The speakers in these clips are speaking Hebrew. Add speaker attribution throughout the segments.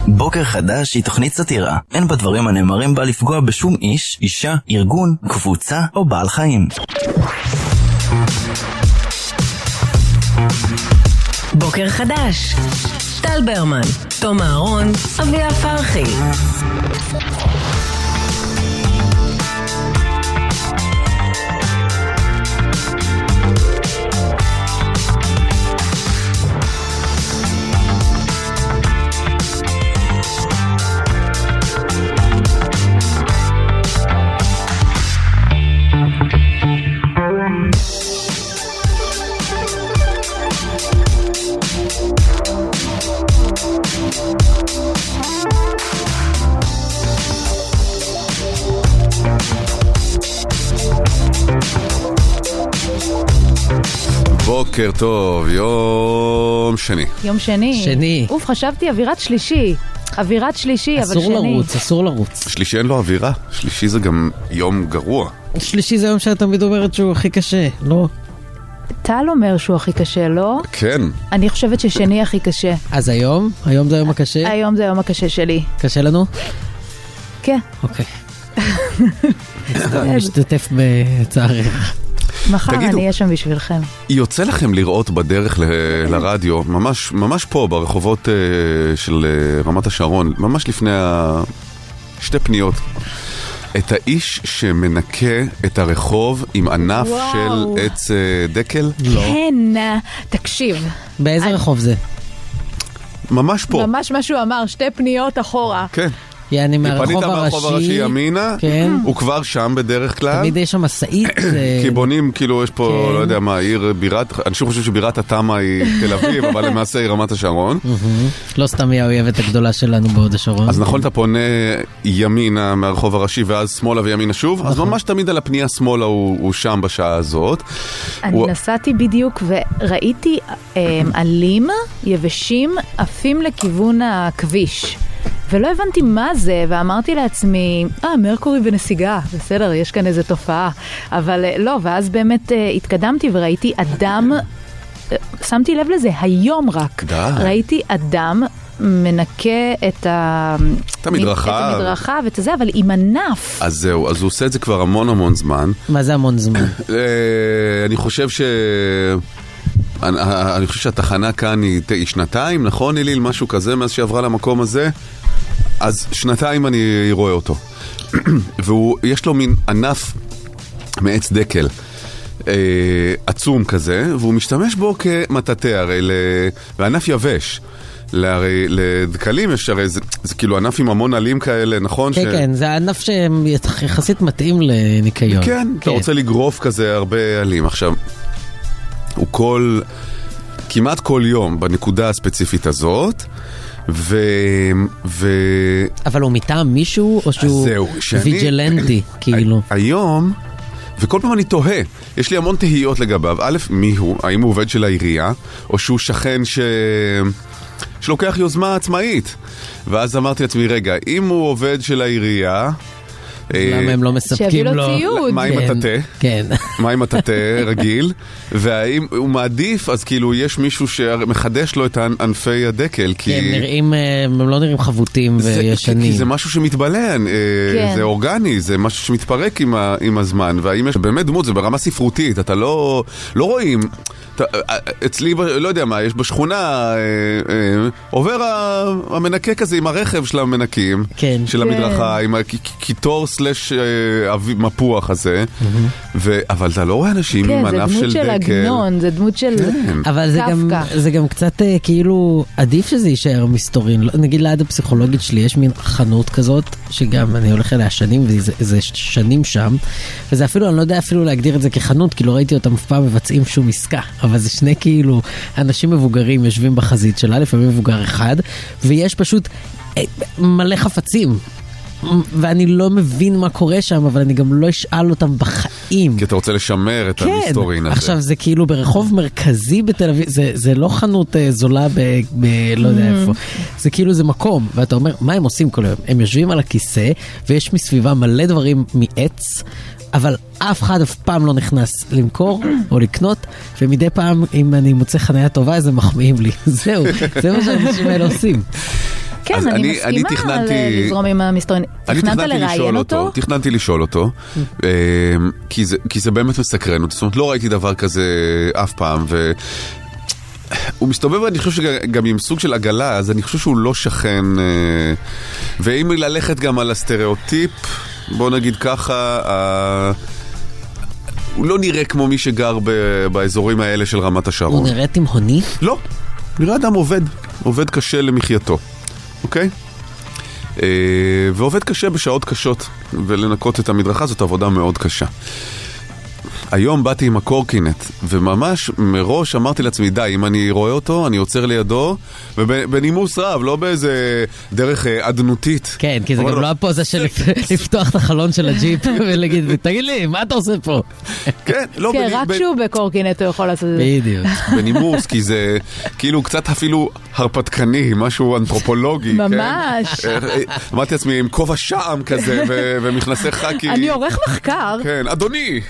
Speaker 1: בוקר חדש היא תוכנית סאטירה. אין בדברים הנאמרים בה לפגוע בשום איש, אישה, ארגון, קבוצה או בעל חיים.
Speaker 2: בוקר חדש. טל ברמן, תום אהרון, אביה פרחי.
Speaker 3: בוקר טוב, יום שני.
Speaker 4: יום שני.
Speaker 5: שני.
Speaker 4: אוף, חשבתי אווירת שלישי. אווירת שלישי, אבל שני.
Speaker 5: אסור לרוץ, אסור לרוץ.
Speaker 3: שלישי אין לו אווירה, שלישי זה גם יום גרוע.
Speaker 5: שלישי זה היום שאת תמיד אומרת שהוא הכי קשה, לא?
Speaker 4: טל אומר שהוא הכי קשה, לא?
Speaker 3: כן,
Speaker 4: אני חושבת ששני הכי קשה.
Speaker 5: אז היום? היום זה היום הקשה?
Speaker 4: היום זה היום הקשה שלי.
Speaker 5: קשה לנו?
Speaker 4: כן,
Speaker 5: אוקיי. אני משתתף בצערך.
Speaker 4: מחר
Speaker 3: תגידו.
Speaker 4: אני אהיה שם בשבילכם.
Speaker 3: יוצא לכם לראות בדרך ל- לרדיו, ממש, ממש פה, ברחובות אה, של אה, רמת השרון, ממש לפני ה... שתי פניות. את האיש שמנקה את הרחוב עם ענף
Speaker 4: וואו.
Speaker 3: של עץ אה, דקל,
Speaker 5: לא.
Speaker 4: כן, אה, תקשיב,
Speaker 5: באיזה רחוב זה?
Speaker 3: ממש פה.
Speaker 4: ממש מה שהוא אמר, שתי פניות אחורה.
Speaker 3: כן.
Speaker 5: יעני
Speaker 3: פנית
Speaker 5: מהרחוב
Speaker 3: מהרחוב הראשי
Speaker 5: הראשי.
Speaker 3: ימינה,
Speaker 5: כן.
Speaker 3: הוא כבר שם בדרך כלל.
Speaker 5: תמיד יש שם אה, משאית. זה-
Speaker 3: כי בונים, כאילו, יש פה,
Speaker 5: כן.
Speaker 3: לא יודע מה, עיר בירת, אנשים חושבים שבירת התמה היא תל אביב, אבל למעשה היא רמת השרון.
Speaker 5: מהמם. לא סתם היא האויבת הגדולה שלנו בהוד השרון.
Speaker 3: אז נכון, אתה פונה ימינה מהרחוב הראשי ואז שמאלה וימינה שוב, אז ממש תמיד על הפנייה שמאלה הוא הוא שם בשעה הזאת.
Speaker 4: אני
Speaker 3: הוא-
Speaker 4: נסעתי בדיוק וראיתי אה, עלים יבשים עפים לכיוון הכביש. ולא הבנתי מה זה, ואמרתי לעצמי, אה, מרקורי בנסיגה, בסדר, יש כאן איזו תופעה. אבל אה, לא, ואז באמת אה, התקדמתי וראיתי אדם, אה, שמתי לב לזה היום רק.
Speaker 3: די.
Speaker 4: ראיתי אדם מנקה את, ה...
Speaker 3: את המדרכה.
Speaker 4: את המדרכה ואת זה, אבל עם ענף.
Speaker 3: אז זהו, אז הוא עושה את זה כבר המון המון זמן.
Speaker 5: מה זה המון זמן?
Speaker 3: אה, אני חושב ש... אני, אה, אני חושב שהתחנה כאן היא, ת- היא שנתיים, נכון אליל? משהו כזה מאז שעברה למקום הזה? אז שנתיים אני רואה אותו. ויש לו מין ענף מעץ דקל אה, עצום כזה, והוא משתמש בו כמטאטא, הרי ל... לענף יבש. להרי, לדקלים יש הרי, זה, זה כאילו ענף עם המון עלים כאלה, נכון?
Speaker 5: כן, כן, זה הענף שיחסית מתאים לניקיון.
Speaker 3: כן, אתה רוצה לגרוף כזה הרבה עלים. עכשיו, הוא כל, כמעט כל יום בנקודה הספציפית הזאת, ו... ו...
Speaker 5: אבל הוא מטעם מישהו, או שהוא
Speaker 3: זהו, שאני-
Speaker 5: ויג'לנטי, כאילו?
Speaker 3: היום, וכל פעם אני תוהה, יש לי המון תהיות לגביו. א', מי הוא? האם הוא עובד של העירייה? או שהוא שכן ש... שלוקח יוזמה עצמאית? ואז אמרתי לעצמי, רגע, אם הוא עובד של העירייה... אה,
Speaker 5: למה הם לא
Speaker 4: שיביא
Speaker 5: מספקים
Speaker 4: לו
Speaker 5: לו?
Speaker 4: ציוד.
Speaker 3: מה עם
Speaker 5: כן,
Speaker 3: הטאטא?
Speaker 5: כן.
Speaker 3: מה עם הטאטא רגיל? והאם הוא מעדיף, אז כאילו יש מישהו שמחדש לו את הענ- ענפי הדקל, כי...
Speaker 5: כי הם נראים, אה, הם לא נראים חבוטים
Speaker 3: זה-
Speaker 5: וישנים.
Speaker 3: כי זה משהו שמתבלן, אה,
Speaker 4: כן.
Speaker 3: זה אורגני, זה משהו שמתפרק עם, ה, עם הזמן, והאם יש באמת דמות, זה ברמה ספרותית, אתה לא, לא רואים, אתה, אה, אצלי, ב- לא יודע מה, יש בשכונה, אה, אה, עובר ה, המנקה כזה עם הרכב של המנקים,
Speaker 5: כן.
Speaker 3: של
Speaker 4: כן.
Speaker 3: המדרכה, עם הכ- כ- קיטור סלאש אה, אבי- מפוח הזה, ו, אבל אתה לא רואה אנשים עם
Speaker 4: כן, זה
Speaker 3: ענף
Speaker 4: דמות
Speaker 3: של
Speaker 4: של
Speaker 3: דקל.
Speaker 4: עגנון, זה דמות של...
Speaker 3: כן.
Speaker 5: אבל זה גם,
Speaker 4: קפקא.
Speaker 5: זה גם קצת אה, כאילו, עדיף שזה יישאר מסתורין. לא- נגיד ליד הפסיכולוגית שלי יש מין חנות כזאת, שגם אני הולך אליה שנים, וזה זה שנים שם, וזה אפילו, אני לא יודע אפילו להגדיר את זה כחנות, כי לא ראיתי אותם אף פעם מבצעים שום עסקה. אבל זה שני כאילו, אנשים מבוגרים יושבים בחזית שלה, לפעמים מבוגר אחד, ויש פשוט אה, מלא חפצים. ואני לא מבין מה קורה שם, אבל אני גם לא אשאל אותם בחיים.
Speaker 3: כי אתה רוצה לשמר את המסתורין הזה.
Speaker 5: כן. עכשיו זה כאילו ברחוב מרכזי בתל אביב, זה, זה לא חנות אה, זולה ב... ב לא יודע איפה. זה כאילו זה מקום, ואתה אומר, מה הם עושים כל היום? הם יושבים על הכיסא, ויש מסביבם מלא דברים מעץ, אבל אף אחד אף פעם לא נכנס למכור או לקנות, ומדי פעם, אם אני מוצא חניה טובה, אז הם מחמיאים לי. זהו, זה מה שהאנשים האלה עושים.
Speaker 4: כן,
Speaker 3: אז
Speaker 4: אני,
Speaker 3: אני-
Speaker 4: מסכימה
Speaker 3: אני תכננתי-
Speaker 4: ל- לזרום עם המסתורין.
Speaker 3: אני
Speaker 4: תכננת
Speaker 3: תכננתי לשאול
Speaker 4: לראיין
Speaker 3: אותו?
Speaker 4: אותו? Mm.
Speaker 3: תכננתי לשאול אותו, אה, כי זה- כי זה באמת מסקרן אותי, זאת אומרת לא ראיתי דבר כזה אף פעם, ו... הוא מסתובב, אני חושב שגם גם עם סוג של עגלה, אז אני חושב שהוא לא שכן. אה, ואם ללכת גם על הסטריאוטיפ, בוא נגיד ככה, אה, הוא לא נראה כמו מי שגר ב- באזורים האלה של רמת השרון.
Speaker 5: הוא נראה תימהוני?
Speaker 3: לא, נראה אדם עובד, עובד קשה למחייתו, אוקיי? אה, ועובד קשה בשעות קשות, ולנקות את המדרכה זאת עבודה מאוד קשה. היום באתי עם הקורקינט, וממש מראש אמרתי לעצמי, די, אם אני רואה אותו, אני עוצר לידו, ובנימוס רב, לא באיזה דרך אה, אדנותית.
Speaker 5: כן, כי זה
Speaker 3: אבל
Speaker 5: גם לא הפוזה של לפ- לפתוח את החלון של הג'יפ ולהגיד, תגיד לי, מה אתה עושה פה?
Speaker 3: כן, לא,
Speaker 4: כן,
Speaker 3: בני-
Speaker 4: רק
Speaker 3: ב-
Speaker 4: כשהוא בקורקינט הוא יכול לעשות את זה.
Speaker 5: בדיוק.
Speaker 3: בנימוס, כי זה כאילו קצת אפילו הרפתקני, משהו אנתרופולוגי. כן? אה,
Speaker 4: ממש.
Speaker 3: אמרתי לעצמי, עם כובע שעם כזה, ו- ומכנסי חאקי.
Speaker 4: אני עורך מחקר.
Speaker 3: כן, אדוני,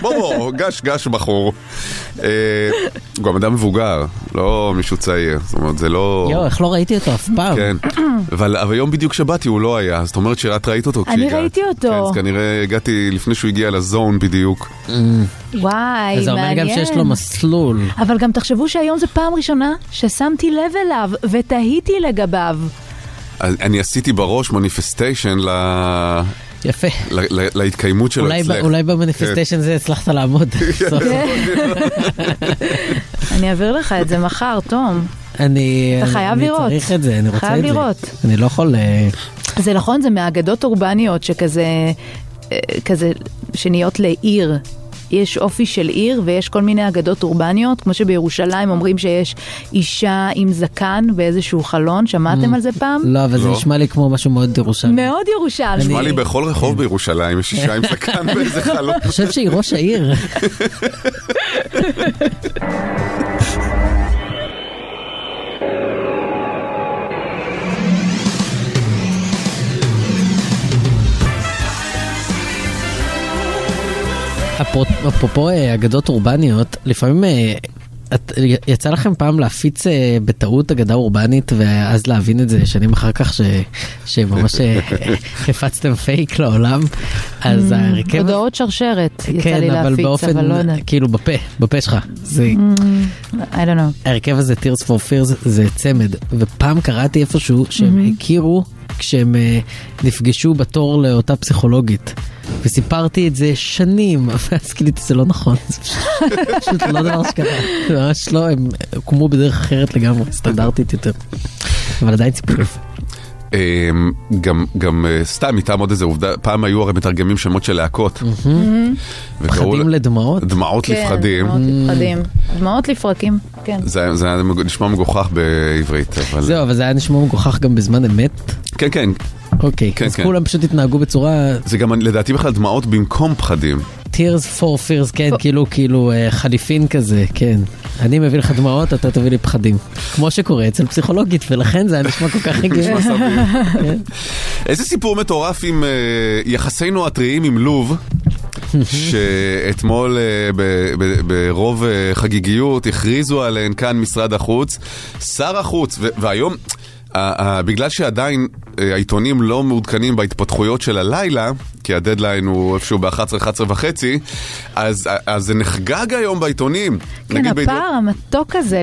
Speaker 3: בוא בוא, גש גש בחור. אה, הוא גם אדם מבוגר, לא מישהו צעיר, זאת אומרת, זה לא...
Speaker 5: יואו, איך לא ראיתי אותו אף פעם?
Speaker 3: כן, אבל אבל היום בדיוק שבאתי הוא לא היה, זאת אומרת שאת ראית אותו
Speaker 4: אני
Speaker 3: כשהגעת.
Speaker 4: ראיתי אותו.
Speaker 3: כן, אז כנראה הגעתי לפני שהוא הגיע לזון בדיוק. כן.
Speaker 4: וואי,
Speaker 5: אז זה אומר
Speaker 4: מעניין.
Speaker 5: גם שיש לו מסלול.
Speaker 4: אבל גם תחשבו שהיום זו פעם ראשונה ששמתי לב אליו ותהיתי לגביו.
Speaker 3: אז אני עשיתי בראש מניפסטיישן ל...
Speaker 5: יפה.
Speaker 3: ל- ל- להתקיימות שלו
Speaker 5: אולי ב-
Speaker 3: אצלך. כן.
Speaker 5: אולי במניפיסטיישן זה הצלחת לעמוד. סוף.
Speaker 4: כן. אני אעביר לך את זה מחר, תום.
Speaker 5: אני
Speaker 4: אתה חייב
Speaker 5: אני
Speaker 4: לראות.
Speaker 5: צריך את זה, אני רוצה את זה.
Speaker 4: חייב לראות.
Speaker 5: אני לא יכול... אה,
Speaker 4: זה נכון, זה מאגדות אורבניות שכזה, אה, כזה, שנהיות לעיר. יש אופי של עיר ויש כל מיני אגדות אורבניות, כמו שבירושלים אומרים שיש אישה עם זקן באיזשהו חלון, שמעתם על זה פעם?
Speaker 5: לא, אבל זה
Speaker 3: לא.
Speaker 5: נשמע לי כמו משהו מאוד ירושלמי.
Speaker 4: מאוד ירושלמי.
Speaker 3: נשמע לי בכל רחוב בירושלים יש אישה עם זקן באיזה חלום.
Speaker 5: אני חושבת שהיא ראש העיר. אפרו- אפרופו אה, אגדות אורבניות, לפעמים אה, את, יצא לכם פעם להפיץ אה, בטעות אגדה אורבנית ואז להבין את זה שנים אחר כך ש, שממש אה, הפצתם פייק לעולם, אז ההרכב... הזה-
Speaker 4: הודעות שרשרת, Mm. לא יצא לי
Speaker 5: כן, אבל
Speaker 4: להפיץ,
Speaker 5: באופן, אוקיי.
Speaker 4: אבל לא יודעת. Mm.
Speaker 5: כאילו בפה, בפה שלך. זה,
Speaker 4: I don't know.
Speaker 5: ההרכב הזה, Tears for Fears, זה צמד. ופעם קראתי איפשהו שהם
Speaker 4: Mm-hmm.
Speaker 5: הכירו כשהם אה, נפגשו בתור לאותה פסיכולוגית. וסיפרתי את זה שנים, ואז גיליתי שזה לא נכון, זה פשוט- פשוט לא דבר שקרה. זה ממש לא, הם הוקמו בדרך אחרת לגמרי, סטנדרטית יותר. אבל עדיין סיפור יפה.
Speaker 3: אמ, גם, גם אה, סתם איתם עוד איזה עובדה, פעם היו הרי מתרגמים שמות של להקות. וקראו
Speaker 5: פחדים
Speaker 3: לה-
Speaker 5: לדמעות,
Speaker 3: דמעות
Speaker 4: כן,
Speaker 3: לפחדים.
Speaker 5: Mm.
Speaker 4: דמעות לפחדים. דמעות לפרקים, כן.
Speaker 3: זה, זה היה מג- נשמע מגוחך בעברית, אבל...
Speaker 5: זהו, אבל זה היה נשמע מגוחך גם בזמן אמת.
Speaker 3: כן, כן.
Speaker 5: אוקיי,
Speaker 3: כן,
Speaker 5: אז
Speaker 3: כן.
Speaker 5: כולם פשוט התנהגו בצורה
Speaker 3: זה גם לדעתי בכלל דמעות במקום פחדים.
Speaker 5: Tears for Fears, כן, כאילו, כאילו אה, חליפין כזה, כן. אני מביא לך דמעות, אתה תביא לי פחדים. כמו שקורה אצל פסיכולוגית, ולכן זה היה נשמע כל כך הגיוני. כן.
Speaker 3: נשמע סביר. איזה סיפור מטורף עם אה, יחסינו הטריים עם לוב, שאתמול אה, ב- ב- ברוב אה, חגיגיות הכריזו עליהן כאן משרד החוץ, שר החוץ, ו- והיום... ה- ה- בגלל שעדיין אה, העיתונים לא מעודכנים בהתפתחויות של הלילה, כי הדדליין הוא איפשהו ב-11-11 וחצי, אז אז זה נחגג היום בעיתונים.
Speaker 4: כן,
Speaker 3: נגיד בידיעות-
Speaker 4: הפער המתוק הזה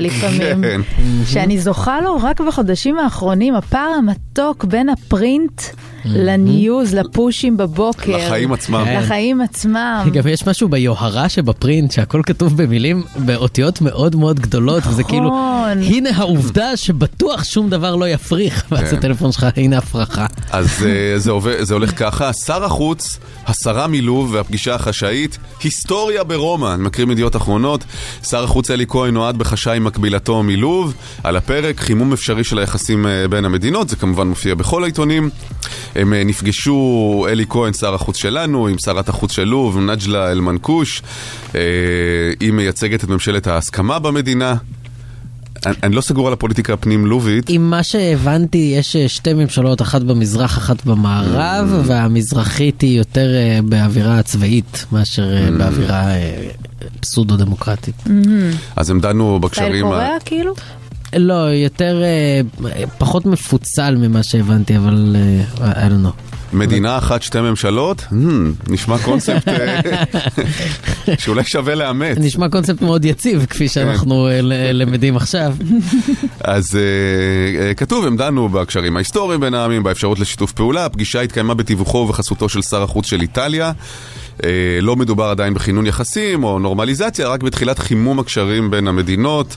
Speaker 4: לפעמים,
Speaker 3: כן.
Speaker 4: שאני זוכה לו רק בחודשים האחרונים, הפער המתוק בין הפרינט
Speaker 5: Mhm.
Speaker 4: לניוז, לפושים בבוקר.
Speaker 3: לחיים עצמם.
Speaker 5: כן.
Speaker 4: לחיים עצמם.
Speaker 5: גם יש כן, משהו ביוהרה שבפרינט, שהכל כתוב במילים, באותיות מאוד מאוד גדולות, וזה כאילו,
Speaker 4: נכון.
Speaker 5: הנה העובדה שבטוח שום דבר לא יפריך, ואז
Speaker 3: כן.
Speaker 5: הטלפון שלך, הנה הפרחה.
Speaker 3: אז אה, זה, עובד, זה הולך ככה, שר החוץ, השרה מלוב והפגישה החשאית, היסטוריה ברומא, אני מקריא מידיעות אחרונות, שר החוץ אלי כהן נועד בחשאי מקבילתו מלוב, על הפרק חימום אפשרי של היחסים אה, בין המדינות, זה כמובן מופיע בכל העיתונים. הם אה, נפגשו, אלי כהן, שר החוץ שלנו, עם שרת החוץ של לוב, נג'לה אל-מנקוש, אה, היא מייצגת את ממשלת ההסכמה במדינה. אני, אני לא סגור על הפוליטיקה הפנים-לובית.
Speaker 5: עם מה שהבנתי, יש אה, שתי ממשלות, אחת במזרח, אחת במערב, והמזרחית היא יותר אה, באווירה צבאית, מאשר אה, באווירה פסודו-דמוקרטית.
Speaker 3: אז הם דנו
Speaker 4: Mhm. סטייל
Speaker 3: בקשרים... ה-
Speaker 4: קוריאה כאילו?
Speaker 5: לא, יותר, אה, פחות מפוצל ממה שהבנתי, אבל אה, I don't know.
Speaker 3: מדינה אחת, שתי ממשלות? Hmm, נשמע קונספט אה, שאולי שווה לאמץ.
Speaker 5: נשמע קונספט מאוד יציב, כפי
Speaker 3: כן.
Speaker 5: שאנחנו אה, ל- למדים עכשיו.
Speaker 3: אז אה, אה, כתוב, הם דנו בקשרים ההיסטוריים בין העמים, באפשרות לשיתוף פעולה. הפגישה התקיימה בתיווכו ובחסותו של שר החוץ של איטליה. אה, לא מדובר עדיין בכינון יחסים או נורמליזציה, רק בתחילת חימום הקשרים בין המדינות.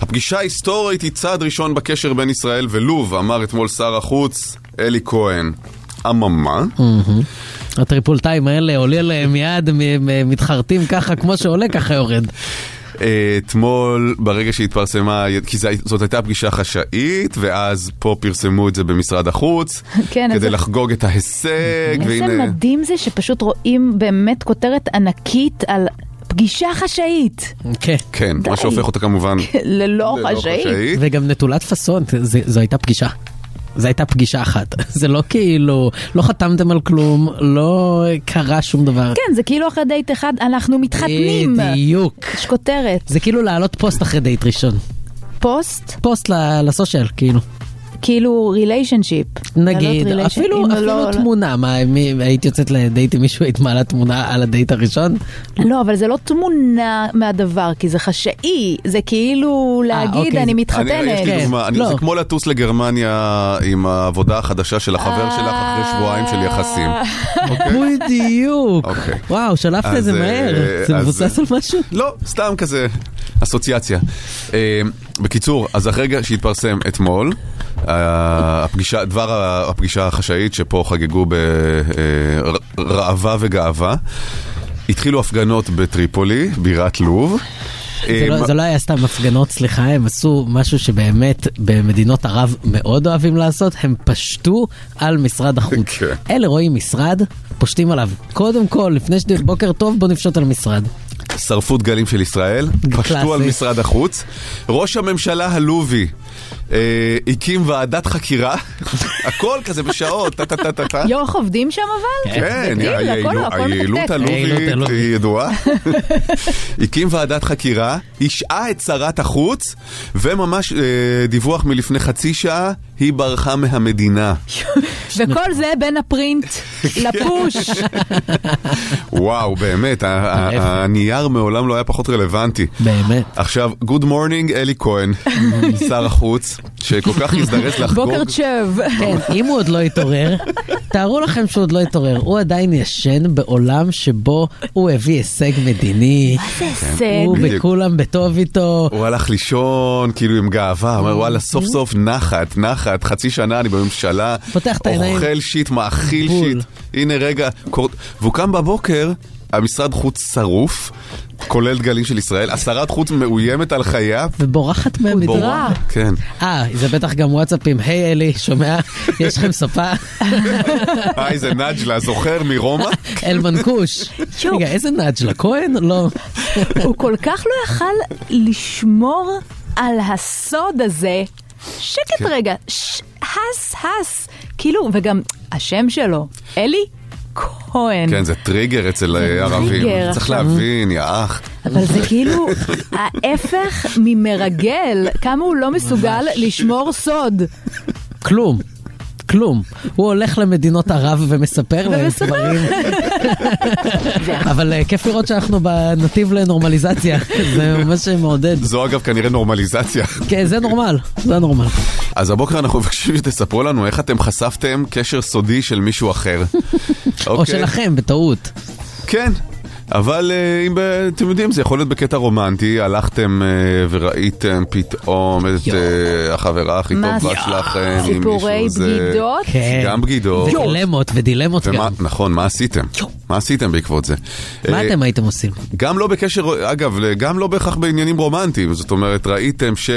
Speaker 3: הפגישה ההיסטורית היא צעד ראשון בקשר בין ישראל ולוב, אמר אתמול שר החוץ אלי כהן. אממה?
Speaker 5: הטריפולטיים האלה עולה להם יד, מ- מ- מתחרטים ככה, כמו שעולה ככה יורד.
Speaker 3: אה, אתמול, ברגע שהתפרסמה, כי זו- זאת הייתה פגישה חשאית, ואז פה פרסמו את זה במשרד החוץ,
Speaker 4: כן,
Speaker 3: כדי
Speaker 4: אז-
Speaker 3: לחגוג את ההישג,
Speaker 4: איזה
Speaker 3: והנה...
Speaker 4: מדהים זה שפשוט רואים באמת כותרת ענקית על פגישה חשאית.
Speaker 5: כן.
Speaker 3: כן, מה
Speaker 4: די.
Speaker 3: שהופך אותה כמובן
Speaker 4: ללא
Speaker 3: ללא
Speaker 4: חשאית.
Speaker 3: חשאית.
Speaker 5: וגם נטולת פאסון, זה- זו הייתה פגישה. זו הייתה פגישה אחת. זה לא כאילו, לא חתמתם על כלום, לא קרה שום דבר.
Speaker 4: כן, זה כאילו אחרי דייט אחד, אנחנו מתחתנים.
Speaker 5: בדיוק.
Speaker 4: יש כותרת.
Speaker 5: זה כאילו להעלות פוסט אחרי דייט ראשון.
Speaker 4: פוסט,
Speaker 5: פוסט ל- לסושיאל, כאילו.
Speaker 4: כאילו ריליישנשיפ.
Speaker 5: נגיד, אפילו,
Speaker 4: לא,
Speaker 5: אפילו תמונה, מה, מי- היית יוצאת לדייט עם מישהו, היית מעלה תמונה על הדייט הראשון?
Speaker 4: לא, אבל זה לא תמונה מהדבר, כי זה חשאי. זה כאילו להגיד,
Speaker 5: אוקיי,
Speaker 4: אני
Speaker 5: זה-
Speaker 3: אני,
Speaker 4: מתחתנת.
Speaker 3: יש לי
Speaker 5: כן.
Speaker 3: דוגמה, אני,
Speaker 5: לא.
Speaker 3: זה כמו לטוס לגרמניה עם העבודה החדשה של החבר שלך אחרי
Speaker 4: אה.
Speaker 3: שבועיים של יחסים.
Speaker 5: בדיוק.
Speaker 3: אוקיי.
Speaker 5: וואו, שלפת את
Speaker 3: אז,
Speaker 5: זה
Speaker 3: אה,
Speaker 5: מהר.
Speaker 3: אז,
Speaker 5: זה מבוסס
Speaker 3: אה,
Speaker 5: על משהו?
Speaker 3: לא, סתם כזה אסוציאציה. אה, בקיצור, אז הרגע שהתפרסם אתמול, אה, הפגישה, דבר ה- הפגישה החשאית שפה חגגו ברעבה וגאווה, התחילו הפגנות בטריפולי, בירת לוב.
Speaker 5: זה
Speaker 3: אה,
Speaker 5: לא-
Speaker 3: מה-
Speaker 5: זה לא היה סתם הפגנות, סליחה, הם עשו משהו שבאמת במדינות ערב מאוד אוהבים לעשות, הם פשטו על משרד החוץ.
Speaker 3: כן.
Speaker 5: אלה רואים משרד, פושטים עליו. קודם כל, לפני ש... בוקר טוב, בוא נפשוט על משרד.
Speaker 3: שרפו דגלים של ישראל,
Speaker 5: קלאסי.
Speaker 3: פשטו על משרד החוץ. ראש הממשלה הלובי אה, הקים ועדת חקירה, הכל כזה בשעות, טה-טה-טה-טה.
Speaker 4: יוח עובדים שם אבל?
Speaker 3: אה? כן,
Speaker 4: מדהים,
Speaker 3: היעילו-
Speaker 4: הכל- הכל
Speaker 3: היעילות
Speaker 4: מתקתק.
Speaker 5: היעילות
Speaker 3: הלובית
Speaker 5: הלובית.
Speaker 3: היא ידועה. הקים ועדת חקירה, השעה את שרת החוץ, וממש אה, דיווח מלפני חצי שעה, היא ברחה מהמדינה.
Speaker 4: וכל זה בין הפרינט לפוש.
Speaker 3: וואו, באמת, ה- ה-
Speaker 5: ההפך.
Speaker 3: הנייר מעולם לא היה פחות רלוונטי.
Speaker 5: באמת.
Speaker 3: עכשיו, גוד מורנינג אלי כהן, שר החוץ, שכל כך הזדרז לחגוג.
Speaker 4: בוקר צ'ב.
Speaker 5: כן, אם הוא עוד לא התעורר, תארו לכם שהוא עוד לא התעורר. הוא עדיין ישן בעולם שבו הוא הביא הישג מדיני,
Speaker 4: זה הישג.
Speaker 5: הוא
Speaker 3: כן. בדיוק.
Speaker 5: וכולם בטוב איתו.
Speaker 3: הוא הלך לישון, כאילו עם גאווה, אמר וואלה, סוף סוף נחת, נחת, חצי שנה אני בממשלה,
Speaker 5: פותח את העיניים.
Speaker 3: אוכל שיט, מאכיל
Speaker 5: בול.
Speaker 3: שיט, הנה רגע, קור- והוא קם בבוקר, המשרד חוץ שרוף, כולל דגלים של ישראל, השרת חוץ מאוימת על חייה,
Speaker 5: ובורחת מהמדינה.
Speaker 4: בורחת.
Speaker 3: כן.
Speaker 5: אה, זה בטח גם וואטסאפים, היי אלי, שומע? יש לכם ספה?
Speaker 3: אה, איזה נג'לה, זוכר מרומא?
Speaker 5: אל מנקוש.
Speaker 4: יואו.
Speaker 5: רגע, איזה נאג' לכהן? לא.
Speaker 4: הוא כל כך לא יכל לשמור על הסוד הזה. שקט
Speaker 3: כן.
Speaker 4: רגע, ש- הס הס. כאילו, וגם השם שלו, אלי כהן.
Speaker 3: כן, זה טריגר אצל אה, ערבים,
Speaker 4: טריגר.
Speaker 3: צריך להבין, יא אח.
Speaker 4: אבל זה כאילו ההפך ממרגל, כמה הוא לא מסוגל לשמור סוד.
Speaker 5: כלום. כלום. הוא הולך למדינות ערב ומספר להם
Speaker 4: ומספר.
Speaker 5: דברים. אבל אה, כיף לראות שאנחנו בנתיב לנורמליזציה. זה ממש מעודד.
Speaker 3: זו אגב כנראה נורמליזציה.
Speaker 5: כן, זה נורמל. זה נורמל.
Speaker 3: אז הבוקר אנחנו מבקשים שתספרו לנו איך אתם חשפתם קשר סודי של מישהו אחר.
Speaker 5: או
Speaker 3: אוקיי?
Speaker 5: שלכם, בטעות.
Speaker 3: כן. אבל אה, אם ב- אתם יודעים, זה יכול להיות בקטע רומנטי, הלכתם אה, וראיתם פתאום את אה, החברה הכי
Speaker 4: מה
Speaker 3: טובה
Speaker 4: זה?
Speaker 3: שלכם, עם
Speaker 4: סיפורי
Speaker 3: מישהו זה-
Speaker 4: בגידות.
Speaker 5: כן.
Speaker 3: גם בגידות.
Speaker 5: ודילמות, ודילמות
Speaker 3: ומה-
Speaker 5: גם.
Speaker 3: נכון, מה עשיתם? מה עשיתם בעקבות זה?
Speaker 5: מה
Speaker 3: אה,
Speaker 5: אתם הייתם עושים?
Speaker 3: גם לא בקשר, אגב, גם לא בהכרח בעניינים רומנטיים, זאת אומרת, ראיתם ש...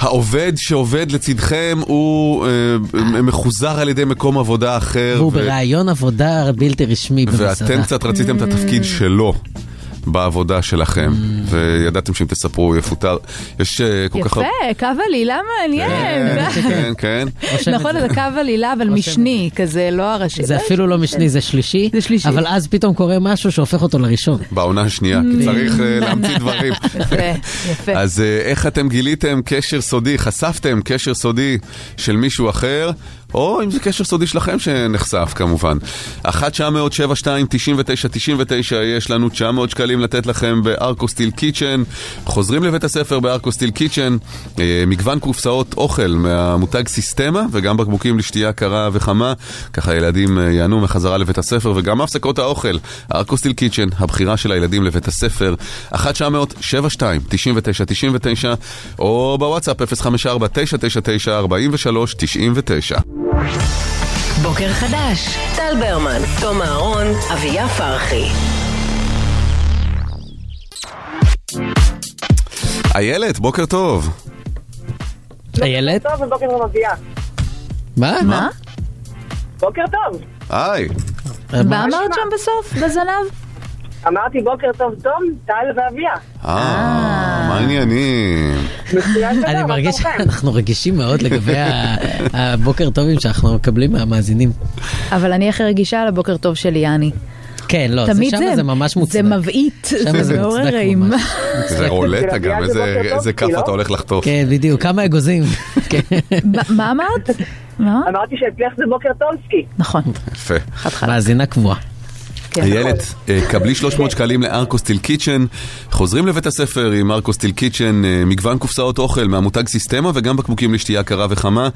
Speaker 3: העובד שעובד לצדכם הוא אה, מחוזר על ידי מקום עבודה אחר.
Speaker 5: והוא
Speaker 3: ו-
Speaker 5: ברעיון עבודה בלתי רשמי במסעדה. Mm.
Speaker 3: ואתם קצת רציתם את התפקיד שלו. בעבודה שלכם, וידעתם שאם תספרו הוא יפוטר. יש אה, כל כך הרבה...
Speaker 4: יפה, קו עלילה מעניין.
Speaker 3: כן, כן, כן.
Speaker 4: נכון, זה קו עלילה, אבל משני, כזה, לא הראשי.
Speaker 5: זה אפילו לא משני, זה שלישי.
Speaker 4: זה שלישי.
Speaker 5: אבל אז פתאום קורה משהו שהופך אותו לראשון.
Speaker 3: בעונה השנייה, כי צריך אה, להמציא דברים.
Speaker 4: יפה, יפה.
Speaker 3: אז אה, איך אתם גיליתם קשר סודי, חשפתם קשר סודי של מישהו אחר, או אם זה קשר סודי שלכם שנחשף כמובן. 1-900-72-99-99, יש לנו 900 שקלים לתת לכם בארקו סטיל קיצ'ן. חוזרים לבית הספר בארקו סטיל קיצ'ן, אה, מגוון קופסאות אוכל מהמותג סיסטמה, וגם בקבוקים לשתייה קרה וחמה, ככה ילדים אה, יענו מחזרה לבית הספר, וגם הפסקות האוכל. ארקו סטיל קיצ'ן, הבחירה של הילדים לבית הספר, 1-900-72-99-99, או בוואטסאפ 054-999-4399.
Speaker 2: בוקר חדש, טל ברמן, תום אהרון, אביה פרחי.
Speaker 3: איילת, בוקר טוב.
Speaker 5: איילת?
Speaker 6: טוב ובוקר טוב אביה.
Speaker 5: מה?
Speaker 4: מה?
Speaker 6: בוקר טוב.
Speaker 3: היי.
Speaker 4: מה אמרת שם בסוף, בזנב?
Speaker 6: אמרתי בוקר טוב תום, טל ואביה.
Speaker 3: אה, מה העניינים?
Speaker 6: מצוין שלום,
Speaker 5: אני
Speaker 6: מה
Speaker 5: מרגיש
Speaker 6: שלומכם?
Speaker 5: שאנחנו רגישים מאוד לגבי ה- הבוקר טובים שאנחנו מקבלים מהמאזינים.
Speaker 4: אבל אני הכי רגישה על הבוקר טוב של יאני.
Speaker 5: כן, לא, זה
Speaker 4: תמיד
Speaker 5: שם זה ממש מוצדק.
Speaker 4: זה מבעית,
Speaker 5: שם
Speaker 4: זה לא מעורר
Speaker 5: מוצדק
Speaker 4: אימה.
Speaker 5: ממש.
Speaker 3: זה
Speaker 6: של
Speaker 3: רולטה
Speaker 6: אביה
Speaker 3: גם,
Speaker 6: זה
Speaker 3: איזה-
Speaker 6: בוקר טוב,
Speaker 3: איזה כף
Speaker 6: כי לא?
Speaker 3: אתה הולך לחטוף.
Speaker 5: כן, בדיוק, כמה אגוזים. כן.
Speaker 4: מה- מה אמרת? מה?
Speaker 6: אמרתי שאצלך זה בוקר טובסקי.
Speaker 4: נכון,
Speaker 3: יפה.
Speaker 4: חד חד.
Speaker 5: מאזינה קבועה.
Speaker 4: כן.
Speaker 3: איילת, אה, קבלי 300 שקלים לארקוסטיל קיצ'ן. חוזרים לבית הספר עם ארקוסטיל קיצ'ן, אה, מגוון קופסאות אוכל מהמותג סיסטמה וגם בקבוקים לשתייה קרה וחמה.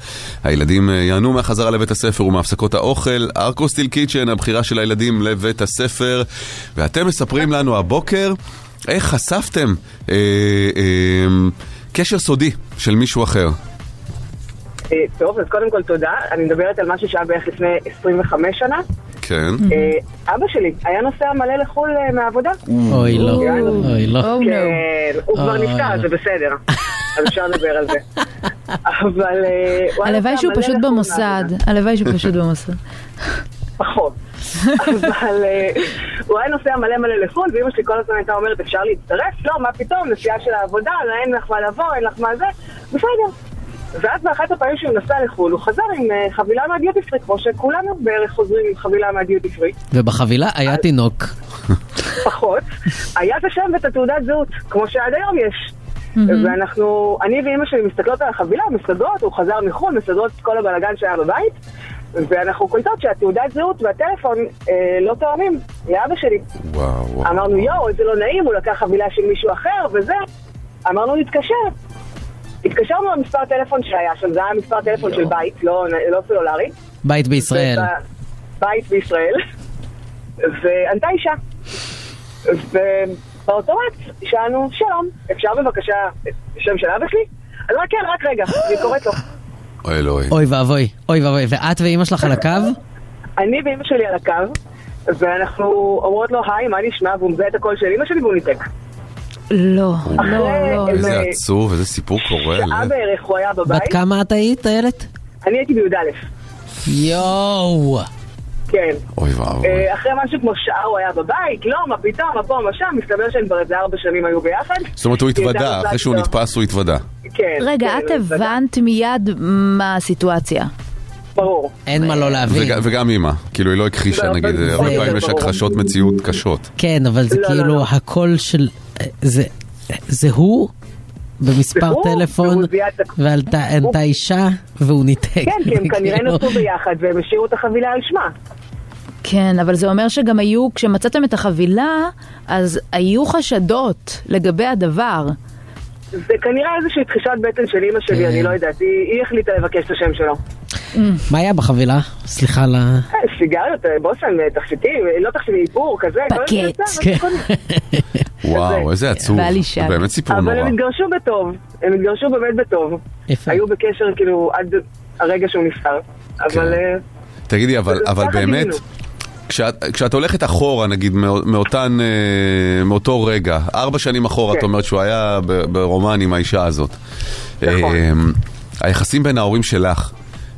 Speaker 3: הילדים אה, יענו מהחזרה לבית הספר ומהפסקות האוכל. ארקוסטיל קיצ'ן, הבחירה של הילדים לבית הספר. ואתם מספרים לנו הבוקר איך חשפתם אה, אה, קשר סודי של מישהו אחר.
Speaker 6: אה, טוב, אז קודם כל תודה. אני מדברת על משהו שהיה בערך לפני 25 שנה.
Speaker 3: כן.
Speaker 6: אה, אבא שלי היה נוסע מלא לחו"ל אה, מהעבודה.
Speaker 5: אוי לא,
Speaker 6: יאללה.
Speaker 5: אוי לא.
Speaker 4: Oh no.
Speaker 6: כן, הוא כבר
Speaker 5: אה.
Speaker 6: נפטר, זה בסדר. אז אפשר לדבר על זה. אבל... אה, הוא היה
Speaker 4: הלוואי
Speaker 6: נוסע
Speaker 4: שהוא
Speaker 6: מלא
Speaker 4: פשוט
Speaker 6: לחו"ל
Speaker 4: במוסד,
Speaker 6: מהעבודה.
Speaker 4: הלוואי שהוא פשוט במוסד.
Speaker 6: פחות. אבל אה, הוא היה נוסע מלא מלא לחו"ל, ואימא שלי כל הזמן הייתה אומרת, אפשר להצטרף? לא, מה פתאום, נסיעה של העבודה, לא, אין לך מה לבוא, אין לך מה זה, בסדר. ואז באחת הפעמים שהוא נסע לחו"ל, הוא חזר עם אה, חבילה מהדיוטי פרי, כמו שכולנו בערך חוזרים עם חבילה מהדיוטי פרי,
Speaker 5: ובחבילה היה תינוק.
Speaker 6: פחות. היה את השם ואת התעודת זהות, כמו שעד היום יש. ואנחנו, אני ואימא שלי מסתכלות על החבילה, מסתדרות, הוא חזר מחו"ל, מסתדרות את כל הבלאגן שהיה בבית, ואנחנו קולטות שהתעודת זהות והטלפון אה, לא תואמים לאבא שלי.
Speaker 3: וואו, וואו.
Speaker 6: אמרנו, יואו, איזה לא נעים, הוא לקח חבילה של מישהו אחר וזה. אמרנו, נתקשר. התקשרנו למספר טלפון שהיה שם, זה היה מספר טלפון של בית, לא, לא סלולרי.
Speaker 5: בית בישראל.
Speaker 6: ב- בית בישראל. וענתה אישה. ובאוטומט שאלנו, שלום, אפשר בבקשה שם של אבא שלי? אז רק כן, רק רגע, אני קוראת לו.
Speaker 3: אוי אלוהי.
Speaker 5: אוי ואבוי, אוי ואבוי. ואת ואימא שלך על הקו?
Speaker 6: אני ואימא שלי על הקו, ואנחנו אומרות לו, היי, מה נשמע? והוא מזהה את הקול של אימא שלי והוא ניתק.
Speaker 4: לא, לא,
Speaker 6: אחרי
Speaker 4: לא.
Speaker 3: איזה
Speaker 6: איזה-
Speaker 3: עצוב, איזה סיפור קורע
Speaker 6: שעה
Speaker 3: לב.
Speaker 6: בערך הוא היה
Speaker 5: בת
Speaker 6: בבית,
Speaker 5: כמה את היית, איילת?
Speaker 6: אני הייתי בי"א.
Speaker 5: יואו.
Speaker 6: כן.
Speaker 3: אוי ואבוי.
Speaker 6: אה, אחרי משהו כמו שעה הוא היה בבית, לא, מה פתאום, מה פה, מה שם, מסתבר שהם כבר איזה ארבע שנים היו ביחד.
Speaker 3: זאת אומרת, הוא
Speaker 6: היא הייתה
Speaker 3: התוודה,
Speaker 6: נוסעת
Speaker 3: אחרי שהוא
Speaker 6: איתו.
Speaker 3: נתפס הוא התוודה.
Speaker 6: כן.
Speaker 4: רגע,
Speaker 6: כן,
Speaker 4: את
Speaker 6: הוא התוודה,
Speaker 4: הבנת מיד מה הסיטואציה.
Speaker 6: ברור.
Speaker 5: אין מה לא להבין.
Speaker 3: וג- וגם אימא, כאילו היא לא הכחישה,
Speaker 6: לא,
Speaker 3: נגיד,
Speaker 6: אבל
Speaker 3: הרבה
Speaker 5: זה-
Speaker 3: פעמים יש
Speaker 6: ברור.
Speaker 3: הכחשות מציאות קשות.
Speaker 5: כן, אבל זה
Speaker 6: לא, לא,
Speaker 5: כאילו
Speaker 6: לא.
Speaker 5: הקול של... זה- זה הוא
Speaker 6: זה
Speaker 5: במספר
Speaker 6: הוא,
Speaker 5: טלפון,
Speaker 6: והוא זיהה את הק-
Speaker 5: ועלתה
Speaker 6: הוא-
Speaker 5: ענתה אישה, והוא ניתק.
Speaker 6: כן, כי הם כנראה
Speaker 5: כאילו,
Speaker 6: נסעו ביחד והם השאירו את החבילה על שמה.
Speaker 4: כן, אבל זה אומר שגם היו, כשמצאתם את החבילה, אז היו חשדות לגבי הדבר.
Speaker 6: זה כנראה איזושהי תחישת בטן של אימא שלי,
Speaker 5: כן.
Speaker 6: אני לא יודעת, היא היא החליטה לבקש את השם שלו.
Speaker 5: מה היה בחבילה? סליחה על ה...
Speaker 6: אה, סיגריות, אה, בושם, אה, תכשיטים, אה, לא תכשיטים, איפור, כזה. כל
Speaker 4: פקט,
Speaker 6: מיני זה, אבל
Speaker 5: כן.
Speaker 6: כל מיני.
Speaker 3: וואו, איזה עצוב.
Speaker 4: בעל
Speaker 3: זה
Speaker 4: אישה.
Speaker 3: באמת סיפור נורא.
Speaker 6: אבל הם התגרשו בטוב, הם התגרשו באמת בטוב.
Speaker 5: יפה.
Speaker 6: היו בקשר כאילו עד הרגע שהוא נפטר.
Speaker 3: כן.
Speaker 6: אבל... אה,
Speaker 3: תגידי, אבל
Speaker 6: זה
Speaker 3: אבל
Speaker 6: ככה
Speaker 3: באמת,
Speaker 6: גילינו.
Speaker 3: כשאת- כשאת הולכת אחורה, נגיד, מאו- מאותן, אה, מאותו רגע, ארבע שנים אחורה,
Speaker 6: כן.
Speaker 3: את אומרת שהוא היה ב- ברומן עם האישה הזאת.
Speaker 6: נכון.
Speaker 3: אה, היחסים בין ההורים שלך,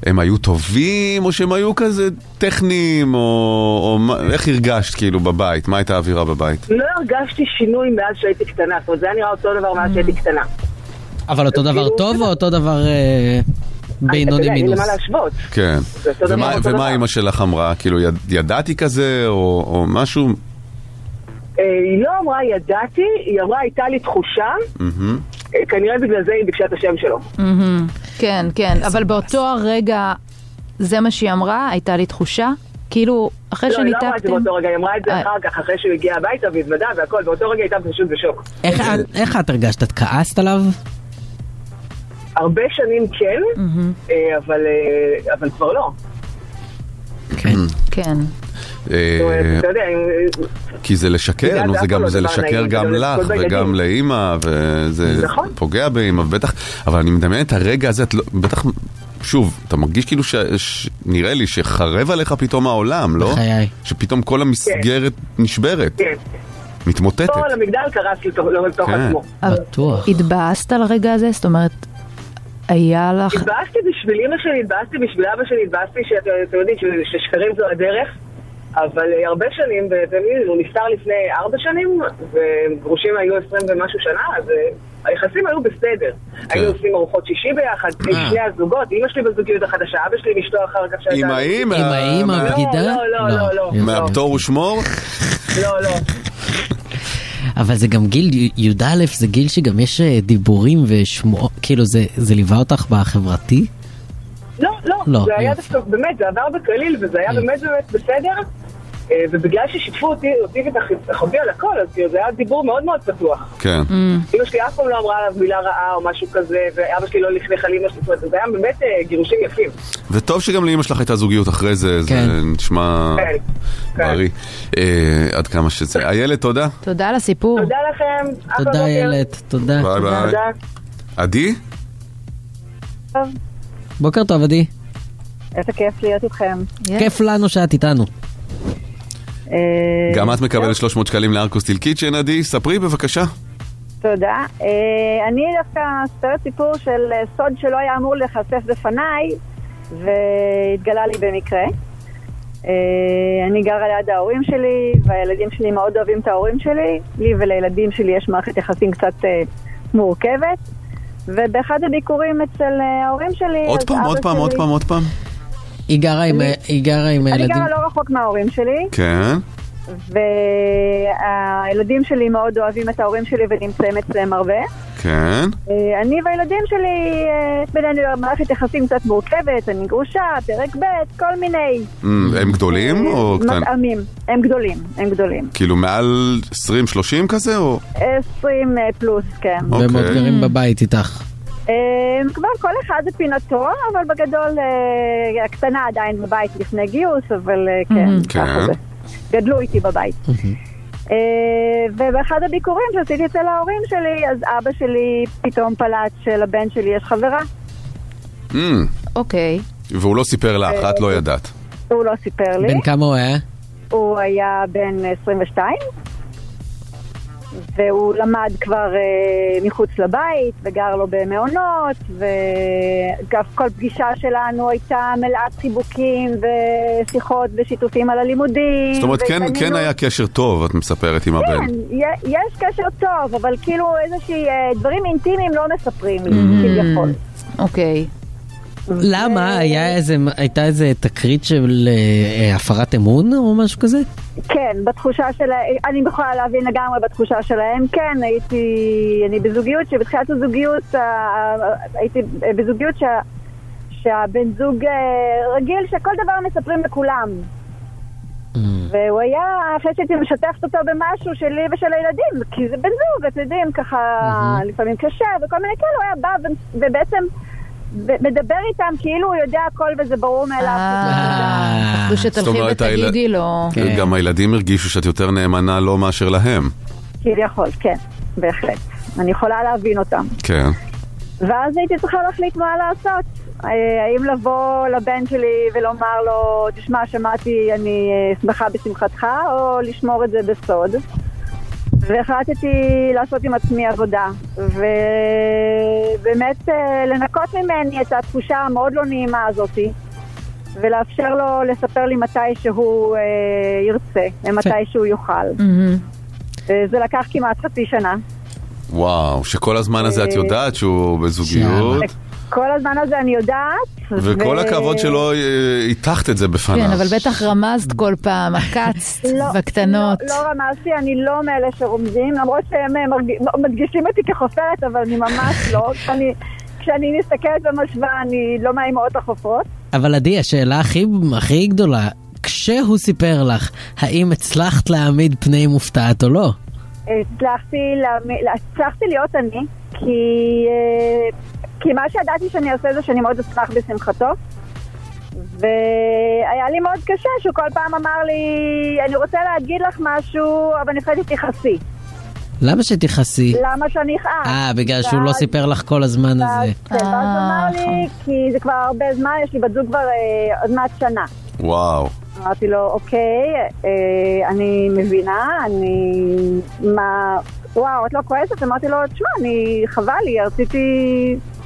Speaker 3: הם היו טובים, או שהם היו כזה טכניים, או, או מה- איך הרגשת כאילו בבית? מה הייתה האווירה בבית?
Speaker 6: לא הרגשתי שינוי מאז שהייתי קטנה, זאת אומרת, זה היה נראה אותו דבר
Speaker 4: Mm.
Speaker 6: מאז שהייתי קטנה.
Speaker 5: אבל אותו דבר טוב או אותו דבר אה, בינוני
Speaker 6: אתה יודע, אין לי
Speaker 5: מינוס?
Speaker 6: מה להשוות.
Speaker 3: כן.
Speaker 6: זה אותו דבר,
Speaker 3: ומה,
Speaker 6: אותו
Speaker 3: ומה
Speaker 6: דבר.
Speaker 3: אימא שלך אמרה? כאילו, יד, ידעתי כזה, או, או משהו?
Speaker 6: אה, היא לא אמרה ידעתי, היא אמרה הייתה לי תחושה,
Speaker 3: מהמם.
Speaker 6: אה, כנראה בגלל זה היא ביקשה את השם שלו.
Speaker 4: מהמם. כן, כן, אבל באותו הרגע, זה מה שהיא אמרה, הייתה לי תחושה, כאילו, אחרי
Speaker 6: לא, היא לא אמרה את זה
Speaker 4: שניתקתם...
Speaker 6: באותו רגע, היא אמרה את זה
Speaker 4: אה.
Speaker 6: אחר כך, אחרי שהוא הגיע הביתה והתוודע והכל, באותו רגע הייתה פשוט בשוק.
Speaker 5: איך את- איך את הרגשת? את כעסת עליו?
Speaker 6: הרבה שנים כן, אה, אבל, אה, אבל כבר לא.
Speaker 5: כן.
Speaker 4: כן.
Speaker 3: אה,
Speaker 6: זאת אומרת, אתה יודע, אם-
Speaker 3: כי זה לשקר,
Speaker 6: יודעת,
Speaker 3: נו, זה
Speaker 6: אף פעם
Speaker 3: גם,
Speaker 6: לא
Speaker 3: זה
Speaker 6: דבר
Speaker 3: לשקר
Speaker 6: נעים,
Speaker 3: גם
Speaker 6: זה
Speaker 3: לך
Speaker 6: לבכות
Speaker 3: וגם
Speaker 6: בילדים.
Speaker 3: לאימא, וזה
Speaker 6: נכון.
Speaker 3: פוגע באימא, בטח, אבל אני מדמיין את הרגע הזה, את לא- בטח, שוב, אתה מרגיש כאילו, ש- ש- נראה לי שחרב עליך פתאום העולם, לא?
Speaker 5: בחיי.
Speaker 3: שפתאום כל המסגרת נשברת,
Speaker 6: כן.
Speaker 3: מתמוטטת.
Speaker 6: כל המגדל קרס לתוך לתוך
Speaker 3: כן.
Speaker 6: עצמו.
Speaker 4: אבל
Speaker 5: בטוח.
Speaker 4: התבאסת על הרגע הזה? זאת אומרת, היה לך...
Speaker 6: התבאסתי בשביל אמא שלי, התבאסתי בשביל אבא שלי, התבאסתי שאתם אתם יודעים ש- ששקרים זו הדרך, אבל אה, הרבה שנים, ואתם יודעים, הוא נפטר לפני ארבע שנים, וגרושים היו עשרים ומשהו שנה, אז אה, היחסים היו בסדר. היינו עושים ארוחות שישי ביחד, שני הזוגות, אמא שלי בזוגיות החדשה, אבא שלי עם אשתו אחר כך שהייתה...
Speaker 3: עם האימא,
Speaker 5: עם האימא
Speaker 3: מה-
Speaker 5: בגידה?
Speaker 6: לא, לא, לא, לא.
Speaker 3: מהפטור ושמור?
Speaker 6: לא, לא.
Speaker 5: אבל זה גם גיל, י"א זה גיל שגם יש אה, דיבורים ושמועות, כאילו זה, זה ליווה אותך בחברתי?
Speaker 6: לא,
Speaker 5: לא,
Speaker 6: לא, זה היה
Speaker 5: יופי.
Speaker 6: דווקא, באמת, זה עבר בקליל, וזה היה
Speaker 5: יופי.
Speaker 6: באמת באמת בסדר. אה, ובגלל ששיתפו אותי, אותי ואת אחי- אחותי על הכל, אז כאילו, זה היה דיבור מאוד מאוד פתוח.
Speaker 3: כן.
Speaker 5: Mm.
Speaker 6: אמא שלי אף פעם לא אמרה עליו מילה רעה או משהו כזה, ואבא שלי לא לכלך על אמא שלי, זאת אומרת, זה היה באמת אה, גירושים יפים.
Speaker 3: וטוב שגם לאימא שלך הייתה זוגיות אחרי זה, זה
Speaker 5: כן.
Speaker 3: נשמע
Speaker 6: כן, כן.
Speaker 3: בריא. אה, עד כמה שזה. איילת, תודה.
Speaker 4: תודה על הסיפור.
Speaker 6: תודה לכם, אחלה
Speaker 5: תודה
Speaker 6: בוקר.
Speaker 5: איילת, תודה.
Speaker 3: ביי ביי.
Speaker 6: אוקיי. תודה.
Speaker 3: עדי?
Speaker 5: בוקר טוב עדי,
Speaker 7: איזה כיף להיות איתכם.
Speaker 5: כיף לנו שאת איתנו.
Speaker 7: אה,
Speaker 3: גם את מקבלת 300 שקלים לארקוסטיל קיצ'ן, עדי. ספרי בבקשה.
Speaker 7: תודה. אה, אני דווקא אספר סיפור של אה, סוד שלא היה אמור להיחשף בפניי, והתגלה לי במקרה. אה, אני גרה ליד ההורים שלי, והילדים שלי מאוד אוהבים את ההורים שלי. לי ולילדים שלי יש מערכת יחסים קצת אה, מורכבת. ובאחד הביקורים אצל אה, ההורים שלי...
Speaker 3: עוד
Speaker 7: אז
Speaker 3: פעם,
Speaker 7: אבא
Speaker 3: עוד פעם,
Speaker 7: שלי-
Speaker 3: עוד פעם, עוד פעם.
Speaker 5: היא גרה עם, ה- היא גרה עם
Speaker 7: אני
Speaker 5: הילדים.
Speaker 7: גרה לא רחוק מההורים שלי,
Speaker 3: כן.
Speaker 7: והילדים שלי מאוד אוהבים את ההורים שלי ונמצאים אצלם הרבה.
Speaker 3: כן,
Speaker 7: אה, אני והילדים שלי, אה, בינינו מערכת יחסים קצת מורכבת, אני גרושה, פרק ב', כל מיני
Speaker 3: Mm, הם גדולים או
Speaker 7: אה,
Speaker 3: קטנים?
Speaker 7: מטעמים. הם גדולים, הם גדולים.
Speaker 3: כאילו מעל 20-30 כזה או?
Speaker 7: 20 אה, פלוס, כן.
Speaker 5: והם עוד
Speaker 3: אוקיי.
Speaker 5: גרים בבית איתך.
Speaker 7: אה, כבר כל אחד בפינתו, אבל בגדול אה, הקטנה עדיין בבית לפני גיוס, אבל אה, כן,
Speaker 3: כן.
Speaker 7: ככה זה. גדלו איתי בבית. אה, ובאחד הביקורים שעשיתי אצל ההורים שלי, אז אבא שלי פתאום פלט שלבן שלי יש חברה,
Speaker 3: Mm,
Speaker 4: אוקיי.
Speaker 3: והוא לא סיפר לך, את
Speaker 7: אה,
Speaker 3: לא ידעת.
Speaker 7: הוא לא סיפר לי.
Speaker 5: בן כמה הוא היה?
Speaker 7: הוא היה בן 22, והוא למד כבר אה, מחוץ לבית, וגר לו במעונות, וכל פגישה שלנו הייתה מלאת חיבוקים ושיחות ושיתופים על הלימודים.
Speaker 3: זאת אומרת, כן-
Speaker 7: והתעניינות.
Speaker 3: כן היה קשר טוב, את מספרת עם הבן.
Speaker 7: כן, י- יש קשר טוב, אבל כאילו איזושהי אה, דברים אינטימיים לא מספרים לי,
Speaker 3: אה,
Speaker 7: כביכול.
Speaker 4: אמ, אוקיי.
Speaker 5: למה? היה איזה, הייתה איזה תקרית של אה, הפרת אמון או משהו כזה?
Speaker 7: כן, בתחושה שלהם, אני יכולה להבין לגמרי בתחושה שלהם, כן, הייתי, אני בזוגיות, שבתחילת הזוגיות, אה, הייתי בזוגיות שה, שהבן זוג אה, רגיל, שכל דבר מספרים לכולם. והוא היה, אחרי שהייתי משתפת אותו במשהו שלי ושל הילדים, כי זה בן זוג, אתם יודעים, ככה לפעמים קשה וכל מיני כאלה, הוא היה בא ו- ובעצם ב- מדבר איתם כאילו הוא יודע הכל וזה ברור מאליו.
Speaker 4: אה, פחדו
Speaker 3: זאת
Speaker 4: שתלכי
Speaker 3: אומרת,
Speaker 4: ותגידי לו.
Speaker 5: כן.
Speaker 3: גם הילדים הרגישו שאת יותר נאמנה לו מאשר להם.
Speaker 7: כביכול, כן, בהחלט. אני יכולה להבין אותם.
Speaker 3: כן.
Speaker 7: ואז הייתי צריכה להחליט מה לעשות. אה, האם לבוא לבן שלי ולומר לו, תשמע, שמעתי, אני אה, שמחה בשמחתך, או לשמור את זה בסוד. והחלטתי לעשות עם עצמי עבודה, ובאמת אה, לנקות ממני את התחושה המאוד לא נעימה הזאתי, ולאפשר לו לספר לי מתי שהוא אה, ירצה, ומתי שהוא יוכל.
Speaker 4: מהמם.
Speaker 7: אה, זה לקח כמעט חצי שנה.
Speaker 3: וואו, שכל הזמן
Speaker 7: אה.
Speaker 3: הזה את יודעת שהוא בזוגיות,
Speaker 5: כן.
Speaker 7: כל הזמן הזה אני יודעת.
Speaker 3: וכל
Speaker 7: ו-
Speaker 3: הכבוד שלא אה, הטחת את זה בפניו.
Speaker 4: כן, אבל בטח רמזת כל פעם, עקצת
Speaker 7: לא,
Speaker 4: בקטנות.
Speaker 7: לא, לא רמזתי, אני לא מאלה שרומזים, למרות שהם אה, מרג... מדגישים אותי כחופרת, אבל אני ממש לא. כשאני, כשאני מסתכלת במשוואה, אני לא מהאימהות החופרות.
Speaker 5: אבל עדי, השאלה הכי, הכי גדולה, כשהוא סיפר לך, האם הצלחת להעמיד פני מופתעת או לא?
Speaker 7: אה, הצלחתי, להמ- הצלחתי להיות אני, כי, אה, כי מה שידעתי שאני אעשה זה שאני מאוד אשמח בשמחתו. והיה לי מאוד קשה שהוא כל פעם אמר לי, אני רוצה להגיד לך משהו, אבל אני חייבת שתכעסי.
Speaker 5: למה שתכעסי?
Speaker 7: למה שאני אכעס?
Speaker 5: אה, בגלל שהוא לא
Speaker 7: ואז-
Speaker 5: סיפר לך כל הזמן
Speaker 7: לא.
Speaker 5: הזה.
Speaker 7: כן, ואז הוא
Speaker 4: אה,
Speaker 7: אמר לי,
Speaker 4: נכון.
Speaker 7: כי זה כבר הרבה זמן, יש לי בת זוג כבר אה, עוד מעט שנה.
Speaker 3: וואו.
Speaker 7: אמרתי לו, אוקיי, אה, אני מבינה, אני... מה... וואו, את לא כועסת? אמרתי לו, תשמע, אני... חבל לי, רציתי...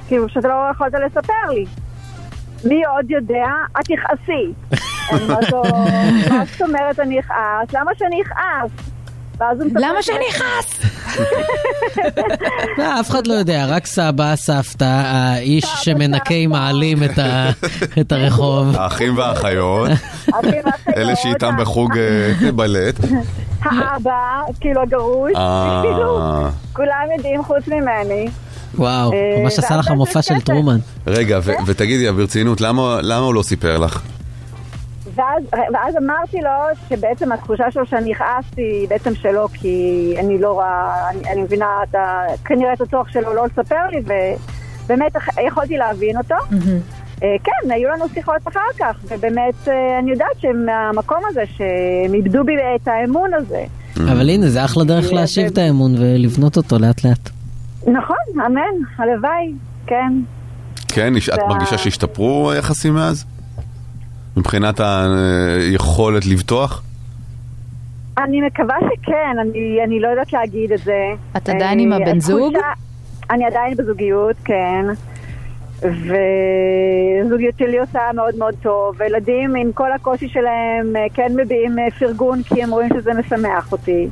Speaker 7: כאילו, שאתה לא יכולת לספר לי. מי עוד יודע? את תכעסי. אמרתי לו, מה זאת אומרת אני אכעס? למה שאני אכעס? ואז הוא מספר
Speaker 4: למה
Speaker 7: לי-
Speaker 4: שאני אכעס?
Speaker 5: לא, אף אחד לא יודע, רק סבא, סבתא, האיש שמנקה עם העלים את ה- את הרחוב.
Speaker 3: האחים והאחיות,
Speaker 7: אחים ואחיות,
Speaker 3: אלה שאיתם בחוג אה, בלט.
Speaker 7: האבא, כאילו הגרוש,
Speaker 3: אה.
Speaker 7: כאילו, כולם יודעים חוץ ממני.
Speaker 5: וואו,
Speaker 7: אה,
Speaker 5: ממש עשה
Speaker 7: ואז
Speaker 5: לך
Speaker 7: יש
Speaker 5: מופע
Speaker 7: לי
Speaker 5: של
Speaker 7: כסף.
Speaker 5: טרומן.
Speaker 3: רגע, ו- ותגידי, ברצינות, למה למה הוא לא סיפר לך?
Speaker 7: ואז, ואז אמרתי לו שבעצם התחושה שלו שאני הכעסתי היא בעצם שלו, כי אני לא רואה, אני, אני מבינה את ה, כנראה את הצורך שלו לא לספר לי, ובאמת אח- יכולתי להבין אותו. אה, כן, היו לנו שיחות אחר כך, ובאמת אה, אני יודעת שמהמקום הזה, שהם איבדו בי את האמון הזה.
Speaker 5: אבל הנה, זה אחלה דרך
Speaker 7: אה,
Speaker 5: להשיב
Speaker 7: אה,
Speaker 5: את האמון ולבנות אותו לאט לאט.
Speaker 7: נכון, אמן, הלוואי, כן.
Speaker 3: כן, יש- את
Speaker 7: וה-
Speaker 3: מרגישה שהשתפרו היחסים מאז? מבחינת היכולת לבטוח?
Speaker 7: אני מקווה שכן, אני, אני לא יודעת להגיד את זה.
Speaker 4: את עדיין עם
Speaker 7: אה,
Speaker 4: הבן
Speaker 7: התחושה-
Speaker 4: זוג?
Speaker 7: אני עדיין בזוגיות, כן. וזוגיות שלי עושה מאוד מאוד טוב, וילדים עם כל הקושי שלהם אה, כן מביעים אה, פרגון כי הם רואים שזה משמח אותי.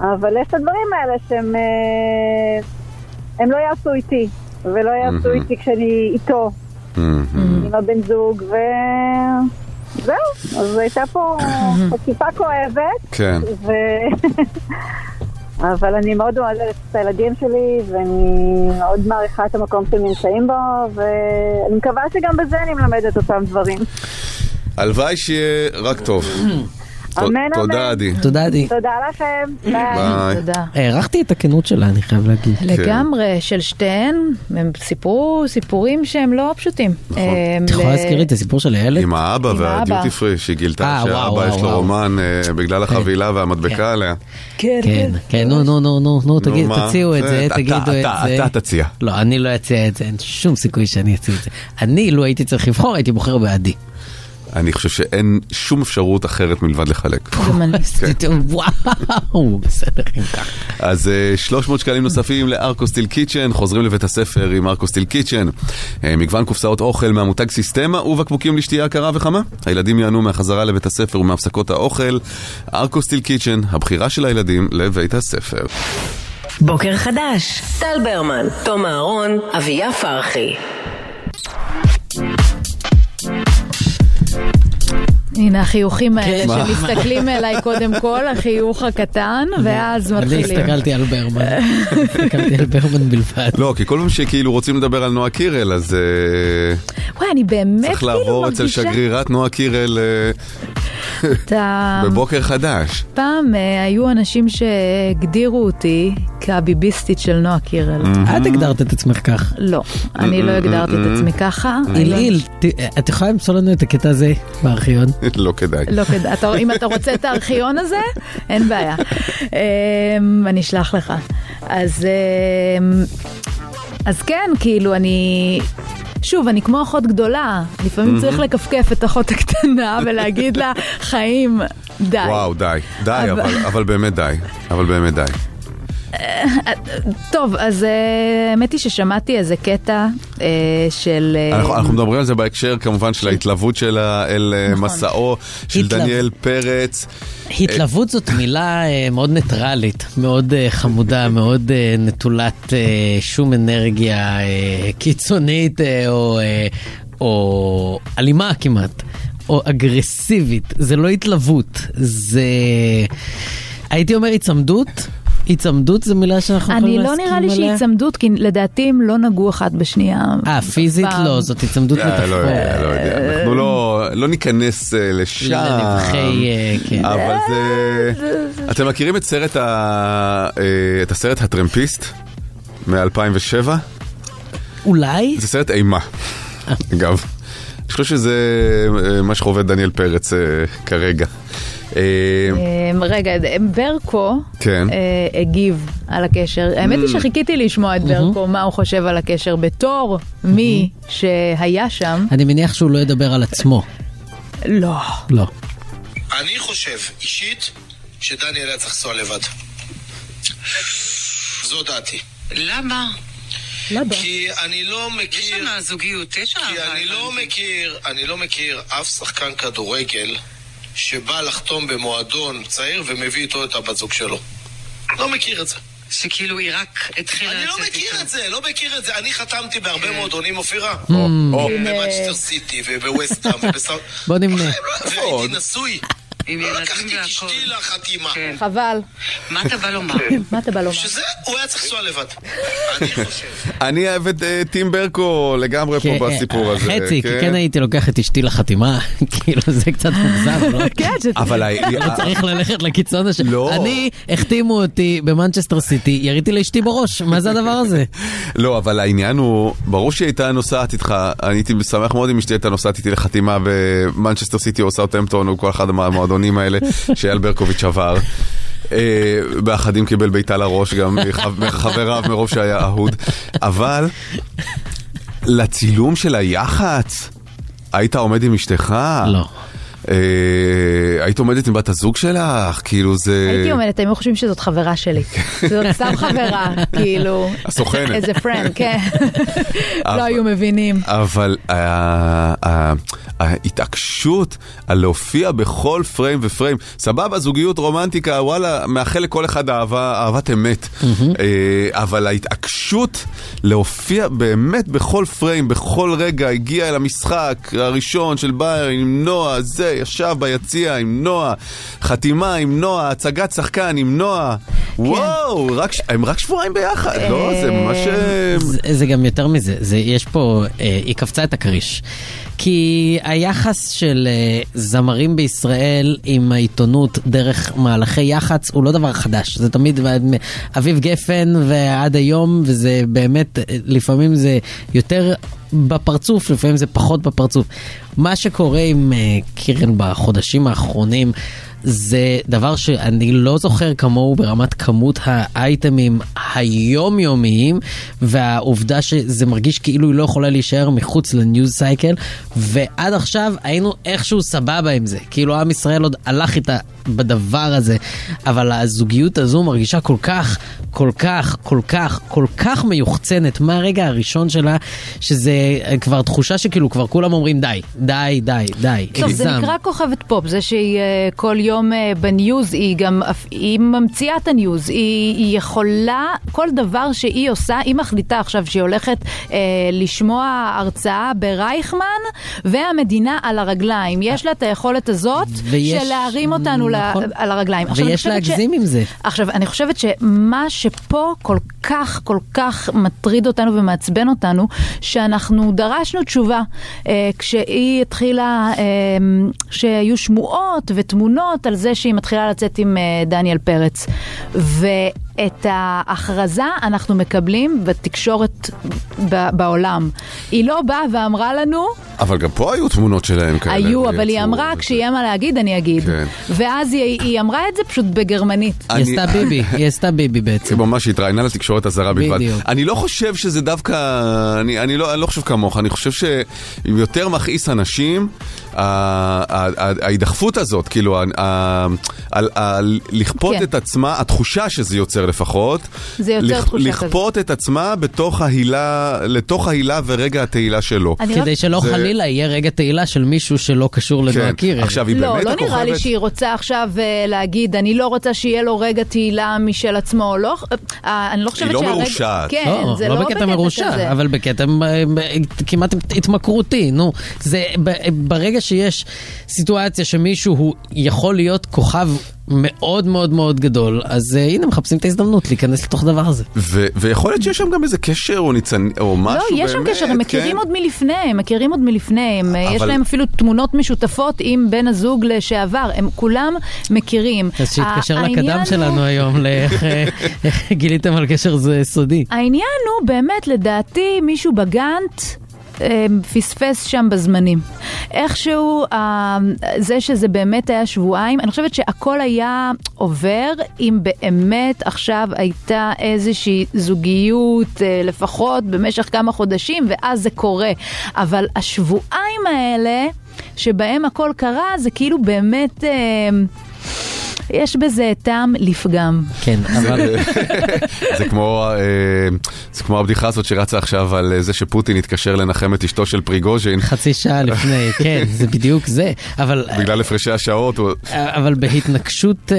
Speaker 7: אבל יש את הדברים האלה שהם אה, הם לא יעשו איתי, ולא יעשו
Speaker 3: מהמם.
Speaker 7: איתי כשאני איתו, עם הבן זוג, ו... זהו, אז הייתה פה חשיפה כואבת,
Speaker 3: כן.
Speaker 7: ו... אבל אני מאוד אוהבת את הילדים שלי, ואני מאוד מעריכה את המקום שהם נמצאים בו, ואני מקווה שגם בזה אני מלמדת אותם דברים.
Speaker 3: הלוואי שיהיה רק טוב. ת-
Speaker 7: אמן, אמן.
Speaker 3: תודה, עדי.
Speaker 5: תודה, עדי.
Speaker 7: תודה לכם, ביי.
Speaker 3: ביי. כן.
Speaker 4: תודה.
Speaker 5: הערכתי את הכנות שלה, אני חייב להגיד.
Speaker 4: לגמרי, של שתיהן, הם סיפרו סיפורים שהם לא פשוטים.
Speaker 3: נכון.
Speaker 5: את יכולה להזכיר לי את הסיפור של הילד?
Speaker 3: עם האבא
Speaker 4: עם
Speaker 3: והדיוטי
Speaker 4: האבא.
Speaker 3: פרי, שהיא גילתה
Speaker 5: אה, וואו,
Speaker 3: שהאבא
Speaker 5: וואו,
Speaker 3: יש לו
Speaker 5: וואו.
Speaker 3: רומן אה, בגלל החבילה
Speaker 5: כן.
Speaker 3: והמדבקה עליה.
Speaker 5: כן, כן, נו, נו, נו, נו, נו, תגיד,
Speaker 3: מה?
Speaker 5: תציעו את זה,
Speaker 3: אתה-
Speaker 5: תגידו את
Speaker 3: אתה-
Speaker 5: זה.
Speaker 3: אתה- אתה תציע.
Speaker 5: לא, אני לא אציע את זה, אין שום סיכוי שאני אציע את זה. אני, לו הייתי צריך לבחור, הייתי בוחר בעדי.
Speaker 3: אני חושב שאין שום אפשרות אחרת מלבד לחלק.
Speaker 4: גם אני.
Speaker 3: כן.
Speaker 5: וואו, בסדר, כן. אם כך.
Speaker 3: אז אה, 300 שקלים נוספים לארקוסטיל קיצ'ן, חוזרים לבית הספר עם ארקוסטיל קיצ'ן. אה, מגוון קופסאות אוכל מהמותג סיסטמה ובקבוקים לשתייה קרה וחמה. הילדים ייהנו מהחזרה לבית הספר ומהפסקות האוכל. ארקוסטיל קיצ'ן, הבחירה של הילדים לבית הספר.
Speaker 2: בוקר חדש, טל ברמן, תום אהרון, אביה פרחי.
Speaker 4: הנה החיוכים האלה
Speaker 5: מה?
Speaker 4: שמסתכלים אליי קודם כל, החיוך הקטן, ואז
Speaker 5: כן. אני
Speaker 4: מתחילים.
Speaker 5: הסתכלתי על ברמן. הסתכלתי על ברמן בלבד.
Speaker 3: לא, כי כל פעם שכאילו רוצים לדבר על נועה קירל, אז אה,
Speaker 4: וואי, אני באמת
Speaker 3: צריך
Speaker 4: כאילו
Speaker 3: לעבור אצל
Speaker 4: מרגישה
Speaker 3: שגרירת נועה קירל אה,
Speaker 4: את ה...
Speaker 3: בבוקר חדש.
Speaker 4: פעם אה, היו אנשים שהגדירו אותי כהביביסטית של נועה קירל.
Speaker 5: את הגדרת את עצמך כך.
Speaker 4: לא, אני לא הגדרתי את עצמי ככה. אני לא-
Speaker 5: איליל, ת- את יכולה למצוא לנו את הקטע הזה בארכיון?
Speaker 3: לא כדאי.
Speaker 4: לא כדאי, אתה- אם אתה רוצה את הארכיון הזה, אין בעיה. אמ, אני אשלח לך. אז אמ, אז כן, כאילו, אני... שוב, אני כמו אחות גדולה, לפעמים צריך לקפקף את אחות הקטנה ולהגיד לה, חיים, די.
Speaker 3: וואו, די. די,
Speaker 4: אבל- אה,
Speaker 3: אבל- אבל באמת די. אבל באמת די.
Speaker 4: טוב, אז אה, האמת היא ששמעתי איזה קטע אה, של... אה, נכון.
Speaker 3: אנחנו אנחנו מדברים על זה בהקשר כמובן של ההתלוות שלה אל אה, מסעו של
Speaker 5: התלוות.
Speaker 3: דניאל פרץ.
Speaker 5: התלוות זאת מילה אה, מאוד ניטרלית, מאוד אה, חמודה, מאוד אה, נטולת אה, שום אנרגיה אה, קיצונית אה, או, אה, או אלימה כמעט, או אגרסיבית. זה לא התלוות, זה... הייתי אומר היצמדות. היצמדות זו מילה שאנחנו יכולים
Speaker 4: אני לא
Speaker 5: להסכים עליה?
Speaker 4: נראה לי שהיצמדות, כי לדעתי הם לא נגעו אחת בשנייה.
Speaker 5: אה, פיזית
Speaker 4: פעם.
Speaker 5: לא, זאת היצמדות
Speaker 3: אה, לא יודע,
Speaker 5: מטאפורית.
Speaker 3: לא יודע. אנחנו לא- לא ניכנס אה, לשם.
Speaker 5: לנבחי, אה, כן.
Speaker 3: אבל זה...
Speaker 4: אה.
Speaker 3: אתם מכירים את סרט ה... אה, את הסרט הטרמפיסט מ-2007?
Speaker 5: אולי?
Speaker 3: זה סרט אימה, אגב. אני חושב שזה אה, מה שחווה דניאל פרץ אה, כרגע. אה,
Speaker 4: אה, רגע, אה, ברקו
Speaker 3: כן. Mm.
Speaker 4: אה, הגיב על הקשר. האמת היא שחיכיתי לשמוע את ברקו, מה הוא חושב על הקשר בתור מי שהיה שם.
Speaker 5: אני מניח שהוא לא ידבר על עצמו.
Speaker 4: לא.
Speaker 3: אה.
Speaker 5: לא.
Speaker 8: אני חושב, אישית, שדניאל היה צריך לנסוע לבד. זו דעתי.
Speaker 9: למה?
Speaker 4: למה?
Speaker 8: כי אני לא
Speaker 9: יש
Speaker 8: מכיר...
Speaker 9: שם זוגיות, יש שם...
Speaker 8: כי אני לא מכיר, אני לא מכיר אף שחקן כדורגל שבא לחתום במועדון צעיר ומביא איתו את הבת זוג שלו. לא מכיר את זה.
Speaker 9: שכאילו היא רק התחילה... כן.
Speaker 8: אני לא מכיר את זה, לא מכיר את זה. אני חתמתי בהרבה מועדונים, אופירה.
Speaker 3: או, או.
Speaker 9: אה,
Speaker 8: במנצ'סטר סיטי ובווסטהאם ובסאונד.
Speaker 5: בוא נמנה.
Speaker 3: עוד?
Speaker 8: והייתי נשוי.
Speaker 9: עם
Speaker 8: לא
Speaker 9: ילדים
Speaker 8: לקחתי את
Speaker 9: והכל.
Speaker 8: אשתי לחתימה.
Speaker 9: כן.
Speaker 4: חבל.
Speaker 9: מה אתה בא לומר?
Speaker 3: כן.
Speaker 4: מה אתה בא לומר?
Speaker 8: שזה, הוא היה צריך לנסוע לבד. אני חושב.
Speaker 3: אני אוהב את אה, טים ברקו לגמרי פה
Speaker 5: כן,
Speaker 3: בסיפור הזה.
Speaker 5: חצי, כי כן הייתי לוקח את אשתי לחתימה, כאילו זה קצת מוגזם, לא?
Speaker 4: כן, זה-
Speaker 3: אבל ה-
Speaker 5: לא צריך ללכת לקיצון השני.
Speaker 3: לא.
Speaker 5: אני, החתימו אותי במנצ'סטר סיטי, יריתי לאשתי בראש, מה זה הדבר הזה?
Speaker 3: לא, אבל העניין הוא, ברור שהיא הייתה נוסעת איתך, אני הייתי שמח מאוד אם אשתי הייתה נוסעת איתי לחתימה במנצ'סטר סיטי או סאוטהמפטון או כל אחד מהמועדונים האלה שאייל ברקוביץ' עבר. אה, באחדים קיבל בעיטה לראש גם מח- מחבריו מרוב שהיה אהוד, אבל לצילום של היח"צ, היית עומד עם אשתך?
Speaker 5: לא.
Speaker 3: אה, היית עומדת עם בת הזוג שלך? כאילו זה...
Speaker 4: הייתי עומדת, הם היו חושבים שזאת חברה שלי. זאת סתם חברה, כאילו.
Speaker 3: הסוכנת.
Speaker 4: איזה פרנד, כן.
Speaker 3: אבל-
Speaker 4: לא היו מבינים.
Speaker 3: אבל ה- ה- ההתעקשות על להופיע בכל פריים ופריים, סבבה, זוגיות, רומנטיקה, וואלה, מאחל לכל אחד אהבה, אהבת אמת. אה, אבל ההתעקשות להופיע באמת בכל פריים, בכל רגע, הגיע אל המשחק הראשון של בייר עם נועה, זה, ישב ביציע עם נועה, חתימה עם נועה, הצגת שחקן עם נועה.
Speaker 4: כן.
Speaker 3: וואו, רק, ש- הם רק שבועיים ביחד, לא? זה ממש... אה,
Speaker 5: זה- זה גם יותר מזה, זה, יש פה, אה, היא קפצה את הכריש. כי היחס של אה, זמרים בישראל עם העיתונות דרך מהלכי יח"צ הוא לא דבר חדש, זה תמיד מ- אביב גפן ועד היום, וזה באמת, אה, לפעמים זה יותר בפרצוף, לפעמים זה פחות בפרצוף. מה שקורה עם אה, קירן בחודשים האחרונים, זה דבר שאני לא זוכר כמוהו ברמת כמות האייטמים היומיומיים והעובדה שזה מרגיש כאילו היא לא יכולה להישאר מחוץ לניוז סייקל ועד עכשיו היינו איכשהו סבבה עם זה כאילו עם ישראל עוד הלך איתה בדבר הזה אבל הזוגיות הזו מרגישה כל כך כל כך כל כך כל כך מיוחצנת מהרגע הראשון שלה שזה אה, כבר תחושה שכאילו כבר כולם אומרים די די די די
Speaker 4: טוב, זה
Speaker 5: הגזמת."
Speaker 4: נקרא כוכבת פופ, זה שהיא אה, כל יום אה, בניוז, היא גם, אף- היא ממציאה את הניוז, היא, היא יכולה, כל דבר שהיא עושה, היא מחליטה עכשיו שהיא הולכת אה, לשמוע הרצאה ברייכמן, והמדינה על הרגליים. יש לה את היכולת הזאת
Speaker 5: ויש-
Speaker 4: של להרים אותנו ל-
Speaker 5: נכון.
Speaker 4: על הרגליים. עכשיו, אני
Speaker 5: ויש
Speaker 4: חושבת ש-
Speaker 5: להגזים עם זה.
Speaker 4: עכשיו, אני חושבת שמה שפה כל כך, כל כך מטריד אותנו ומעצבן אותנו, שאנחנו דרשנו תשובה. אה, כשהיא התחילה, אה, שהיו שמועות ותמונות מתלוננת על זה שהיא מתחילה לצאת עם אה, דניאל פרץ. ואת ההכרזה אנחנו מקבלים בתקשורת ב- בעולם. היא לא באה ואמרה לנו,
Speaker 3: אבל גם פה היו תמונות שלהם כאלה.
Speaker 4: היו, אבל היא
Speaker 3: ויצאו
Speaker 4: אמרה,
Speaker 3: וזה.
Speaker 4: כשיהיה מה להגיד, אני אגיד.
Speaker 3: כן.
Speaker 4: ואז היא היא אמרה את זה פשוט בגרמנית.
Speaker 5: היא
Speaker 3: אני-
Speaker 5: עשתה ביבי, היא עשתה ביבי בעצם.
Speaker 3: היא ממש התראיינה לתקשורת הזרה בלבד.
Speaker 5: בדיוק.
Speaker 3: אני לא חושב שזה דווקא, אני, אני, לא, אני לא חושב כמוך, אני חושב שיותר מכעיס אנשים, ה- ה- ה- ההידחפות הזאת, כאילו, ה- ה- על- על- לכפות
Speaker 4: כן.
Speaker 3: את עצמה, התחושה שזה יוצר לפחות,
Speaker 4: זה יוצר
Speaker 3: לכ-
Speaker 4: תחושה
Speaker 3: לכפות את עצמה בתוך ההילה, לתוך ההילה ורגע התהילה שלו.
Speaker 4: אני רק-
Speaker 5: כדי שלא
Speaker 3: זה- כן,
Speaker 5: חלילה יהיה רגע תהילה של מישהו שלא קשור לנועה קירל.
Speaker 3: עכשיו היא
Speaker 4: לא,
Speaker 3: באמת
Speaker 4: לא נראה לי
Speaker 3: הכוכבת-
Speaker 4: שהיא רוצה עכשיו אה, להגיד, אני לא רוצה שיהיה לו רגע תהילה משל עצמו, לא, אה, אני לא חושבת
Speaker 3: לא
Speaker 4: שהרגע...
Speaker 3: מרושעת.
Speaker 4: כן,
Speaker 5: לא,
Speaker 4: זה
Speaker 5: לא בקטע
Speaker 4: כזה.
Speaker 5: מרושע, אבל בקטע אה, אה, כמעט התמכרותי, נו. זה ב- אה, ברגע שיש סיטואציה שמישהו הוא יכול להיות כוכב מאוד מאוד מאוד גדול, אז אה, הנה מחפשים את ההזדמנות להיכנס לתוך הדבר הזה.
Speaker 4: אה,
Speaker 3: ו- ויכול להיות שיש שם גם איזה קשר או ניצנ... או משהו
Speaker 4: לא,
Speaker 3: באמת,
Speaker 4: יש שם קשר, הם מכירים
Speaker 3: כן?
Speaker 4: עוד מלפני, הם מכירים עוד מלפני, הם, אה, יש
Speaker 3: אבל-
Speaker 4: להם אפילו תמונות משותפות עם בן הזוג לשעבר, הם כולם מכירים.
Speaker 5: אז שיתקשר
Speaker 4: ה- העניין
Speaker 5: לקדם
Speaker 4: הוא-
Speaker 5: שלנו היום, לאיך אה, איך גיליתם על קשר זה סודי.
Speaker 4: העניין הוא באמת, לדעתי, מישהו בגאנט... אה, פספס שם בזמנים. איכשהו, אה, זה שזה באמת היה שבועיים, אני חושבת שהכל היה עובר אם באמת עכשיו הייתה איזושהי זוגיות, אה, לפחות במשך כמה חודשים, ואז זה קורה. אבל השבועיים האלה, שבהם הכל קרה, זה כאילו באמת, אה, יש בזה טעם לפגם.
Speaker 5: כן, אבל...
Speaker 3: זה כמו, אה, זה כמו הבדיחה הזאת שרצה עכשיו על אה, זה שפוטין התקשר לנחם את אשתו של פריגוז'ין
Speaker 5: חצי שעה לפני, כן, זה בדיוק זה, אבל...
Speaker 3: בגלל הפרשי השעות. הוא-
Speaker 5: אבל בהתנגשות, אה,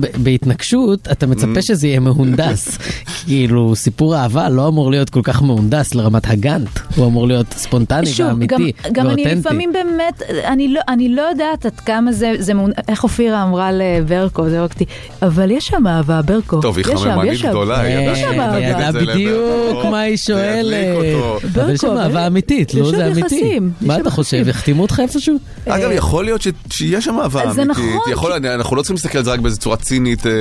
Speaker 5: ב- בהתנגשות אתה
Speaker 3: Mm.
Speaker 5: מצפה שזה יהיה מהונדס. כאילו, סיפור אהבה לא אמור להיות כל כך מהונדס לרמת הגאנט, הוא אמור להיות ספונטני ואמיתי
Speaker 4: גם, גם אני לפעמים באמת, אני לא, אני לא יודעת עד כמה זה, זה מעונ... איך אופירה אמרה לברקו, זה רק אותי, אבל יש שם אהבה, ברקו.
Speaker 3: טוב, היא
Speaker 4: יש שם,
Speaker 3: חממנית
Speaker 4: יש שם."
Speaker 3: גדולה, היא
Speaker 5: אה,
Speaker 3: ידעה
Speaker 4: יש שם
Speaker 3: שהיא
Speaker 4: אהבה.
Speaker 3: תגיד
Speaker 5: ידעה
Speaker 3: את זה לברקו.
Speaker 5: בדיוק מה היא
Speaker 3: זה ידליק
Speaker 5: שואלת.
Speaker 3: אותו.
Speaker 5: אבל יש שם
Speaker 4: ברקו,
Speaker 5: אהבה
Speaker 4: אבל-
Speaker 5: אמיתית,
Speaker 4: יש
Speaker 5: לא
Speaker 4: שם
Speaker 5: זה אמיתי.
Speaker 4: יחסים, יש
Speaker 5: מה
Speaker 4: שם
Speaker 5: אתה חושב,
Speaker 4: יחסים.
Speaker 5: החתימו אותך איפשהו?
Speaker 3: אגב, יכול להיות ש- שיש שם אהבה
Speaker 4: אז אה, זה
Speaker 3: אמיתית.
Speaker 4: נכון,
Speaker 3: יכול- אנחנו לא צריכים להסתכל על זה רק באיזו צורה צינית, אה,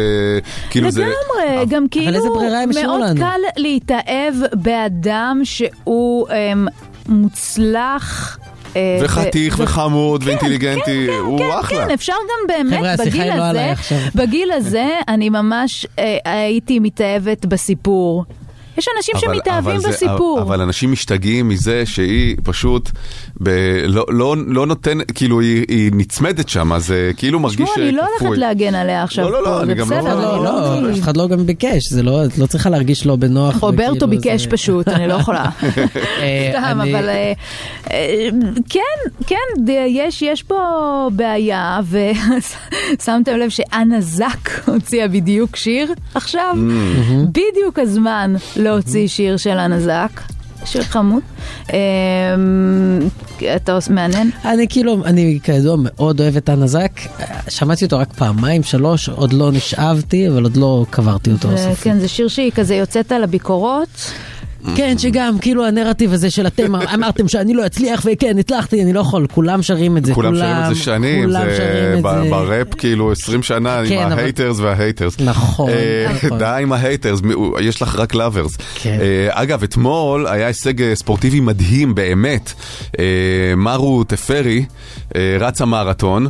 Speaker 3: כאילו זה...
Speaker 4: לגמרי, גם כאילו
Speaker 5: איזה ברירה הם השאירו
Speaker 4: מאוד
Speaker 5: לנו?
Speaker 4: קל להתאהב באדם שהוא אמ, מוצלח. אה,
Speaker 3: וחתיך
Speaker 4: ו-
Speaker 3: וחמוד ואינטליגנטי, הוא
Speaker 4: כן,
Speaker 3: אחלה.
Speaker 4: כן, אפשר גם באמת,
Speaker 5: חבר'ה, השיחה
Speaker 4: בגיל
Speaker 5: היא לא עליי
Speaker 4: הזה,
Speaker 5: עכשיו.
Speaker 4: בגיל הזה אני ממש אה, הייתי מתאהבת בסיפור. יש אנשים שמתאהבים
Speaker 3: זה-
Speaker 4: בסיפור.
Speaker 3: אבל אנשים משתגעים מזה שהיא פשוט ב, לא, לא, לא נותן, כאילו היא, היא נצמדת שם, אז אה, כאילו מרגיש
Speaker 4: תשמעו, אני לא הולכת
Speaker 3: כפוי.
Speaker 4: להגן עליה עכשיו
Speaker 3: לא,
Speaker 4: פה,
Speaker 3: לא, לא,
Speaker 4: זה
Speaker 3: אני גם לא-
Speaker 4: בסדר.
Speaker 5: לא,
Speaker 4: אני-
Speaker 5: לא, אף אחד לא גם ביקש, זה לא, את לא צריכה להרגיש לא בנוח.
Speaker 4: רוברטו
Speaker 5: וכאילו
Speaker 4: ביקש
Speaker 5: זה-
Speaker 4: פשוט, אני לא יכולה.
Speaker 5: אה,
Speaker 4: סתם,
Speaker 5: אני-
Speaker 4: אבל אה, אה, כן, כן, ד- יש יש פה בעיה, ושמתם לב שאנה זק הוציאה בדיוק שיר
Speaker 5: Mm.
Speaker 4: עכשיו? בדיוק הזמן להוציא שיר של אנה זק. שיר חמוד. אה, אתה עוש- מהנהן?
Speaker 5: אני כאילו, אני כידוע מאוד אוהב את הנזק, שמעתי אותו רק פעמיים, שלוש, עוד לא נשאבתי, אבל עוד לא קברתי אותו
Speaker 4: אה,
Speaker 5: סופית.
Speaker 4: כן, זה שיר שהיא כזה יוצאת על הביקורות.
Speaker 5: כן, שגם, כאילו הנרטיב הזה של אתם אמרתם שאני לא אצליח, וכן, הצלחתי, אני לא יכול, כולם שרים את זה,
Speaker 3: כולם שרים את זה שנים,
Speaker 5: כולם
Speaker 3: זה
Speaker 5: שרים את
Speaker 3: ב-
Speaker 5: זה.
Speaker 3: בראפ כאילו 20 שנה
Speaker 5: כן,
Speaker 3: עם
Speaker 5: אבל-
Speaker 3: ההייטרס וההייטרס.
Speaker 5: נכון,
Speaker 3: אה,
Speaker 5: נכון.
Speaker 3: די עם ההייטרס, מי- יש לך רק לאברס.
Speaker 5: כן.
Speaker 3: אה, אגב, אתמול היה הישג אה, ספורטיבי מדהים באמת. אה, מרו תפרי אה, רץ המרתון.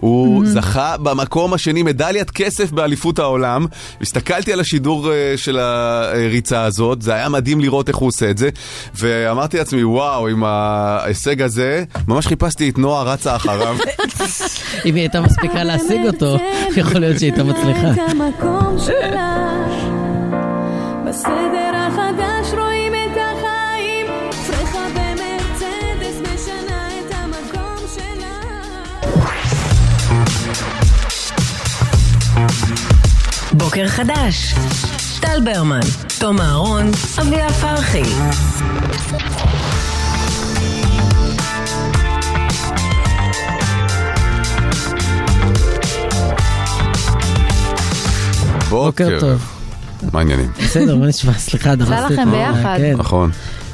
Speaker 3: הוא זכה במקום השני מדליית כסף באליפות העולם. הסתכלתי על השידור אה, של הריצה הזאת, זה היה מדהים לראות איך הוא עושה את זה. ואמרתי לעצמי, וואו, עם ההישג הזה, ממש חיפשתי את נועה רצה אחריו.
Speaker 5: אם היא הייתה מספיקה להשיג אותו, יכול להיות שהיא הייתה מצליחה.
Speaker 4: כן.
Speaker 10: בסדר החדש רואים את החיים, פרחה במרצדס משנה את המקום שלה.
Speaker 2: בוקר חדש. טל ברמן, תום אהרון, אביה פרחי.
Speaker 5: בוקר טוב.
Speaker 3: מה העניינים?
Speaker 5: בסדר, מה נשמע? סליחה, דרסתי
Speaker 4: עשה
Speaker 5: את
Speaker 4: לכם
Speaker 5: ה-
Speaker 4: ביחד.
Speaker 5: כן.
Speaker 3: נכון.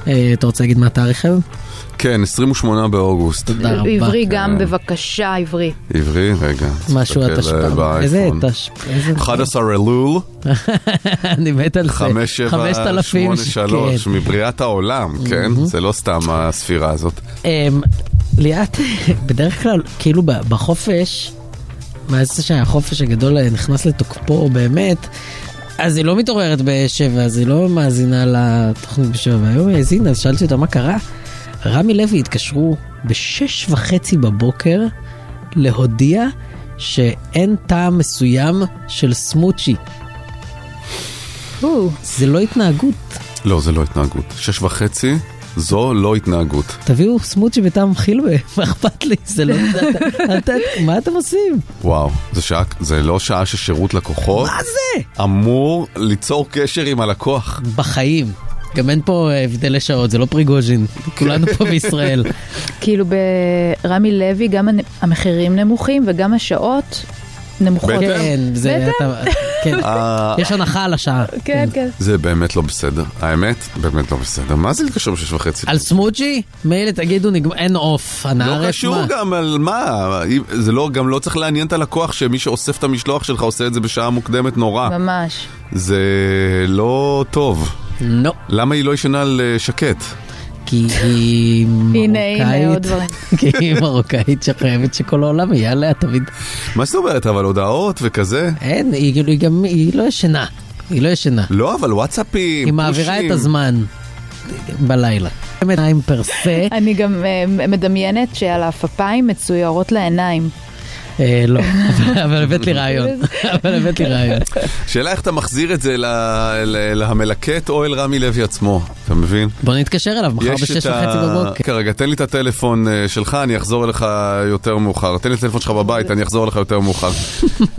Speaker 5: אה, אתה רוצה להגיד מה התאריך היום?
Speaker 3: כן, 28 באוגוסט.
Speaker 4: עברי
Speaker 5: כן.
Speaker 4: גם, בבקשה, עברי.
Speaker 3: עברי, רגע.
Speaker 5: משהו
Speaker 3: תסתכל, אה,
Speaker 5: התשפ"ב.
Speaker 3: באייפון.
Speaker 5: איזה תשפ"ב.
Speaker 3: 11 אלול,
Speaker 5: אני מת על זה.
Speaker 3: 5783,
Speaker 5: כן.
Speaker 3: מבריאת העולם, כן? זה לא סתם הספירה הזאת.
Speaker 5: אמ, ליאת, בדרך כלל, כאילו ב- בחופש, מאז שהחופש הגדול נכנס לתוקפו באמת, אז היא לא מתעוררת בשבע, אז היא לא מאזינה לתוכנית בשבע, והיום היא האזינה, אז שאלתי אותה מה קרה. רמי לוי התקשרו בשש וחצי בבוקר להודיע שאין טעם מסוים של סמוצ'י. זה לא התנהגות,
Speaker 3: לא, זה לא התנהגות. שש וחצי, זו לא התנהגות.
Speaker 5: תביאו סמוצ'י בטעם חילבה, מה אכפת לי? זה לא... אל ת- מה אתם עושים?
Speaker 3: וואו, זה, שעה, זה לא שעה ששירות לקוחות
Speaker 5: מה זה?
Speaker 3: אמור ליצור קשר עם הלקוח.
Speaker 5: בחיים. גם אין פה אה, הבדלי שעות, זה לא פריגוז'ין, כולנו פה בישראל.
Speaker 4: כאילו ברמי לוי גם הנ- המחירים נמוכים וגם השעות נמוכות.
Speaker 3: בהתאם.
Speaker 5: כן, זה... אתה- כן.
Speaker 3: אה,
Speaker 5: יש הנחה על השעה.
Speaker 4: כן, כן.
Speaker 3: זה באמת לא בסדר, האמת, באמת לא בסדר. מה זה להתקשר בשש וחצי?
Speaker 5: על סמוצ'י? מילא תגידו, נגמ- אין עוף, הנערף מה?
Speaker 3: לא קשור גם על מה, אם- זה לא, גם לא צריך לעניין את הלקוח שמי שאוסף את המשלוח שלך עושה את זה בשעה מוקדמת נורא.
Speaker 4: ממש.
Speaker 3: זה לא טוב.
Speaker 5: לא,
Speaker 3: למה היא לא ישנה על אה, שקט?
Speaker 5: כי היא
Speaker 4: הנה,
Speaker 5: אוקיי,
Speaker 4: הנה עוד
Speaker 5: מרוקאית.
Speaker 4: דברים.
Speaker 5: כי היא מרוקאית שחייבת שכל העולם יהיה עליה תמיד.
Speaker 3: מה זאת אומרת, אבל הודעות וכזה?
Speaker 5: אין, היא כאילו, היא גם, היא לא ישנה. היא לא ישנה.
Speaker 3: לא, אבל וואטסאפים,
Speaker 5: היא מעבירה
Speaker 3: פושים.
Speaker 5: את הזמן בלילה. עיניים פרסה,
Speaker 4: אני גם אה, מדמיינת שעל העפפיים מצוירות לעיניים.
Speaker 5: אה, לא, אבל- אבל הבאת לי רעיון, אבל הבאת לי רעיון.
Speaker 3: שאלה איך אתה מחזיר את זה ל- ל- למלקט או אל רמי לוי עצמו, אתה מבין?
Speaker 5: בוא נתקשר אליו מחר בשש וחצי בבוקר.
Speaker 3: רגע, תן לי את הטלפון אה, שלך, אני אחזור אליך יותר מאוחר. תן לי את הטלפון שלך בבית, אני אחזור אליך יותר מאוחר.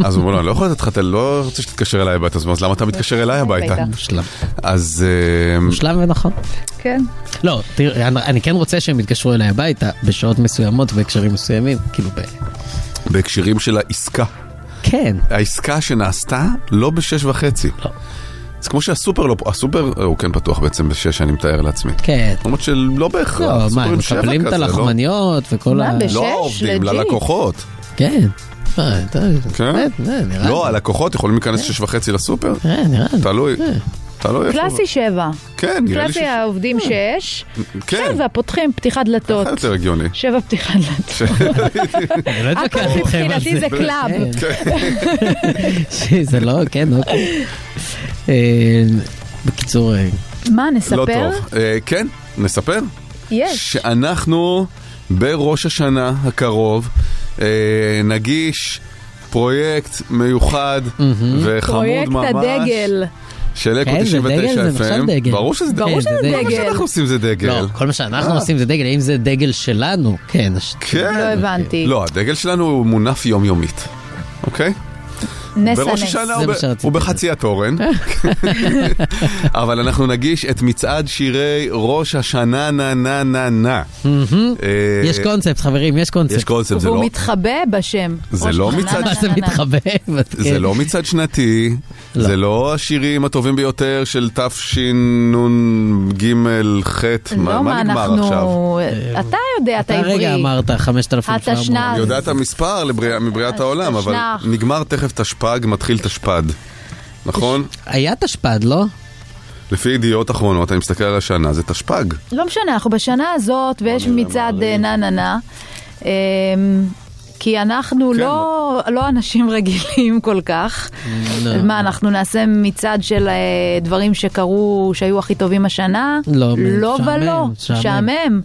Speaker 3: אז הוא אומר לו, אני לא יכול לתת לך, טל- לא רוצה שתתקשר אליי הביתה, אז הוא אומר, "אז למה אתה מתקשר אליי הביתה?
Speaker 4: הביתה.
Speaker 5: מושלם.
Speaker 3: אז אה,
Speaker 5: מושלם ונכון.
Speaker 4: כן.
Speaker 5: נכון? לא, תראה, אני- אני כן רוצה שהם יתקשרו אליי הביתה בשעות מסוימות ובהקשרים מסוימים, כאילו ב...
Speaker 3: בהקשרים של העסקה,
Speaker 5: כן.
Speaker 3: העסקה שנעשתה לא בשש וחצי.
Speaker 5: לא.
Speaker 3: זה כמו שהסופר לא, הסופר אה, הוא כן פתוח בעצם בשש, אני מתאר לעצמי.
Speaker 5: כן.
Speaker 3: למרות שלא
Speaker 5: לא,
Speaker 3: בהכרח,
Speaker 5: מה,
Speaker 3: הסופרים
Speaker 5: הם
Speaker 3: שבע
Speaker 5: מקבלים את
Speaker 3: כזה, לא?
Speaker 5: הלחמניות וכל
Speaker 4: מה,
Speaker 5: ה...
Speaker 4: בשש?
Speaker 3: לא העובדים,
Speaker 4: לג'י.
Speaker 3: ללקוחות.
Speaker 5: כן. מה, אתה- אה,
Speaker 3: כן?
Speaker 5: באמת, זה נראה
Speaker 3: לא,
Speaker 5: לי-
Speaker 3: הלקוחות יכולים להיכנס
Speaker 4: אה.
Speaker 3: שש וחצי לסופר?
Speaker 5: נראה, נראה. לי.
Speaker 3: תלוי. תלוי איפה.
Speaker 4: קלאסי שבע.
Speaker 3: כן, נראה לי ש... אה.
Speaker 4: קלאסי העובדים שש.
Speaker 3: כן. אה,
Speaker 4: שבע פותחים פתיחת דלתות.
Speaker 3: זה יותר הגיוני.
Speaker 4: שבע פתיחת דלתות.
Speaker 5: אני לא
Speaker 4: אגב,
Speaker 5: אתווכח איתכם על
Speaker 4: מבחינתי
Speaker 5: זה.
Speaker 4: זה קלאב.
Speaker 5: כן.
Speaker 3: כן.
Speaker 5: זה לא, כן, אוקיי. אה, בקיצור, אה,
Speaker 4: מה,
Speaker 3: לא
Speaker 4: נספר?
Speaker 3: טוב. אה, כן, נספר.
Speaker 4: יש.
Speaker 3: שאנחנו בראש השנה הקרוב אה, נגיש פרויקט מיוחד וחמוד
Speaker 4: פרויקט
Speaker 3: ממש.
Speaker 4: הדגל.
Speaker 3: של אקו
Speaker 5: כן, זה
Speaker 3: 99
Speaker 5: דגל, זה נחשב
Speaker 3: FM.
Speaker 5: דגל.
Speaker 3: ברור שזה דגל.
Speaker 5: ברור שזה
Speaker 3: כל מה
Speaker 4: דגל.
Speaker 3: שאנחנו עושים זה דגל.
Speaker 5: לא, כל מה שאנחנו עושים זה דגל, האם זה דגל שלנו? כן. הש-
Speaker 4: לא
Speaker 3: אה. כן.
Speaker 4: הבנתי.
Speaker 3: לא, הדגל שלנו הוא מונף יומיומית, אוקיי?
Speaker 4: נס
Speaker 3: בראש
Speaker 4: הנס.
Speaker 3: השנה
Speaker 5: זה
Speaker 3: הוא
Speaker 5: מה
Speaker 3: ב-
Speaker 5: שרציתי
Speaker 3: הוא בחצי התורן, אבל אנחנו נגיש את מצעד שירי ראש השנה נה נה נה נה. אה,
Speaker 5: יש קונספט, חברים, יש
Speaker 3: יש
Speaker 5: קונספט.
Speaker 3: קונספט, זה לא-
Speaker 4: והוא מתחבא בשם.
Speaker 3: זה
Speaker 4: ראש
Speaker 3: לא
Speaker 4: השנה,
Speaker 3: מצד-
Speaker 4: נה,
Speaker 5: מה זה
Speaker 4: נה, נה.
Speaker 5: מתחבא?
Speaker 3: זה לא מצעד שנתי, זה לא השירים הטובים ביותר של תשנ"ג ח', מה
Speaker 4: לא,
Speaker 3: מה
Speaker 4: מה
Speaker 3: נגמר עכשיו?
Speaker 4: אנחנו... אתה יודע, אתה
Speaker 5: אתה
Speaker 4: עברי.
Speaker 5: רגע אמרת 5,700.
Speaker 4: התשנ"ז.
Speaker 3: אני יודע את המספר לבריא- מבריאת העולם, אבל
Speaker 4: תשנ"ח.
Speaker 3: נגמר תכף תשפ"ג, מתחיל תשפ"ד, נכון?
Speaker 5: היה תשפ"ד, לא?
Speaker 3: לפי ידיעות אחרונות, אני מסתכל על השנה, זה תשפ"ג.
Speaker 4: לא משנה, אנחנו בשנה הזאת, ויש מצעד אה, נה נה נה. אמ, כי אנחנו
Speaker 3: כן.
Speaker 4: לא, לא אנשים רגילים כל כך.
Speaker 5: לא.
Speaker 4: מה, אנחנו נעשה מצעד של אה, דברים שקרו, שהיו הכי טובים השנה?
Speaker 5: לא,
Speaker 4: לא
Speaker 5: משעמם,
Speaker 4: ולא.
Speaker 5: משעמם. אוקיי.
Speaker 4: שעמם.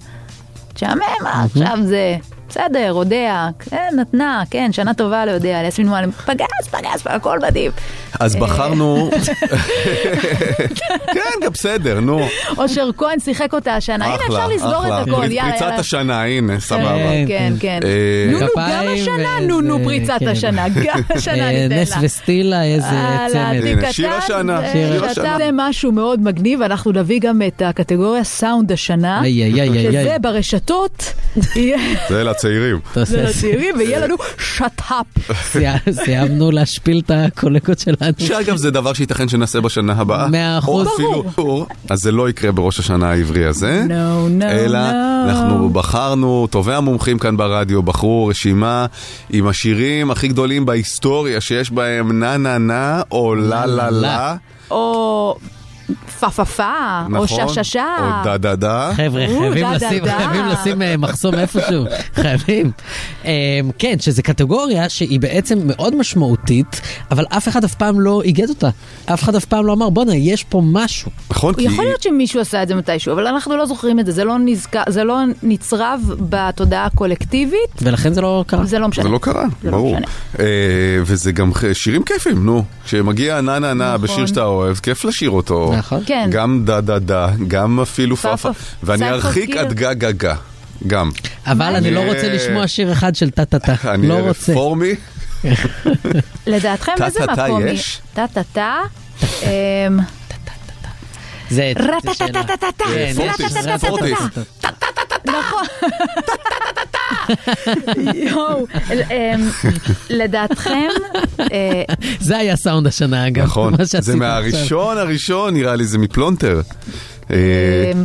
Speaker 4: שעמם, אה, עכשיו זה. בסדר, יודע, כן, נתנה, כן, שנה טובה ליודע, ליסמין מועלם, פגז, פגז, הכל מדהים.
Speaker 3: אז
Speaker 4: אה.
Speaker 3: בחרנו... כן, גם בסדר, נו.
Speaker 4: אושר כהן שיחק אותה השנה, הנה אפשר לסגור
Speaker 3: אחלה.
Speaker 4: את הכל,
Speaker 3: פריצ-
Speaker 4: יאללה, יאללה.
Speaker 3: פריצת השנה, הנה, סבבה.
Speaker 5: כן,
Speaker 4: כן, כן.
Speaker 3: אה,
Speaker 4: נו, נו, גם
Speaker 5: כפיים
Speaker 4: השנה,
Speaker 5: וזה-
Speaker 4: נו, נו, פריצת
Speaker 5: כן.
Speaker 4: השנה, גם השנה
Speaker 5: אה,
Speaker 4: ניתן לה.
Speaker 5: נס וסטילה, איזה
Speaker 4: הלאה,
Speaker 5: צמד.
Speaker 4: תיק קטן,
Speaker 3: שיר השנה,
Speaker 4: אה,
Speaker 5: שיר
Speaker 3: השנה.
Speaker 4: זה משהו מאוד מגניב, אנחנו נביא גם את הקטגוריה סאונד השנה,
Speaker 5: איי, איי, איי, איי,
Speaker 4: שזה
Speaker 5: איי.
Speaker 4: ברשתות, יהיה-
Speaker 3: זה לצעירים.
Speaker 5: תעשה-
Speaker 4: לצעירים, ויהיה לנו שת"פ.
Speaker 5: סי- סיימנו להשפיל את הקולגות שלנו.
Speaker 3: שאגב זה דבר שייתכן שנעשה בשנה הבאה.
Speaker 5: מאה אחוז.
Speaker 3: או אפילו, אז זה לא יקרה בראש השנה העברי הזה.
Speaker 4: No, no,
Speaker 3: אלא
Speaker 4: no.
Speaker 3: אנחנו בחרנו, טובי המומחים כאן ברדיו בחרו רשימה עם השירים הכי גדולים בהיסטוריה שיש בהם נה נה נה או לה לה לה.
Speaker 4: או פה פה פה, או
Speaker 3: נכון?
Speaker 4: שה שה שה.
Speaker 3: או דה דה דה.
Speaker 5: חבר'ה,
Speaker 4: או,
Speaker 5: חייבים
Speaker 4: דה, דה,
Speaker 5: לשים-
Speaker 4: דה.
Speaker 5: חייבים לשים אה, מחסום איפשהו, חייבים. אה, כן, שזו קטגוריה שהיא בעצם מאוד משמעותית, אבל אף אחד אף פעם לא איגד אותה. אף אחד אף פעם לא אמר, בואנה, יש פה משהו.
Speaker 3: נכון, כי
Speaker 4: יכול להיות שמישהו עשה את זה מתישהו, אבל אנחנו לא זוכרים את זה, זה לא, נזכר, זה לא נצרב בתודעה הקולקטיבית,
Speaker 5: ולכן זה לא קרה.
Speaker 4: זה לא משנה.
Speaker 3: זה לא קרה,
Speaker 4: לא
Speaker 3: ברור.
Speaker 4: משנה.
Speaker 3: אה, וזה גם ח- שירים כיפים, נו. כשמגיע נה נה נה
Speaker 4: נכון.
Speaker 3: בשיר שאתה אוהב, כיף לשיר אותו.
Speaker 5: נכון.
Speaker 4: כן.
Speaker 3: גם דה דה דה, גם אפילו
Speaker 4: פאפה.
Speaker 3: פאפה. ואני
Speaker 4: צחוק,
Speaker 3: ארחיק
Speaker 4: כאילו.
Speaker 3: עד גה גה גה. גם.
Speaker 5: אבל אני לא
Speaker 3: אני-
Speaker 5: רוצה לשמוע שיר אחד של טה-טה-טה.
Speaker 3: אה, אני
Speaker 5: לא רוצה.
Speaker 3: רפורמי.
Speaker 4: לדעתכם
Speaker 3: טה,
Speaker 4: איזה
Speaker 3: טה, טה
Speaker 4: מקום?
Speaker 3: יש?
Speaker 4: טה טה טה. אמ,
Speaker 5: זה... זה שאלה.
Speaker 4: רטטטטטטה.
Speaker 5: כן,
Speaker 3: פורטיס,
Speaker 5: יש-
Speaker 3: זה פורטיס.
Speaker 4: נכון. יואו. אמ, לדעתכם, אה,
Speaker 5: זה היה סאונד השנה, אגב.
Speaker 3: נכון.
Speaker 5: מה שעשית
Speaker 3: זה מהראשון הראשון, נראה לי, זה מפלונטר. אה,
Speaker 4: אמ,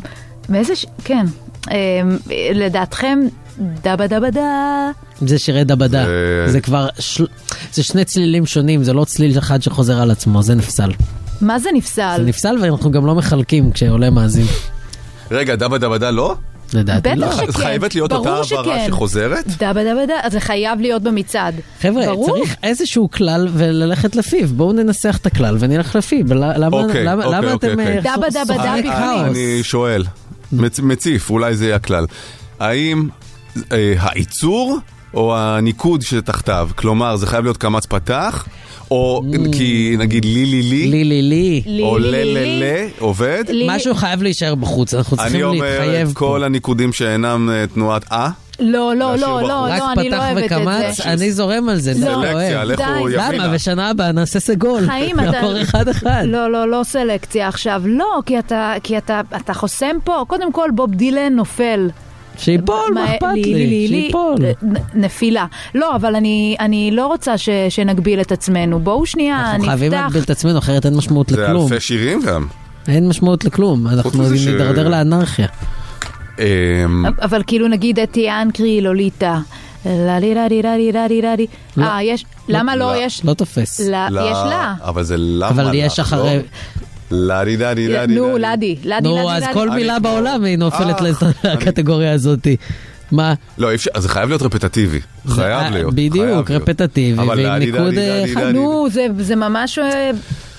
Speaker 4: מאיזה ש... כן. אמ, לדעתכם, דבה דבה דה.
Speaker 5: עכשיו. זה שירי דבדה.
Speaker 3: זה-
Speaker 5: זה כבר... של- זה שני צלילים שונים, זה לא צליל אחד שחוזר על עצמו, זה נפסל.
Speaker 4: מה זה נפסל?
Speaker 5: זה נפסל ואנחנו גם לא מחלקים כשעולה מאזין.
Speaker 3: רגע, דבה דבה דה לא?
Speaker 5: לדעתי לא.
Speaker 4: בטח שכן.
Speaker 3: אז חייבת להיות
Speaker 4: ברור
Speaker 3: אותה
Speaker 4: שכן.
Speaker 3: העברה שחוזרת?
Speaker 4: דבה דבה דה, אז זה חייב להיות במצעד.
Speaker 5: חבר'ה,
Speaker 4: ברור.
Speaker 5: צריך איזשהו כלל וללכת לפיו. בואו ננסח את הכלל ונלך לפיו. ול- למה
Speaker 3: אוקיי,
Speaker 5: למה-
Speaker 3: אוקיי,
Speaker 5: למה
Speaker 3: אוקיי,
Speaker 5: אתם
Speaker 3: אוקיי.
Speaker 5: אה,
Speaker 4: דבה,
Speaker 5: סוחרי
Speaker 4: דבה, דבה,
Speaker 5: כאוס?
Speaker 3: אני שואל, מצ- מציף, אולי זה יהיה הכלל. האם אה, הייצור או הניקוד שתחתיו? כלומר, זה חייב להיות קמץ פתח? או כי נגיד לי לי לי?
Speaker 5: לי לי לי.
Speaker 3: או
Speaker 4: Mm. לי,
Speaker 3: לה
Speaker 4: לי,
Speaker 3: לה
Speaker 4: לי.
Speaker 3: לה עובד?
Speaker 4: לי-
Speaker 5: משהו חייב להישאר בחוץ, אנחנו
Speaker 3: אה, אני
Speaker 5: צריכים
Speaker 3: אומר
Speaker 5: להתחייב
Speaker 3: את
Speaker 5: פה.
Speaker 3: כל הניקודים שאינם אה, תנועת אה.
Speaker 4: לא, לא,
Speaker 3: להשאיר
Speaker 4: לא,
Speaker 3: בחוץ.
Speaker 4: לא,
Speaker 5: רק
Speaker 4: לא, אני לא
Speaker 5: פתח
Speaker 4: אוהבת את
Speaker 5: וקמץ,
Speaker 4: זה.
Speaker 5: אני זורם על זה, זה לא
Speaker 3: סלקציה,
Speaker 5: אוהב.
Speaker 3: לכו
Speaker 4: די.
Speaker 3: ימינה.
Speaker 5: למה? ושנה הבאה נעשה סגול.
Speaker 4: חיים, אתה-
Speaker 5: נעבור נכון, אחד אחד.
Speaker 4: לא, לא, לא סלקציה עכשיו. לא, כי אתה, כי אתה, אתה חוסם פה. קודם כל, בוב דילן נופל.
Speaker 5: שיפול, מה אכפת לי? שיפול.
Speaker 4: אה, נ- נפילה. לא, אבל אני, אני לא רוצה ש, שנגביל את עצמנו. בואו שנייה,
Speaker 5: אנחנו חייבים
Speaker 4: נפתח.
Speaker 5: להגביל את עצמנו, אחרת אין משמעות
Speaker 3: זה
Speaker 5: לכלום.
Speaker 3: אלפי שירים גם.
Speaker 5: אין משמעות לכלום, אנחנו
Speaker 3: מזה ש-
Speaker 5: נידרדר לאנרכיה.
Speaker 3: אמ,
Speaker 4: אבל כאילו, נגיד אתי אנקרי, לוליטה. לה לי לה לי לה לי לה לי לה לי. אה, יש, למה לא
Speaker 3: לא.
Speaker 4: יש?
Speaker 5: לא תופס.
Speaker 4: לה- יש לה.
Speaker 3: אבל זה למה
Speaker 5: אבל
Speaker 3: לך,
Speaker 5: יש אחרי...
Speaker 3: לא? לה די דה די דה די
Speaker 4: נו,
Speaker 3: די.
Speaker 4: לדי, לדי,
Speaker 5: נו,
Speaker 4: לדי,
Speaker 5: אז
Speaker 4: לדי.
Speaker 5: כל מילה
Speaker 3: אני-
Speaker 5: בעולם היא נופלת
Speaker 3: אה,
Speaker 5: לת-
Speaker 3: אני-
Speaker 5: לקטגוריה הזאת. מה?
Speaker 3: לא, אי אפשר, אז זה חייב להיות רפטטיבי.
Speaker 5: אה,
Speaker 3: חייב להיות.
Speaker 5: בדיוק,
Speaker 3: חייב להיות.
Speaker 5: רפטטיבי,
Speaker 3: אבל
Speaker 5: ועם
Speaker 3: לה די דה
Speaker 5: ניקוד,
Speaker 3: די דה
Speaker 5: אה,
Speaker 3: די דה די.
Speaker 4: נו, זה- זה ממש... אה,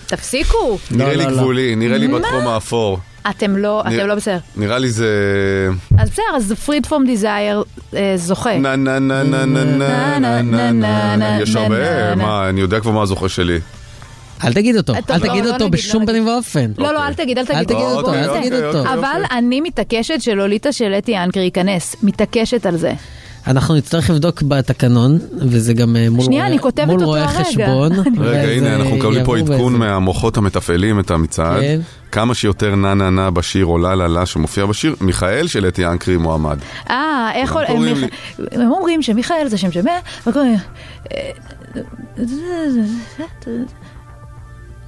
Speaker 4: תפסיקו.
Speaker 3: נראה
Speaker 5: לא,
Speaker 3: לי
Speaker 5: לא, לא.
Speaker 3: גבולי, נראה לי בתחום האפור.
Speaker 4: אתם לא, אתם
Speaker 3: נראה-
Speaker 4: לא בסדר.
Speaker 3: נראה לי זה...
Speaker 5: אוקיי.
Speaker 4: אז בסדר, אז פריד פום דיזייר זוכה.
Speaker 3: נה נה נה נה נה נה נה נה נה נה יש
Speaker 4: נה, נה,
Speaker 3: הרבה,
Speaker 4: נה.
Speaker 3: מה, אני יודע כבר מה הזוכה שלי.
Speaker 5: אל תגיד אותו,
Speaker 4: טוב,
Speaker 5: אל
Speaker 4: לא,
Speaker 5: תגיד
Speaker 4: לא
Speaker 5: אותו
Speaker 4: נגיד,
Speaker 5: בשום
Speaker 4: לא
Speaker 5: פנים ואופן.
Speaker 4: לא, לא, אל תגיד, אל תגיד.
Speaker 5: אל תגיד
Speaker 4: בוא,
Speaker 5: אותו,
Speaker 4: בוא,
Speaker 5: אל
Speaker 4: בוא,
Speaker 5: תגיד
Speaker 4: בוא.
Speaker 5: אותו.
Speaker 4: אבל אני מתעקשת שלוליטה של אתי אנקרי ייכנס. מתעקשת על זה.
Speaker 5: אנחנו נצטרך לבדוק בתקנון, וזה גם אה, מול
Speaker 4: שנייה,
Speaker 5: רואה-
Speaker 4: אני כותבת
Speaker 5: מול
Speaker 4: אותו
Speaker 5: רואה
Speaker 4: הרגע.
Speaker 5: חשבון.
Speaker 3: רגע,
Speaker 5: וזה
Speaker 3: הנה, אנחנו מקבלים פה
Speaker 5: יבוא
Speaker 3: עדכון
Speaker 5: וזה-
Speaker 3: מהמוחות המתפעלים את המצעד.
Speaker 5: כן.
Speaker 3: כמה שיותר נה נה נה בשיר או לה לה לה שמופיע בשיר, מיכאל של אתי אנקרי מועמד.
Speaker 4: אה, איך...
Speaker 3: הם
Speaker 4: הול-
Speaker 3: קוראים
Speaker 4: מיכ- הם אומרים שמיכאל זה שם שמה, וקוראים...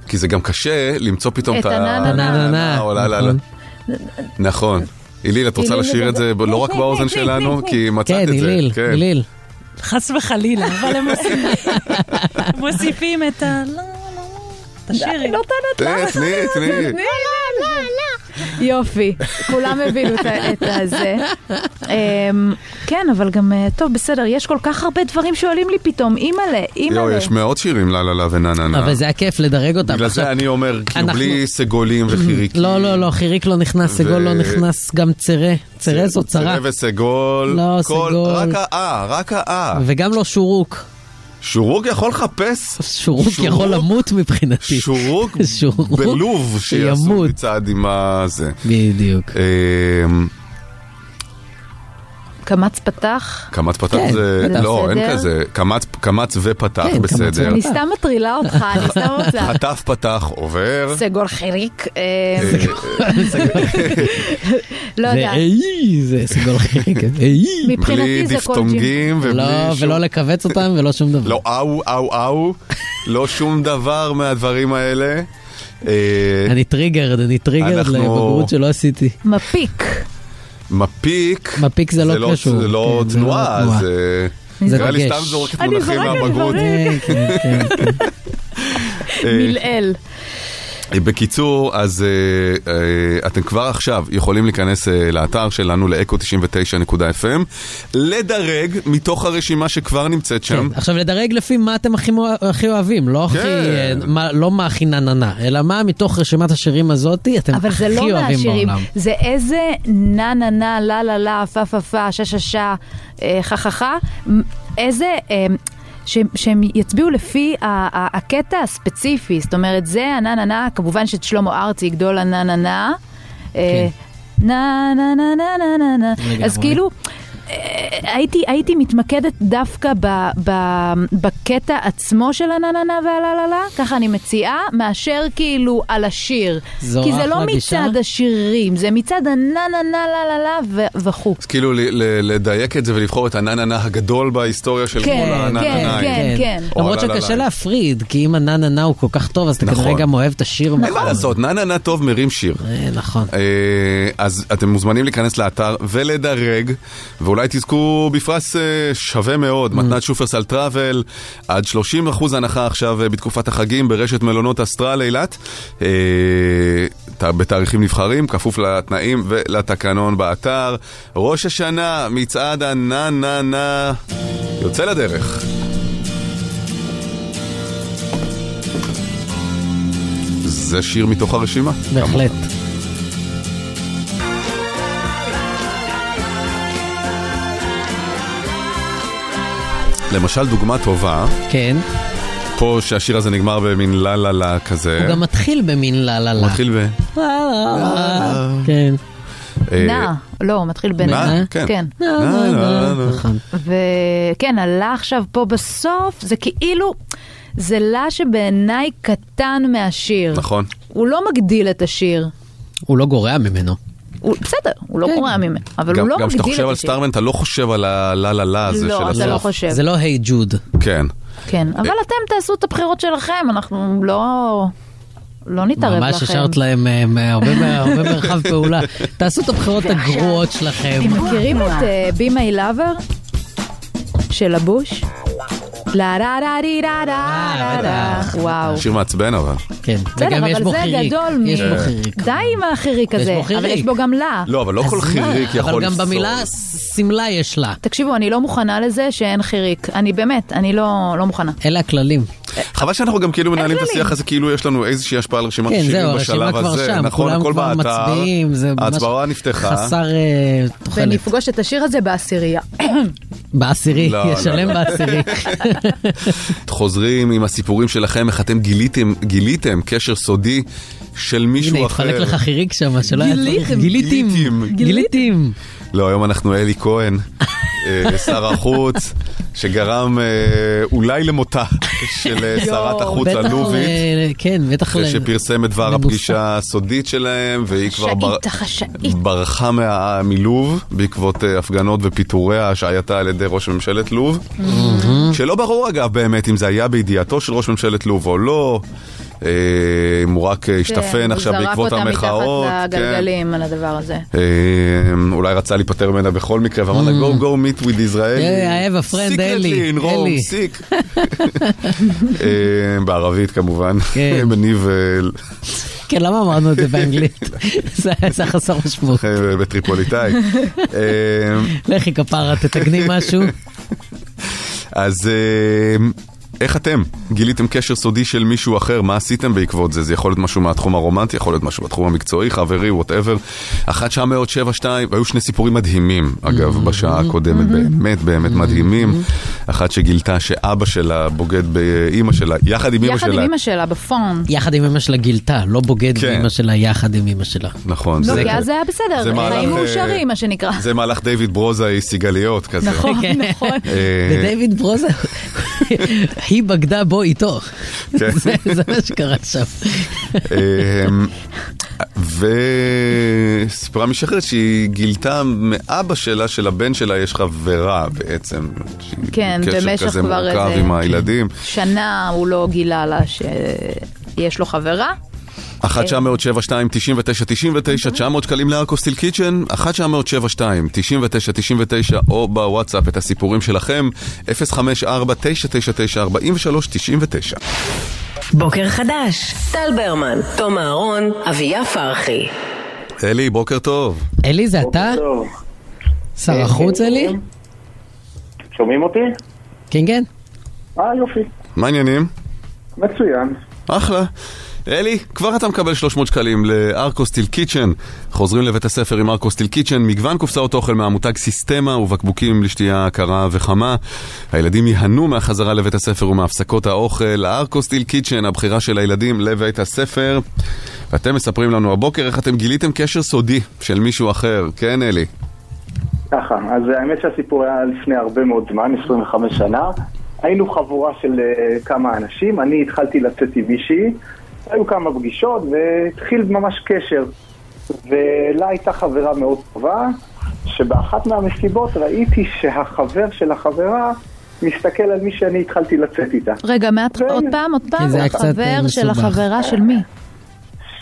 Speaker 3: כי זה גם קשה למצוא פתאום את
Speaker 4: את
Speaker 3: ה...
Speaker 4: הנה,
Speaker 5: נה, נה, נה, נה.
Speaker 3: או לה לה לה.
Speaker 5: נכון.
Speaker 3: נכון. איליל, את רוצה
Speaker 4: איליל
Speaker 3: לשיר את זה ב- לא רק באוזן שלנו, כי מצאת
Speaker 5: כן,
Speaker 3: את זה.
Speaker 5: איליל,
Speaker 3: כן.
Speaker 5: איליל.
Speaker 11: חס וחלילה, אבל הם מוסיפים- מוסיפים את ה... לא, לא, תשאירי.
Speaker 3: אה, תני, תני.
Speaker 4: יופי, כולם הבינו את ה- את הזה. אמ, כן, אבל גם, אה, טוב, בסדר, יש כל כך הרבה דברים שואלים לי פתאום, אימא'לה,
Speaker 3: יואו,
Speaker 4: אימא'לה.
Speaker 3: יש מאות שירים לה לה לה ונה נה נה.
Speaker 5: אבל זה הכיף לדרג אותם.
Speaker 3: בגלל
Speaker 5: עכשיו-
Speaker 3: זה אני אומר, כאילו
Speaker 5: אנחנו-
Speaker 3: בלי סגולים וחיריקים.
Speaker 5: לא, לא, לא, חיריק לא נכנס, סגול
Speaker 3: ו-
Speaker 5: לא נכנס, גם צרה. צרה זו צרה.
Speaker 3: צרה וסגול.
Speaker 5: לא,
Speaker 3: כל-
Speaker 5: סגול.
Speaker 3: רק האה, רק האה.
Speaker 5: וגם לא שורוק.
Speaker 3: שורוק יכול לחפש.
Speaker 5: שורוק
Speaker 3: שורוק?
Speaker 5: יכול למות מבחינתי.
Speaker 3: שורוק
Speaker 5: שורוק
Speaker 3: בלוב שיעשו
Speaker 5: שימות.
Speaker 3: מצעד עם הזה.
Speaker 5: בדיוק.
Speaker 3: אמ,
Speaker 4: קמץ פתח?
Speaker 3: קמץ פתח
Speaker 4: כן,
Speaker 3: זה...
Speaker 4: זה
Speaker 3: לא,
Speaker 4: בסדר?
Speaker 3: אין כזה. קמץ- קמץ ופתח,
Speaker 5: כן,
Speaker 3: בסדר.
Speaker 4: כן, אני סתם מטרילה אותך, אני סתם רוצה.
Speaker 3: חטף פתח עובר.
Speaker 4: סגול חיריק. אה, לא
Speaker 5: זה
Speaker 4: יודע.
Speaker 5: איי, זה סגול חיריק, איי.
Speaker 4: מבחינתי זה כל ג'ינגל.
Speaker 5: E. לא, ולא לכווץ אותם ולא שום דבר.
Speaker 3: לא אאו, אאו, אאו. לא שום דבר מהדברים האלה. אה,
Speaker 5: אני טריגרד, אני טריגרד
Speaker 3: אנחנו-
Speaker 5: לבגרות שלא עשיתי.
Speaker 4: מפיק.
Speaker 3: מפיק.
Speaker 5: מפיק זה לא קשור,
Speaker 3: זה לא
Speaker 5: כן, זה לא
Speaker 3: תנועה,
Speaker 5: תנועה.
Speaker 3: זה...
Speaker 5: זה
Speaker 3: נראה לי
Speaker 5: דגש.
Speaker 3: סתם זורקת
Speaker 4: אני
Speaker 3: מונחים
Speaker 4: זורקת
Speaker 3: מהבגרות.
Speaker 4: דברים.
Speaker 5: כן,
Speaker 3: אה,
Speaker 4: מילאל.
Speaker 3: בקיצור, אז אה, אה, אתם כבר עכשיו יכולים להיכנס אה, לאתר שלנו, לאקו99.fm, לדרג מתוך הרשימה שכבר נמצאת שם.
Speaker 5: כן, עכשיו לדרג לפי מה אתם הכי מו- הכי אוהבים, לא הכי, אה,
Speaker 3: כן.
Speaker 5: מה- לא מה הכי נננה, אלא מה מתוך רשימת השירים הזאתי אתם
Speaker 4: אבל זה
Speaker 5: הכי
Speaker 4: לא
Speaker 5: אוהבים
Speaker 4: מהשירים,
Speaker 5: בעולם.
Speaker 4: זה איזה נה נה נה, לה לה לה, פה פה פה, שה שה שה, אה, חה חה חה, מ- איזה... אה, שהם, שהם יצביעו לפי ה- ה- הקטע הספציפי, זאת אומרת זה הנה נה נה, כמובן שאת שלמה ארצי גדול הנה נה נה, אה,
Speaker 5: כן.
Speaker 4: נה נה נה נה נה נה נה, אז
Speaker 12: לגמרי.
Speaker 4: כאילו אה, הייתי, הייתי מתמקדת דווקא ב, ב, בקטע עצמו של הנה נה נה והלה לה לה, ככה אני מציעה, מאשר כאילו על השיר.
Speaker 3: זו
Speaker 4: כי זה לא
Speaker 3: אחלה גישה.
Speaker 4: מצד השירים, זה מצד הנה נה נה לה לה לה ו- וכו'.
Speaker 3: אז כאילו ל- ל- לדייק את זה ולבחור את הנננה הגדול בהיסטוריה של כל
Speaker 4: כן,
Speaker 3: הנננה.
Speaker 4: כן, כן.
Speaker 3: או
Speaker 5: למרות
Speaker 3: הלה-לה-לה.
Speaker 5: שקשה להפריד, כי אם הננה הוא כל כך טוב, אז אתה כנראה
Speaker 3: נכון.
Speaker 5: גם אוהב את השיר.
Speaker 3: אין מה לעשות, נננה טוב מרים שיר. אה,
Speaker 5: נכון.
Speaker 3: אז אתם מוזמנים להיכנס לאתר ולדרג, ואולי תזכו בפרס אה, שווה מאוד, מתנת שופרסל טראבל, עד 30% הנחה עכשיו אה, בתקופת החגים ברשת מלונות אסטרל אילת, אה, ת- בתאריכים נבחרים, כפוף לתנאים ולתקנון באתר. ראש השנה, מצעד הנה נה נה, יוצא לדרך. זה שיר מתוך הרשימה.
Speaker 5: בהחלט.
Speaker 3: למשל דוגמה טובה.
Speaker 5: כן.
Speaker 3: פה שהשיר הזה נגמר במין לה לה לה כזה.
Speaker 5: הוא גם מתחיל במין לה לה
Speaker 3: הוא
Speaker 5: לה.
Speaker 3: מתחיל ב...
Speaker 5: כן.
Speaker 3: אה,
Speaker 4: נע, לא, הוא מתחיל בנע.
Speaker 3: נע, כן.
Speaker 4: כן.
Speaker 5: נע, נע, נע, נע. נכון.
Speaker 4: וכן, עלה עכשיו פה בסוף, זה כאילו, זה לה שבעיניי קטן מהשיר.
Speaker 3: נכון.
Speaker 4: הוא לא מגדיל את השיר.
Speaker 5: הוא לא גורע ממנו.
Speaker 4: הוא, בסדר, הוא לא
Speaker 5: כן.
Speaker 4: קורע ממנו, אבל
Speaker 3: גם-
Speaker 4: הוא לא
Speaker 3: גם כשאתה
Speaker 4: מגדיל
Speaker 3: חושב
Speaker 4: את
Speaker 3: על
Speaker 4: השיר.
Speaker 3: סטארמן, אתה לא חושב על הלה לה לה הזה של
Speaker 4: לא,
Speaker 3: הסוף.
Speaker 4: אתה לא חושב.
Speaker 5: זה לא היי ג'וד.
Speaker 3: כן.
Speaker 4: כן, אבל אתם תעשו את הבחירות שלכם, אנחנו לא... לא נתערב לכם.
Speaker 5: ממש השארת להם אה, מה- הרבה מה- הרבה מרחב פעולה. תעשו את הבחירות הגרועות שלכם.
Speaker 4: אתם מכירים את אה, Be My Lover של הבוש? לה רה רה רי רה רה רה רה וואו.
Speaker 3: שיר מעצבן אבל.
Speaker 5: כן,
Speaker 4: בסדר, אבל זה גדול מ... די עם החיריק
Speaker 5: יש
Speaker 4: הזה,
Speaker 5: בו חיריק.
Speaker 4: אבל יש בו גם לה.
Speaker 3: לא, אבל לא כל חיריק יכול
Speaker 5: אבל גם
Speaker 3: לפסול.
Speaker 5: במילה שמלה יש לה.
Speaker 4: תקשיבו, אני לא מוכנה לזה שאין חיריק. אני באמת, אני לא לא מוכנה.
Speaker 5: אלה הכללים.
Speaker 3: חבל שאנחנו גם כאילו מנהלים את
Speaker 4: כללים.
Speaker 3: השיח הזה, כאילו יש לנו איזושהי השפעה על רשימת
Speaker 5: כן,
Speaker 3: השירים
Speaker 5: זהו, הרשימה
Speaker 3: בשלב
Speaker 5: כבר
Speaker 3: לא הזה.
Speaker 5: שם,
Speaker 3: נכון,
Speaker 5: כולם
Speaker 3: הכל
Speaker 5: כבר
Speaker 3: באתר.
Speaker 5: מצביעים, זה ממש
Speaker 3: ההצבעה נפתחה.
Speaker 5: חסר אה, תוחלת.
Speaker 4: ונפגוש את השיר הזה בעשירייה.
Speaker 5: בעשירי,
Speaker 3: לא, לא,
Speaker 5: ישלם
Speaker 3: לא.
Speaker 5: בעשירי.
Speaker 3: חוזרים עם הסיפורים שלכם, איך אתם גיליתם, גיליתם קשר סודי של מישהו
Speaker 5: הנה,
Speaker 3: אחר.
Speaker 5: התחלק לך חיריק שם, שלא היה צריך.
Speaker 3: גיליתם.
Speaker 5: גיליתם.
Speaker 3: גיליתם.
Speaker 5: גיליתם.
Speaker 3: לא, היום אנחנו אלי כהן, אה, שר החוץ, שגרם אה, אולי למותה של אה, שרת החוץ
Speaker 5: בטח
Speaker 3: הלובית.
Speaker 5: ל- כן, בטח ל...
Speaker 3: שפרסם את דבר הפגישה הסודית שלהם, והיא כבר בר-
Speaker 4: חשאית, חשאית.
Speaker 3: ברחה מה- מלוב בעקבות אה, הפגנות ופיטוריה, השעייתה על ידי ראש ממשלת לוב. שלא ברור אגב באמת אם זה היה בידיעתו של ראש ממשלת לוב או לא, אה, אם הוא רק אה,
Speaker 5: כן,
Speaker 3: השתפן עכשיו בעקבות המחאות.
Speaker 4: הוא זרק אותה מתחת
Speaker 3: כן.
Speaker 4: לגלגלים על הדבר הזה.
Speaker 3: אה, אולי רצה להיפטר ממנה בכל מקרה, ואמר לה,
Speaker 5: Mm.
Speaker 3: go go meet with Israel.
Speaker 5: I have a friend, אלי.
Speaker 3: Secretly in Rome,
Speaker 5: אלי.
Speaker 3: סיק. אה, בערבית כמובן,
Speaker 5: כן.
Speaker 3: מניב אה,
Speaker 5: כן, למה אמרנו את זה באנגלית? זה זה היה חסר משמעות.
Speaker 3: אה, בטריפוליטאי. אה,
Speaker 5: לכי כפרה, תתגני משהו.
Speaker 3: אז אה, איך אתם? גיליתם קשר סודי של מישהו אחר, מה עשיתם בעקבות זה? זה יכול להיות משהו מהתחום הרומנטי, יכול להיות משהו בתחום המקצועי, חברי, וואטאבר.
Speaker 4: Mm-hmm.
Speaker 3: 1972, והיו שני סיפורים מדהימים, אגב, בשעה הקודמת, באמת באמת מדהימים. אחת שגילתה שאבא שלה בוגד באימא שלה, יחד עם אימא
Speaker 4: יחד עם
Speaker 3: שלה.
Speaker 4: אימא שלה, בפון.
Speaker 5: יחד עם אמא שלה גילתה, לא בוגד
Speaker 3: כן.
Speaker 5: באמא שלה יחד עם אמא שלה.
Speaker 3: נכון.
Speaker 4: לא, כי אז זה היה בסדר,
Speaker 3: זה מהלך,
Speaker 4: חיים
Speaker 3: אה,
Speaker 4: מאושרים, מה שנקרא.
Speaker 3: זה מהלך דיוויד ברוזאי סיגליות כזה. כן.
Speaker 4: נכון, נכון.
Speaker 3: אה,
Speaker 5: ודייוויד ברוזה, היא בגדה בו איתו.
Speaker 3: כן.
Speaker 5: זה זה מה שקרה שם.
Speaker 3: אמ, וסיפרה מישהי אחרת שהיא גילתה מאבא שלה שלבן שלה יש חברה בעצם. שהיא
Speaker 4: כן,
Speaker 3: בקשר
Speaker 4: במשך
Speaker 3: כזה
Speaker 4: כבר
Speaker 3: מורכב
Speaker 4: איזה- כן.
Speaker 3: עם הילדים.
Speaker 4: שנה הוא לא גילה לה שיש לו חברה. כן.
Speaker 3: 1 907 2 99 99 900 שקלים לארקוסטיל קיצ'ן, 1 907 2 99 99 או בוואטסאפ את הסיפורים שלכם, 054 999 43 99.
Speaker 2: בוקר חדש, טל ברמן, תום אהרון, אביה פרחי.
Speaker 3: אלי, בוקר טוב.
Speaker 5: אלי, זה אתה?
Speaker 13: כן,
Speaker 5: שר החוץ אלי?
Speaker 12: שומעים אותי?
Speaker 5: כן, כן.
Speaker 12: אה, יופי.
Speaker 3: מה העניינים?
Speaker 12: מצוין.
Speaker 3: אחלה. אלי, כבר אתה מקבל 300 שקלים לארקוסטיל קיצ'ן. חוזרים לבית הספר עם ארקוסטיל קיצ'ן, מגוון קופסאות אוכל מהמותג סיסטמה ובקבוקים לשתייה קרה וחמה. הילדים ייהנו מהחזרה לבית הספר ומהפסקות האוכל. ארקוסטיל קיצ'ן, הבחירה של הילדים לבית הספר. ואתם מספרים לנו הבוקר איך אתם גיליתם קשר סודי של מישהו אחר. כן, אלי?
Speaker 12: ככה, אז האמת שהסיפור היה לפני הרבה מאוד זמן, 25 שנה. היינו חבורה של אה, כמה אנשים, אני התחלתי לצאת עם מישהי, היו כמה פגישות והתחיל ממש קשר. ולה הייתה חברה מאוד טובה, שבאחת מהמסיבות ראיתי שהחבר של החברה מסתכל על מי שאני התחלתי לצאת איתה.
Speaker 4: רגע, מהת- עוד פעם, עוד פעם,
Speaker 12: זה היה קצת,
Speaker 4: חבר
Speaker 12: אה,
Speaker 4: של
Speaker 12: מסובך.
Speaker 4: החברה של מי?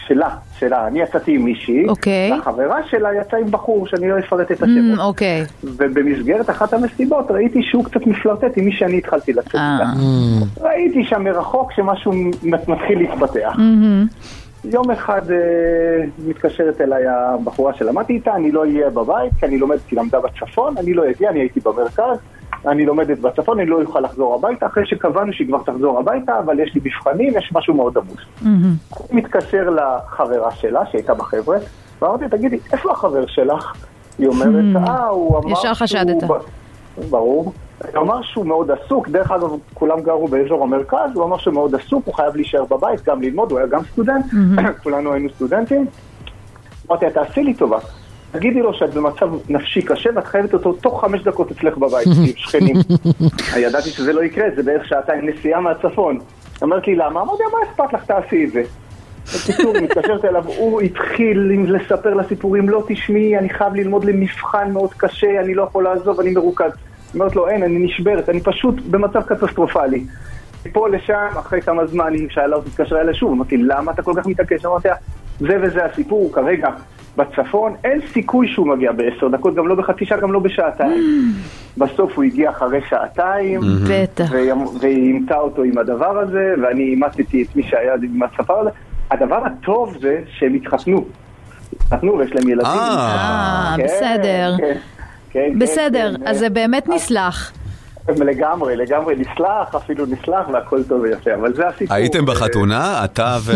Speaker 12: שלה, שלה, אני יצאתי עם מישהי,
Speaker 4: אוקיי.
Speaker 12: והחברה שלה יצאה עם בחור שאני לא אפרט את השם.
Speaker 4: אמ, אוקיי.
Speaker 12: ובמסגרת אחת המסיבות ראיתי שהוא קצת מפלרטט עם מי שאני התחלתי לצאת איתה. ראיתי שם מרחוק שמשהו מת- מתחיל להתפתח.
Speaker 10: מהמם.
Speaker 12: יום אחד אה, מתקשרת אליי הבחורה שלמדתי איתה, אני לא אהיה בבית, כי אני לומדת, היא למדה בצפון, אני לא אגיע, אני הייתי במרכז, אני לומדת בצפון, אני לא אוכל לחזור הביתה, אחרי שקבענו שהיא כבר תחזור הביתה, אבל יש לי מבחנים, יש משהו מאוד עמוס. אני מתקשר לחברה שלה, שהייתה בחבר'ה, ואמרתי, תגידי, איפה החבר שלך? היא אומרת, אה, הוא אמר...
Speaker 4: Hmm. ישר
Speaker 12: שהוא
Speaker 4: חשדת.
Speaker 12: ב- ברור. הוא אמר שהוא מאוד עסוק, דרך אגב, כולם גרו באזור המרכז, הוא אמר שהוא מאוד עסוק, הוא חייב להישאר בבית, גם ללמוד, הוא היה גם סטודנט,
Speaker 4: Hmm.
Speaker 12: כולנו היינו סטודנטים. אמרתי לה, תעשי לי טובה, תגידי לו שאת במצב נפשי קשה ואת חייבת אותו תוך חמש דקות אצלך בבית, עם שכנים. ידעתי שזה לא יקרה, זה בערך שעתיים נסיעה מהצפון. אמרת לי, למה? אמרתי, לה, מה אכפת לך, תעשי את זה. בקיצור, היא מתקשרת אליו, הוא התחיל עם- לספר לה סיפורים, לא תשמעי, אני חייב ללמוד למבחן מאוד קשה, אני לא יכול לעזוב, אני מרוכז. אומרת לו, אין, אני נשברת, אני פשוט במצב קטסטרופלי. מפה לשם, אחרי כמה זמן היא שאלה אותי, התקשרה אליה שוב, אמרתי, למה אתה כל כך מתעקש? אמרתי לה, זה וזה הסיפור, כרגע בצפון, אין סיכוי שהוא מגיע בעשר דקות, גם לא בחצי שעה, גם לא בשעתיים. בסוף הוא הגיע אחרי שעתיים,
Speaker 4: בטח.
Speaker 12: והיא אמ- והיא אימתה אותו עם הדבר הזה, ואני אימצתי את מי שהיה עם הספר הזה. הדבר הטוב זה שהם התחתנו. התחתנו ויש להם ילדים.
Speaker 4: אה,
Speaker 12: כן,
Speaker 4: בסדר.
Speaker 12: כן, כן, כן,
Speaker 4: בסדר,
Speaker 12: כן,
Speaker 4: אז זה באמת נסלח.
Speaker 12: לגמרי, לגמרי נסלח, אפילו נסלח והכל טוב ויפה, אבל זה הסיפור.
Speaker 3: הייתם בחתונה, אתה וה...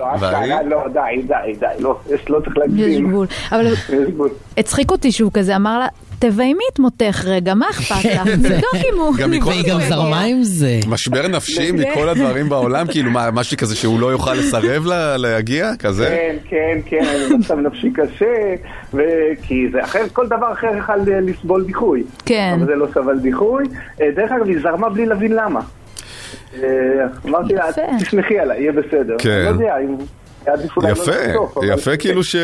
Speaker 12: לא, אשכרה, לא, די, די, די, לא, יש- לא צריך להגזים.
Speaker 4: יש גבול. אבל
Speaker 12: יש גבול.
Speaker 4: הצחיק אותי שהוא כזה אמר לה, תביימי את מותך רגע, מה אכפת
Speaker 3: כן.
Speaker 5: כן,
Speaker 4: לך? לא תבדוק אם הוא...
Speaker 3: מכל
Speaker 4: והיא
Speaker 3: הדברים-
Speaker 4: גם זרמה
Speaker 5: עם זה.
Speaker 3: משבר נפשי
Speaker 4: זה-
Speaker 3: מכל הדברים בעולם, כאילו מה, משהו כזה שהוא לא יוכל לסרב לה- להגיע, כזה?
Speaker 12: כן, כן, כן, אני במצב נפשי קשה, ו- כי זה אחר, כל דבר אחר יכל אה, לסבול דיחוי.
Speaker 4: כן.
Speaker 12: אבל זה לא סבל דיחוי. אה, דרך אגב, היא זרמה בלי להבין למה. אה, אמרתי לה, תסמכי עליי, יהיה בסדר.
Speaker 3: כן.
Speaker 12: אני לא יודע, אם... עדיף אולי לא
Speaker 3: יפה,
Speaker 12: לסוף, אבל- כן.
Speaker 3: יפה כאילו ש...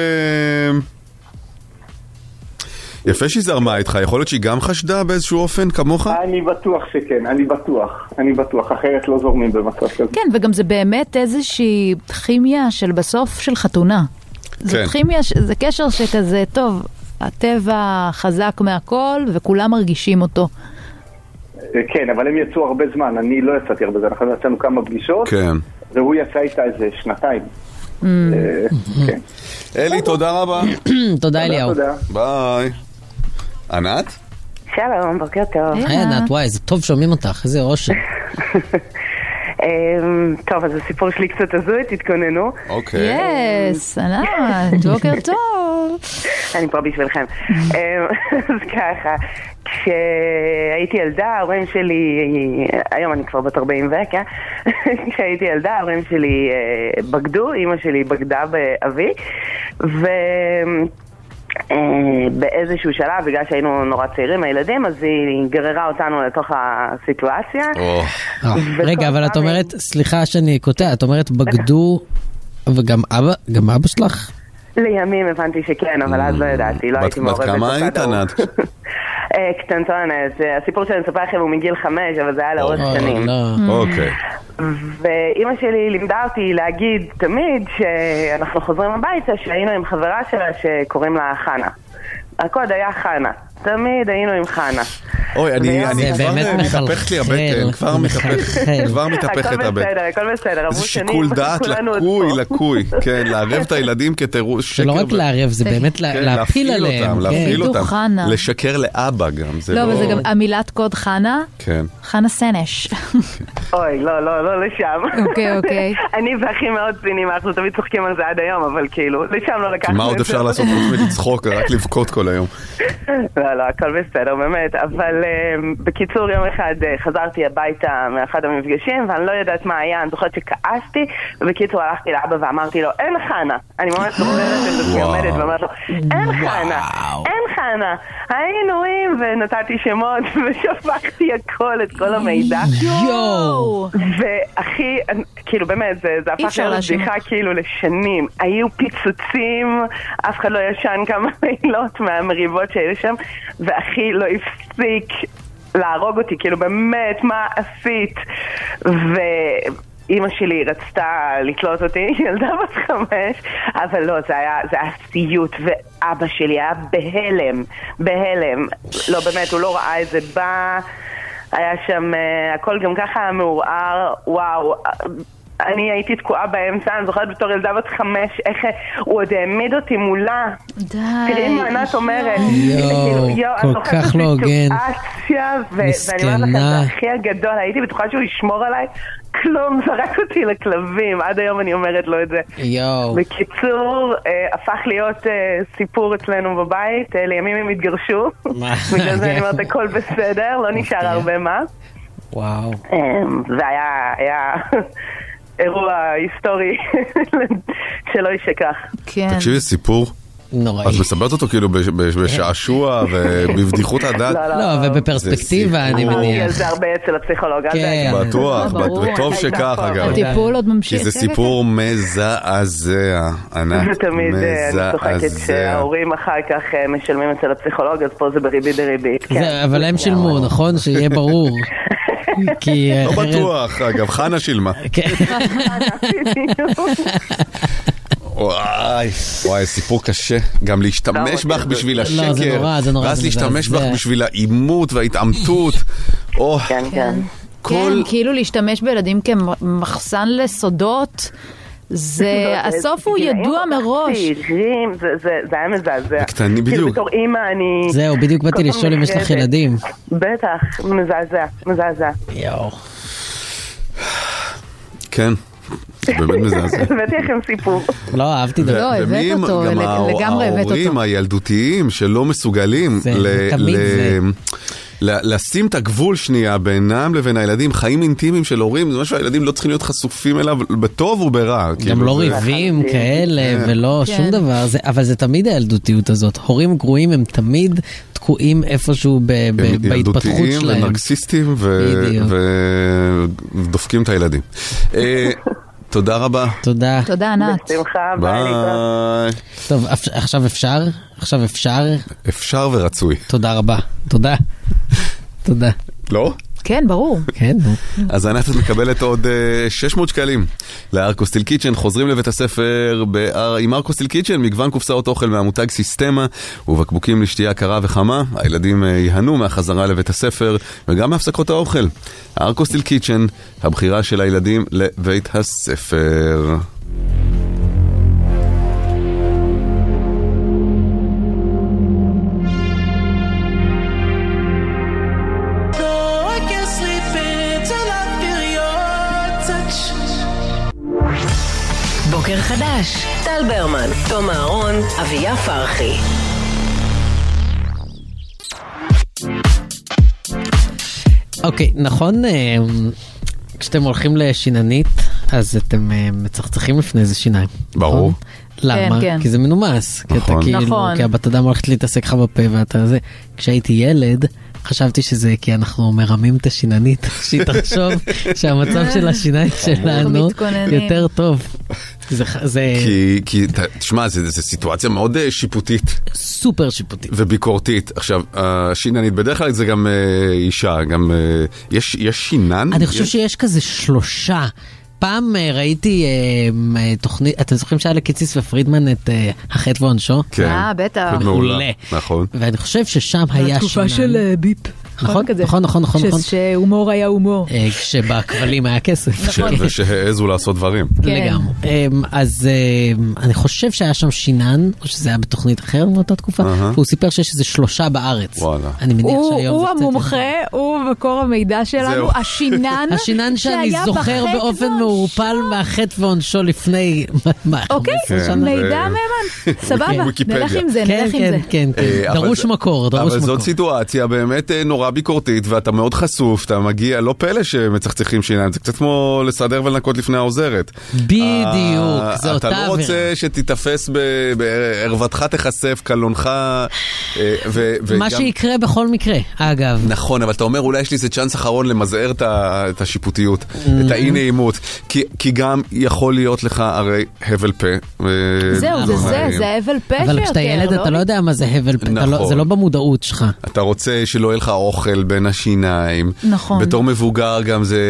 Speaker 3: יפה שהיא זרמה איתך, יכול להיות שהיא גם חשדה באיזשהו אופן כמוך?
Speaker 12: אני בטוח שכן, כן, אני בטוח, אני בטוח, אחרת לא זורמים במצב כזה.
Speaker 4: כן, וגם זה באמת איזושהי כימיה של בסוף של חתונה.
Speaker 12: כן.
Speaker 4: זאת כימיה, ש- זה קשר שכזה, טוב, הטבע חזק מהכל וכולם מרגישים אותו.
Speaker 12: אה, כן, אבל הם יצאו הרבה זמן, אני לא יצאתי הרבה זמן, אנחנו יצאנו כמה פגישות,
Speaker 3: כן.
Speaker 12: והוא יצא איתה איזה שנתיים. אה,
Speaker 4: Mm-hmm.
Speaker 12: כן.
Speaker 3: אלי, תודה רבה.
Speaker 5: תודה אליהו.
Speaker 3: ביי. ענת?
Speaker 13: שלום, בוקר טוב.
Speaker 5: היי ענת, וואי, זה טוב שומעים אותך, איזה אושר.
Speaker 13: אמ, טוב, אז הסיפור שלי קצת הזוי, תתכוננו. כן.
Speaker 3: אוקיי.
Speaker 4: יס, ענת, בוקר טוב.
Speaker 13: אני פה בשבילכם. אמ, אז ככה, כשהייתי ילדה, ההורים שלי, היום אני כבר בת 40 ו... כן? כשהייתי ילדה, ההורים שלי אה, בגדו, אימא שלי בגדה באבי, ו... אה, באיזשהו שלב, בגלל שהיינו נורא צעירים, הילדים, אז היא גררה אותנו לתוך הסיטואציה.
Speaker 5: אה, רגע, אבל את אומרת, סליחה שאני קוטע, את אומרת בגדו, וגם אבא, גם אבא שלך?
Speaker 13: לימים הבנתי שכן, אבל אז לא ידעתי, לא
Speaker 3: בת-
Speaker 13: הייתי
Speaker 3: בת
Speaker 13: מעורבת.
Speaker 3: כמה
Speaker 13: בצד
Speaker 3: היית,
Speaker 13: ההוא.
Speaker 3: ענת?
Speaker 13: אה, קטנטונת, אה, הסיפור שאני אספר לכם הוא מגיל חמש, אבל זה היה לאורך שנים.
Speaker 3: אוקיי.
Speaker 13: ואימא שלי לימדה אותי להגיד תמיד שאנחנו חוזרים הביתה שהיינו עם חברה שלה שקוראים לה חנה. הקוד היה חנה. תמיד היינו עם חנה.
Speaker 3: אוי, אני
Speaker 13: ויום-
Speaker 3: אני
Speaker 13: זה באמת
Speaker 3: כבר מתהפכת לי הבטן, כבר מתהפכת, כבר מתהפכת
Speaker 13: הכל
Speaker 3: הבטן.
Speaker 13: בסדר, הכל בסדר.
Speaker 3: איזה
Speaker 13: עברו שנים,
Speaker 3: שיקול דעת
Speaker 13: כולנו עוד
Speaker 3: לקוי,
Speaker 13: פה.
Speaker 3: לקוי. כן, לערב את הילדים כתירוש שקר.
Speaker 5: לא רק
Speaker 3: ו-
Speaker 5: לערב, זה
Speaker 3: כן,
Speaker 5: באמת לה-
Speaker 3: כן,
Speaker 5: להפיל עליהם,
Speaker 3: אותם,
Speaker 5: כן.
Speaker 3: להפעיל
Speaker 4: בדיוק,
Speaker 3: אותם.
Speaker 4: חנה.
Speaker 3: לשקר לאבא גם, זה
Speaker 4: לא,
Speaker 3: לא...
Speaker 4: אבל זה גם המילת קוד חנה,
Speaker 3: כן.
Speaker 4: חנה סנש.
Speaker 13: אוי, לא, לא, לא לשם.
Speaker 4: אוקיי, אוקיי.
Speaker 13: אני ואחי מאוד ציניים, אנחנו תמיד צוחקים על זה עד היום, אבל כאילו, לשם לא לקחנו את זה.
Speaker 3: מה עוד אפשר לעשות חוץ מלצחוק, רק לבכות כל היום.
Speaker 4: כן.
Speaker 13: לא, לא, הכל בסדר, באמת. אבל אה, בקיצור, יום אחד אה, חזרתי הביתה מאחד המפגשים, ואני לא יודעת מה היה, אני זוכרת שכעסתי, ובקיצור הלכתי לאבא ואמרתי לו, אין חנה. אני ממש זוכרת את עצמי
Speaker 10: וואו.
Speaker 13: עומדת ואומרת לו, אין חנה, אין חנה. היינו עם, ונתתי שמות, ושפכתי הכל, את כל המידע.
Speaker 10: יואו.
Speaker 13: ואחי, אני- כאילו באמת, זה זה
Speaker 10: אי
Speaker 13: הפך
Speaker 10: אפשר
Speaker 13: להיות
Speaker 10: להאשים
Speaker 13: בדיחה כאילו לשנים. היו פיצוצים, אף אחד לא ישן כמה לילות מהמריבות שהיו שם, ואחי לא הפסיק להרוג אותי, כאילו באמת, מה עשית? ואימא שלי רצתה לתלות אותי, ילדה בת חמש, אבל לא, זה היה, זה היה סיוט, ואבא שלי היה בהלם, בהלם. לא, באמת, הוא לא ראה את זה בא. היה שם, אה, הכל גם ככה היה מעורער, וואו. אה, אני הייתי תקועה באמצע, אני זוכרת בתור ילדה בת חמש, איך אה, הוא עוד העמיד אותי מולה.
Speaker 4: די.
Speaker 13: תראי מה ענת אומרת. כאילו,
Speaker 5: יואו,
Speaker 13: יואו, את
Speaker 5: כל
Speaker 13: זוכרת
Speaker 5: כך לא הוגן.
Speaker 13: סיטואציה, ו- ואני אומרת לכם,
Speaker 5: מסכנה.
Speaker 13: זה הכי הגדול, הייתי בטוחה שהוא ישמור עליי, כלום, זרק אותי לכלבים, עד היום אני אומרת לו את זה.
Speaker 5: יואו.
Speaker 13: בקיצור, אה, הפך להיות אה, סיפור אצלנו בבית, אה, לימים הם התגרשו, בגלל זה אני אומרת
Speaker 5: כן.
Speaker 13: הכל בסדר, לא
Speaker 5: אוקיי.
Speaker 13: נשאר הרבה מה.
Speaker 5: וואו.
Speaker 13: אמ, זה היה היה אירוע היסטורי שלא יישכח.
Speaker 4: כן.
Speaker 3: תקשיבי, סיפור.
Speaker 5: נוראי. כן.
Speaker 3: את מספרת אותו כאילו בש- בש- בשעשוע ובבדיחות הדעת.
Speaker 13: לא,
Speaker 5: לא, ובפרספקטיבה, אני
Speaker 13: אמרתי על
Speaker 5: מניח.
Speaker 13: זה הרבה אצל הפסיכולוג. אל
Speaker 5: כן.
Speaker 13: דאגה.
Speaker 3: בטוח,
Speaker 13: לא, ברור.
Speaker 3: וטוב שכך אגב.
Speaker 4: הטיפול עוד ממשיך.
Speaker 3: כי זה
Speaker 4: כן,
Speaker 3: סיפור
Speaker 5: נכון.
Speaker 3: מזעזע, ענת.
Speaker 13: זה תמיד, אה, אני צוחקת
Speaker 3: מזעזע.
Speaker 13: שההורים אחר כך אה, משלמים אצל הפסיכולוג, אז פה זה בריבית דריבית. כן.
Speaker 5: זה- אבל הם שילמו, נכון? שיהיה ברור. כי
Speaker 3: לא
Speaker 5: אחרת-
Speaker 3: בטוח, אגב, חנה שילמה.
Speaker 5: כן.
Speaker 3: וואי, וואי, סיפור קשה. גם להשתמש בך בשביל
Speaker 5: לא, זה
Speaker 3: השקר.
Speaker 5: נורא, זה נורא,
Speaker 3: ואז
Speaker 5: זה
Speaker 3: להשתמש בך
Speaker 5: מזעזע.
Speaker 3: בשביל העימות וההתעמתות. כן,
Speaker 13: כן.
Speaker 4: כן, כאילו להשתמש בילדים כמחסן לסודות, זה,
Speaker 13: לא,
Speaker 4: הסוף הוא
Speaker 13: גילאים
Speaker 4: ידוע
Speaker 13: כל כך
Speaker 4: מראש.
Speaker 13: צעירים, זה- זה זה היה מזעזע.
Speaker 3: קטני,
Speaker 13: כאילו
Speaker 3: בדיוק.
Speaker 13: בתור אימא אני...
Speaker 5: זהו, בדיוק באתי
Speaker 13: כל פעם
Speaker 5: לשאול אם יש לך
Speaker 13: נחרדת.
Speaker 5: ילדים.
Speaker 13: בטח, מזעזע, מזעזע.
Speaker 5: יואו.
Speaker 3: כן, זה באמת מזעזע.
Speaker 13: הבאתי לכם סיפור.
Speaker 5: לא, אהבתי
Speaker 3: ו- ומי הם גם ההור- ההורים הילדותיים שלא מסוגלים
Speaker 5: זה-
Speaker 3: ל-
Speaker 5: זה תמיד
Speaker 3: ל-
Speaker 5: זה.
Speaker 3: ל- לשים את הגבול שנייה בינם לבין הילדים, חיים אינטימיים של הורים, זה משהו שהילדים לא צריכים להיות חשופים אליו, בטוב וברע.
Speaker 5: גם
Speaker 3: כאילו,
Speaker 5: לא
Speaker 3: זה-
Speaker 5: ריבים כאלה
Speaker 3: כן.
Speaker 5: ולא
Speaker 3: כן.
Speaker 5: שום דבר, זה- אבל זה תמיד הילדותיות הזאת. הורים גרועים הם תמיד תקועים איפשהו ב- ב- בהתפתחות
Speaker 3: ילדותיים
Speaker 5: שלהם.
Speaker 3: ונרקסיסטים ו- ו- ודופקים את הילדים. אה, תודה רבה.
Speaker 5: תודה.
Speaker 4: תודה, ענת.
Speaker 13: בשמחה,
Speaker 3: ביי.
Speaker 5: טוב, אפ- עכשיו אפשר? עכשיו אפשר?
Speaker 3: אפשר ורצוי.
Speaker 5: תודה רבה. תודה. תודה.
Speaker 3: לא?
Speaker 4: כן, ברור.
Speaker 5: כן, נו.
Speaker 3: אז ענת את מקבלת עוד אה, 600 שקלים לארקו סטיל קיצ'ן. חוזרים לבית הספר באר- עם ארקו סטיל קיצ'ן, מגוון קופסאות אוכל מהמותג סיסטמה ובקבוקים לשתייה קרה וחמה. הילדים אה, ייהנו מהחזרה לבית הספר וגם מהפסקות האוכל. ארקו סטיל קיצ'ן, הבחירה של הילדים לבית הספר.
Speaker 10: No, I can't sleep until I feel your touch.
Speaker 2: בוקר חדש, טל ברמן, תום אהרון, אביה פרחי.
Speaker 5: אוקיי, נכון, אה, כשאתם הולכים לשיננית, אז אתם אה, מצחצחים לפני איזה שיניים. נכון?
Speaker 3: ברור.
Speaker 4: כן,
Speaker 5: למה?
Speaker 4: כן.
Speaker 5: כי זה מנומס. כי אתה
Speaker 4: נכון.
Speaker 5: כאילו,
Speaker 4: נכון.
Speaker 5: כי הבת אדם הולכת להתעסק לך בפה ואתה זה. כשהייתי ילד, חשבתי שזה כי אנחנו מרמים את השיננית, שהיא תחשוב שהמצב של השיניים שלנו
Speaker 4: מתכוננים.
Speaker 5: יותר טוב. זה, ח- זה
Speaker 3: כי, כי ת- תשמע, זו סיטואציה מאוד אה, שיפוטית.
Speaker 5: סופר שיפוטית.
Speaker 3: וביקורתית. עכשיו, השיננית, בדרך כלל זה גם אה, אישה, גם... אה, יש, יש שינן?
Speaker 5: אני חושב
Speaker 3: Mm, יש-
Speaker 5: שיש כזה שלושה. פעם אה, ראיתי אה, אה, תוכנית, אתם זוכרים שהיה לקיציס ופרידמן את אה, החטא ועונשו?
Speaker 3: כן.
Speaker 4: אה, בטח.
Speaker 3: זה מעולה. נכון.
Speaker 5: ואני חושב ששם היה
Speaker 4: התקופה
Speaker 5: שיניים.
Speaker 4: של אה, ביפ.
Speaker 5: נכון, נכון, נכון, נכון,
Speaker 4: ש-
Speaker 5: נכון.
Speaker 4: שהומור היה הומור.
Speaker 5: אה, כשבכבלים היה כסף. כן.
Speaker 3: ש- ושהעזו לעשות דברים.
Speaker 5: לגמרי. אמ, אז אמ, אני חושב שהיה שם שינן, או שזה היה בתוכנית אחרת מאותה תקופה, והוא סיפר שיש איזה שלושה בארץ. אני מניח
Speaker 4: הוא
Speaker 5: שהיום
Speaker 4: הוא
Speaker 5: זה קצת...
Speaker 4: המומחה, הוא מקור המידע שלנו,
Speaker 5: זהו.
Speaker 4: השינן.
Speaker 5: השינן שאני
Speaker 4: שהיה
Speaker 5: זוכר
Speaker 4: בחטא
Speaker 5: באופן מעורפל מהחטא ועונשו לפני, מה, 15
Speaker 4: אוקיי,
Speaker 5: שנה?
Speaker 4: מידע מהימן, סבבה,
Speaker 3: כן. ויקיפדיה.
Speaker 4: נלך עם זה,
Speaker 5: כן,
Speaker 4: נלך עם
Speaker 5: כן,
Speaker 4: זה.
Speaker 5: כן,
Speaker 3: אה,
Speaker 5: כן,
Speaker 3: אבל
Speaker 5: דרוש
Speaker 3: זה-
Speaker 5: מקור, דרוש
Speaker 3: אבל
Speaker 5: מקור.
Speaker 3: זאת סיטואציה באמת אה, נורא ביקורתית, ואתה מאוד חשוף, אתה מגיע, לא פלא שמצחצחים שיניים, זה קצת כמו לסדר ולנקות לפני העוזרת.
Speaker 5: בדיוק, זה אותה
Speaker 3: אתה לא
Speaker 5: עבירה.
Speaker 3: רוצה שתיתפס, ב- בערוותך תיחשף, קלונך, אה, ו-
Speaker 5: מה
Speaker 3: וגם...
Speaker 5: שיקרה בכל מקרה, אגב.
Speaker 3: נכון, אבל אתה אומר, אולי יש לי איזה צ'אנס אחרון למזער את ה- את השיפוטיות,
Speaker 5: Mm.
Speaker 3: את האי נעימות, כי- כי גם יכול להיות לך הרי הבל פה. ו-
Speaker 5: אה,
Speaker 4: זהו, זה זה,
Speaker 3: דברים.
Speaker 4: זה הבל פה שיותר,
Speaker 5: אבל כשאתה ילד אתה לא יודע מה זה הבל פה, אתה לא-
Speaker 3: נכון.
Speaker 5: זה לא במודעות שלך.
Speaker 3: אתה רוצה שלא יהיה לך אוכל בין השיניים.
Speaker 4: נכון.
Speaker 3: בתור מבוגר גם זה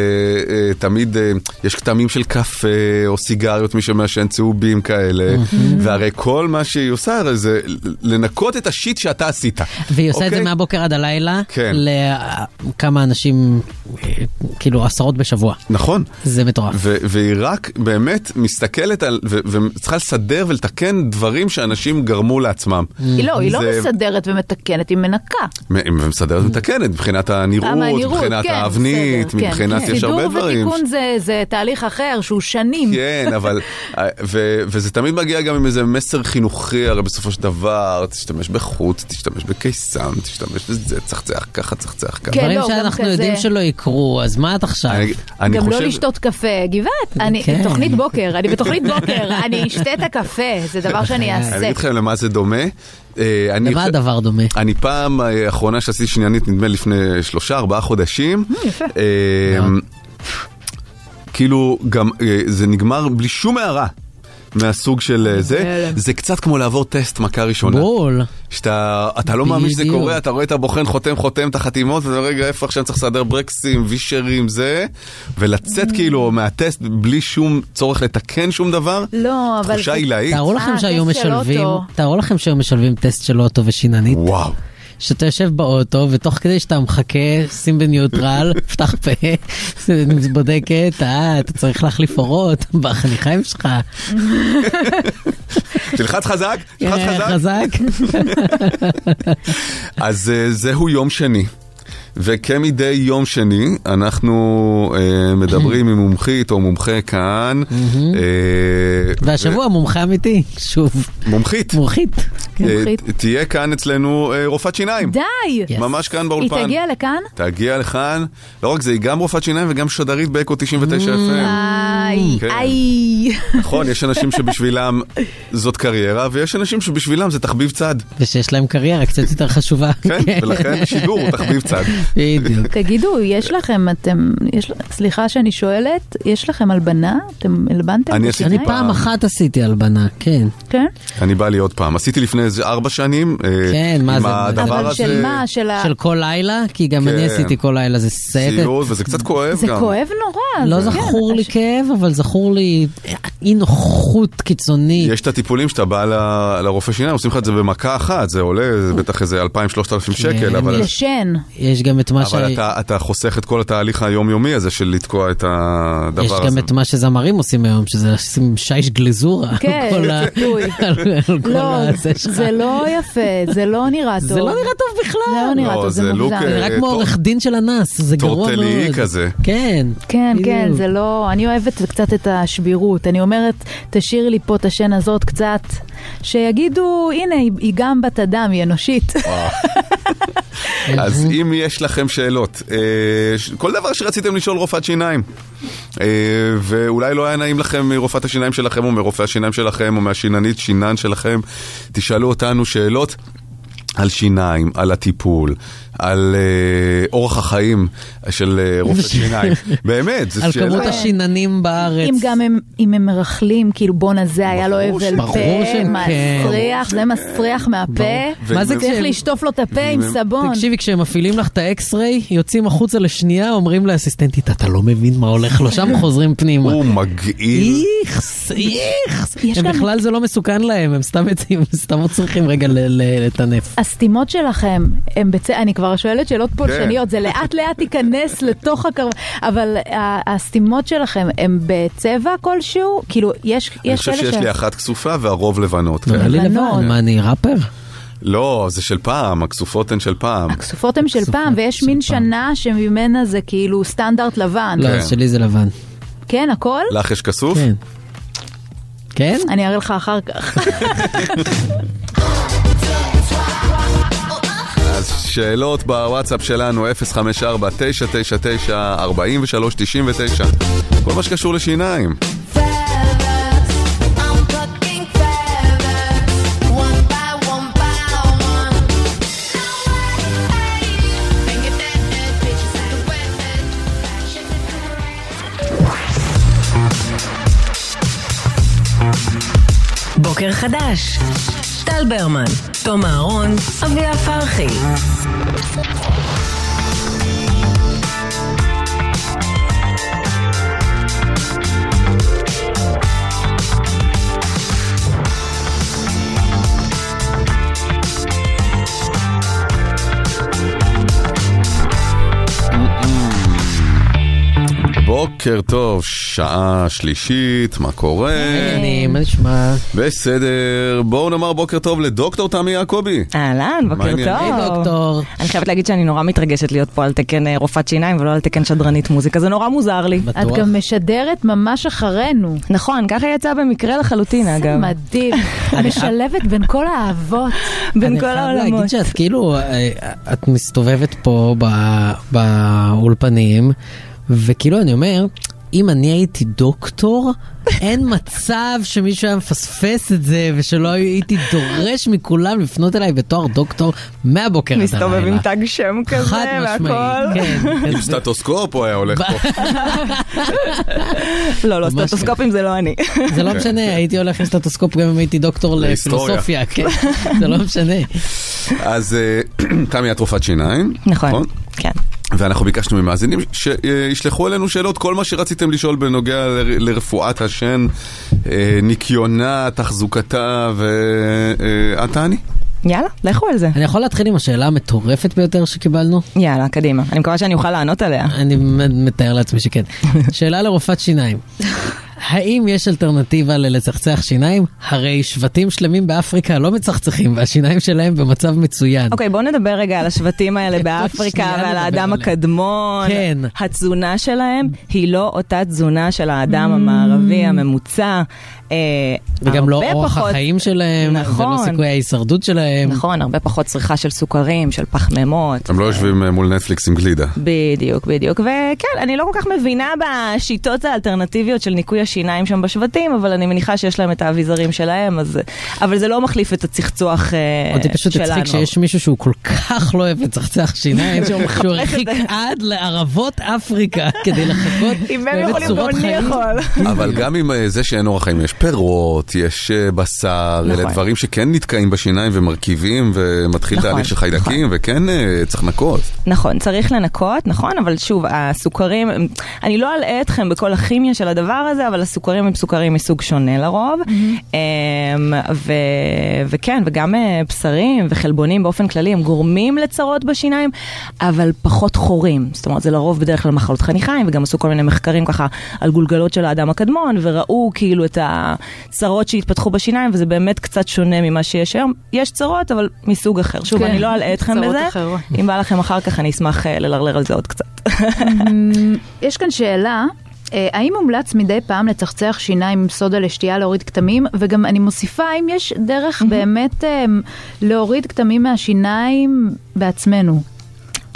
Speaker 3: אה, תמיד, אה, יש טעמים של קפה או סיגריות, מי שמעשן צהובים כאלה, והרי כל מה שהיא עושה הרי זה לנקות את השיט שאתה עשית.
Speaker 5: והיא עושה את זה
Speaker 3: אוקיי?
Speaker 5: מהבוקר עד הלילה,
Speaker 3: כן.
Speaker 5: לכמה אנשים, אה, כאילו עשרות בשבוע.
Speaker 3: נכון.
Speaker 5: זה מטורף.
Speaker 3: ו- והיא רק באמת מסתכלת על, ו- וצריכה לסדר ולתקן דברים שאנשים גרמו לעצמם.
Speaker 4: היא לא, היא לא
Speaker 3: זה-
Speaker 4: מסדרת ומתקנת, היא מנקה.
Speaker 3: מ- ומסדרת ומתקנת, מבחינת הנראות,
Speaker 4: המהירות,
Speaker 3: מבחינת
Speaker 4: כן,
Speaker 3: האבנית,
Speaker 4: בסדר, כן,
Speaker 3: מבחינת,
Speaker 4: כן.
Speaker 3: יש הרבה
Speaker 4: סידור
Speaker 3: דברים.
Speaker 4: ותיקון זה- זה תהליך אחר שהוא שנים.
Speaker 3: כן, אבל, ו, וזה תמיד מגיע גם עם איזה מסר חינוכי, הרי בסופו של דבר, תשתמש בחוט, תשתמש בקיסם, תשתמש בזה, צחצח ככה, צחצח ככה.
Speaker 5: דברים
Speaker 4: לא, גם
Speaker 5: שאנחנו
Speaker 4: כזה-
Speaker 5: יודעים שלא יקרו, אז מה את עכשיו?
Speaker 3: אני
Speaker 4: גם לא לשתות קפה, גבעת, אני
Speaker 5: כן.
Speaker 4: תוכנית בוקר, אני בתוכנית בוקר, אני אשתה את הקפה, זה דבר שאני
Speaker 3: אני
Speaker 4: אעשה.
Speaker 3: אגיד לכם למה זה דומה. אה, אני
Speaker 5: אה, למה
Speaker 3: חושב-
Speaker 5: הדבר דומה?
Speaker 3: אני פעם אה, האחרונה שעשיתי שניינית, נדמה לי לפני שלושה, ארבעה חודשים.
Speaker 4: יפה.
Speaker 3: אה, כאילו, גם אה, זה נגמר בלי שום הערה. מהסוג של אה, זה,
Speaker 5: בהלם.
Speaker 3: זה קצת כמו לעבור טסט מכה ראשונה.
Speaker 5: בול.
Speaker 3: שאתה אתה לא מאמין שזה
Speaker 5: בדיוק.
Speaker 3: קורה, אתה רואה את הבוחן חותם חותם את החתימות, ואתה אומר, רגע, איפה עכשיו צריך לסדר ברקסים, וישרים, זה, ולצאת
Speaker 4: אה.
Speaker 3: כאילו מהטסט בלי שום צורך לתקן שום דבר.
Speaker 4: לא, אבל...
Speaker 3: תחושה עילאית.
Speaker 5: תארו לכם
Speaker 4: אה,
Speaker 5: שהיו
Speaker 4: טסט של
Speaker 5: משלבים,
Speaker 4: אוטו.
Speaker 5: תארו לכם שהיו משלבים טסט של אוטו ושיננית.
Speaker 3: וואו.
Speaker 5: שאתה יושב באוטו, ותוך כדי שאתה מחכה, שים בניוטרל, פתח פה, בודקת, אה, אתה צריך להחליף אורות בחניכיים שלך.
Speaker 3: תלחץ חזק, תלחץ
Speaker 5: אה,
Speaker 3: חזק.
Speaker 5: חזק.
Speaker 3: אז אה, זהו יום שני. וכמדי יום שני, אנחנו אה, מדברים עם מומחית או מומחה כאן. אה,
Speaker 5: והשבוע מומחה אמיתי, שוב.
Speaker 3: מומחית.
Speaker 5: מומחית. כן.
Speaker 3: ו- אה, תהיה כאן אצלנו אה, רופאת שיניים.
Speaker 4: כן, די!
Speaker 3: ממש כאן באולפן.
Speaker 4: היא תגיע לכאן?
Speaker 3: תגיע לכאן, לא רק זה, היא גם רופאת שיניים וגם שדרית באקו 99 FM.
Speaker 4: איי,
Speaker 3: כן.
Speaker 4: איי.
Speaker 3: נכון, יש אנשים שבשבילם זאת קריירה, ויש אנשים שבשבילם זה תחביב צד.
Speaker 5: ושיש להם קריירה קצת יותר חשובה.
Speaker 3: כן, ולכן שידור הוא תחביב צד.
Speaker 5: בדיוק.
Speaker 4: תגידו, יש לכם, אתם, יש, סליחה שאני שואלת, יש לכם הלבנה? אתם הלבנתם?
Speaker 3: אני עשיתי
Speaker 5: אני
Speaker 3: פעם.
Speaker 5: פעם אחת עשיתי הלבנה, כן.
Speaker 4: כן?
Speaker 3: אני בא לי עוד פעם, עשיתי לפני איזה ארבע שנים, אה,
Speaker 5: כן, מה
Speaker 3: עם
Speaker 5: זה?
Speaker 3: הדבר הזה,
Speaker 4: של ה-
Speaker 5: של כל לילה? כי גם
Speaker 3: כן.
Speaker 5: אני עשיתי כל לילה, זה סרט.
Speaker 3: ציוד, וזה קצת כואב
Speaker 4: זה
Speaker 3: גם.
Speaker 4: כואב נורא.
Speaker 5: לא
Speaker 4: זה- כן.
Speaker 5: זכור לי כאב, אבל זכור לי אי נוחות קיצונית.
Speaker 3: יש את הטיפולים שאתה בא ל- לרופא שיניים, עושים לך את זה במכה אחת, זה עולה זה בטח איזה 2,000-3,000 שקל, אבל...
Speaker 4: לשן.
Speaker 5: אה, יש גם את כן, מה ש...
Speaker 3: אבל אתה, אתה חוסך את כל התהליך היומיומי הזה של לתקוע את
Speaker 5: יש
Speaker 3: הדבר
Speaker 5: גם
Speaker 3: הזה.
Speaker 5: את מה שזמרים עושים היום, שזה לשים שיש גלזורה.
Speaker 4: כן,
Speaker 5: על כל ה-
Speaker 4: טיפוי.
Speaker 5: על על כל
Speaker 4: לא,
Speaker 5: הזה שלך.
Speaker 4: זה לא יפה, זה לא נראה טוב.
Speaker 5: זה לא נראה
Speaker 4: טוב בכלל. זה לא נראה
Speaker 3: לא,
Speaker 4: טוב,
Speaker 3: זה
Speaker 4: זה
Speaker 3: לוק,
Speaker 4: מוגזם.
Speaker 5: זה
Speaker 3: אה,
Speaker 5: נראה כמו
Speaker 3: טור-
Speaker 5: עורך דין של אנס, זה גרוע מאוד.
Speaker 3: טורטלי כזה.
Speaker 5: כן.
Speaker 4: כן, כן,
Speaker 5: בדיוק.
Speaker 4: זה לא... אני אוהבת קצת את השבירות. אני אומרת, תשאיר לי פה את השן הזאת קצת, שיגידו, הנה, היא- היא גם בת אדם, היא אנושית.
Speaker 3: אז אם יש לכם שאלות, אה, ש- כל דבר שרציתם לשאול רופאת שיניים, אה, ואולי לא היה נעים לכם מרופאת השיניים שלכם או מרופא השיניים שלכם או מהשיננית שינן שלכם, תשאלו אותנו שאלות. על שיניים, על הטיפול, על אה, אורח החיים של אה, רופא שיניים. באמת, זו
Speaker 5: על
Speaker 3: שאלה.
Speaker 5: כמות השיננים בארץ.
Speaker 4: אם גם הם, אם הם מרכלים, כאילו בואנה זה היה לו הבל
Speaker 5: שברור
Speaker 4: פה,
Speaker 5: שהם כן.
Speaker 4: מסריח, זה מסריח מהפה,
Speaker 5: ברור. מה זה
Speaker 4: צריך
Speaker 5: כשהם-
Speaker 4: לשטוף לו את הפה עם
Speaker 5: והם-
Speaker 4: סבון.
Speaker 5: תקשיבי, כשהם מפעילים לך את האקס-ריי, יוצאים החוצה לשנייה, אומרים לאסיסטנטית, אתה לא מבין מה הולך לו, שם חוזרים פנימה.
Speaker 3: הוא מגעיל.
Speaker 5: איכס, איכס.
Speaker 4: יש
Speaker 5: הם
Speaker 4: גם-
Speaker 5: בכלל זה לא מסוכן להם, הם סתם יוצאים, סתם צריכים רגע ל- ל-
Speaker 4: אה.
Speaker 5: לטנף.
Speaker 4: הסתימות שלכם, הם בצ... אני כבר שואלת שאלות
Speaker 3: כן.
Speaker 4: פולשניות, זה לאט לאט ייכנס לתוך הקרב, אבל ה- הסתימות שלכם, הם בצבע כלשהו? כאילו, יש,
Speaker 3: אני
Speaker 4: יש
Speaker 3: חושב
Speaker 4: כאלה
Speaker 3: שיש
Speaker 4: ש...
Speaker 3: לי אחת כסופה והרוב לבנות.
Speaker 5: נראה לי
Speaker 3: כן.
Speaker 5: לבן, מה אני ראפר?
Speaker 3: לא, זה של פעם, הכסופות הן של פעם.
Speaker 4: סופות הם של פעם, ויש מין שנה שממנה זה כאילו סטנדרט לבן.
Speaker 5: לא, אז שלי זה לבן.
Speaker 4: כן, הכל?
Speaker 3: לך יש כסוף? כן.
Speaker 5: כן?
Speaker 4: אני אראה לך אחר כך.
Speaker 3: אז שאלות בוואטסאפ שלנו, 054-999-4399. כל מה שקשור לשיניים.
Speaker 2: בוקר חדש. טל ברמן, תום אהרון, אביה פרחי.
Speaker 3: בוקר טוב, שעה שלישית, מה קורה?
Speaker 5: אני, מה נשמע?
Speaker 3: בסדר, בואו נאמר בוקר טוב לדוקטור תמי יעקבי.
Speaker 14: אהלן,
Speaker 3: מה
Speaker 14: בוקר
Speaker 3: העניינים?
Speaker 14: טוב. אני חייבת להגיד שאני נורא מתרגשת להיות פה על תקן אה, רופאת שיניים ולא על תקן שדרנית מוזיקה, זה נורא מוזר לי.
Speaker 4: את גם משדרת ממש אחרינו.
Speaker 14: נכון, ככה יצא במקרה לחלוטין,
Speaker 4: זה
Speaker 14: אגב.
Speaker 4: מדהים. משלבת בין כל האהבות.
Speaker 14: בין כל
Speaker 5: אני חייב
Speaker 14: העולמות.
Speaker 5: להגיד שאת כאילו, אה, את מסתובבת פה ב- באולפנים, וכאילו אני אומר, אם אני הייתי דוקטור, אין מצב שמישהו היה מפספס את זה, ושלא הייתי דורש מכולם לפנות אליי בתואר דוקטור מהבוקר עד הלילה.
Speaker 14: מסתובב עם תג שם כזה
Speaker 5: חד משמעית,
Speaker 14: והכל.
Speaker 5: כן.
Speaker 3: עם סטטוסקופ הוא היה הולך פה.
Speaker 14: לא, לא,
Speaker 5: ממש
Speaker 14: סטטוסקופים זה לא אני.
Speaker 5: זה לא משנה, הייתי הולך עם סטטוסקופ גם אם הייתי דוקטור
Speaker 3: להיסטוריה.
Speaker 5: לפילוסופיה, כן, זה לא משנה.
Speaker 3: אז אה, תמי את רופאת שיניים.
Speaker 14: נכון, כן.
Speaker 3: ואנחנו ביקשנו ממאזינים שישלחו אלינו שאלות, כל מה שרציתם לשאול בנוגע ל- לרפואת השן, אה, ניקיונה, תחזוקתה, אה, ואת תעני?
Speaker 14: יאללה, לכו על זה.
Speaker 5: אני יכול להתחיל עם השאלה המטורפת ביותר שקיבלנו?
Speaker 14: יאללה, קדימה. אני מקווה שאני אוכל לענות עליה.
Speaker 5: אני מתאר לעצמי שכן. שאלה לרופאת שיניים. האם יש אלטרנטיבה ללצחצח שיניים? הרי שבטים שלמים באפריקה לא מצחצחים, והשיניים שלהם במצב מצוין.
Speaker 14: אוקיי, בואו נדבר רגע על השבטים האלה באפריקה
Speaker 5: שנייה
Speaker 14: ועל
Speaker 5: נדבר
Speaker 14: האדם
Speaker 5: עליהם.
Speaker 14: הקדמון.
Speaker 5: כן.
Speaker 14: התזונה שלהם היא לא אותה תזונה של האדם המערבי הממוצע. אה,
Speaker 5: Mm. וגם לא
Speaker 14: הרבה
Speaker 5: אורח
Speaker 14: פחות-
Speaker 5: החיים שלהם, ולא
Speaker 14: נכון.
Speaker 5: סיכויי ההישרדות שלהם.
Speaker 14: נכון, הרבה פחות צריכה של סוכרים, של פחמימות.
Speaker 3: הם לא יושבים אה, מול נטפליקס עם גלידה.
Speaker 14: בדיוק, בדיוק. וכן, אני לא כל כך מבינה בשיטות האלטרנטיביות של ניקוי השיניים שם בשבטים, אבל אני מניחה שיש להם את האביזרים שלהם, אז... אבל זה לא מחליף את הצחצוח אה,
Speaker 5: אותי פשוט
Speaker 14: שלנו.
Speaker 5: הצחיק שיש מישהו שהוא כל כך לא אוהב לצחצח שיניים,
Speaker 14: שהוא
Speaker 5: שהוא
Speaker 14: מחפש את
Speaker 5: הרחיק עד לערבות אפריקה כדי לחכות.
Speaker 14: אם הם
Speaker 5: באמת
Speaker 14: יכולים,
Speaker 5: צורות
Speaker 14: גם אני
Speaker 5: חיים.
Speaker 14: יכול.
Speaker 3: אבל גם עם אה, זה שאין אורח חיים, יש פירות, יש אה, בשר, אלה
Speaker 14: נכון.
Speaker 3: דברים שכן נתקעים בשיניים ומרכיבים, ומתחיל
Speaker 14: נכון,
Speaker 3: תהליך של חיידקים, וכן אה, צריך לנקות.
Speaker 14: נכון, צריך לנקות, נכון, אבל שוב, הסוכרים, הם- אני לא אלאה אתכם בכל הכימיה של הדבר הזה, אבל הסוכרים הם סוכרים מסוג שונה לרוב.
Speaker 4: Mm-hmm.
Speaker 14: אמ, ו- וכן, וגם אה, בשרים וחלבונים באופן כללי, הם גורמים לצרות בשיניים, אבל פחות חורים. זאת אומרת, זה לרוב בדרך כלל מחלות חניכיים, וגם עשו כל מיני מחקרים ככה על גולגלות של האדם הקדמון, וראו כאילו את הצרות שהתפתחו בשיניים, וזה באמת קצת שונה ממה שיש היום. יש צרות, אבל מסוג אחר. שוב,
Speaker 4: כן,
Speaker 14: אני לא אלאה אתכם
Speaker 4: צרות
Speaker 14: בזה.
Speaker 4: אחרות.
Speaker 14: אם בא לכם אחר כך, אני אשמח אה, ללרלר על זה עוד קצת.
Speaker 4: יש כאן שאלה. אה, האם מומלץ מדי פעם לצחצח שיניים עם סודה לשתייה להוריד כתמים? וגם אני מוסיפה, אם יש דרך באמת אה, להוריד כתמים מהשיניים בעצמנו.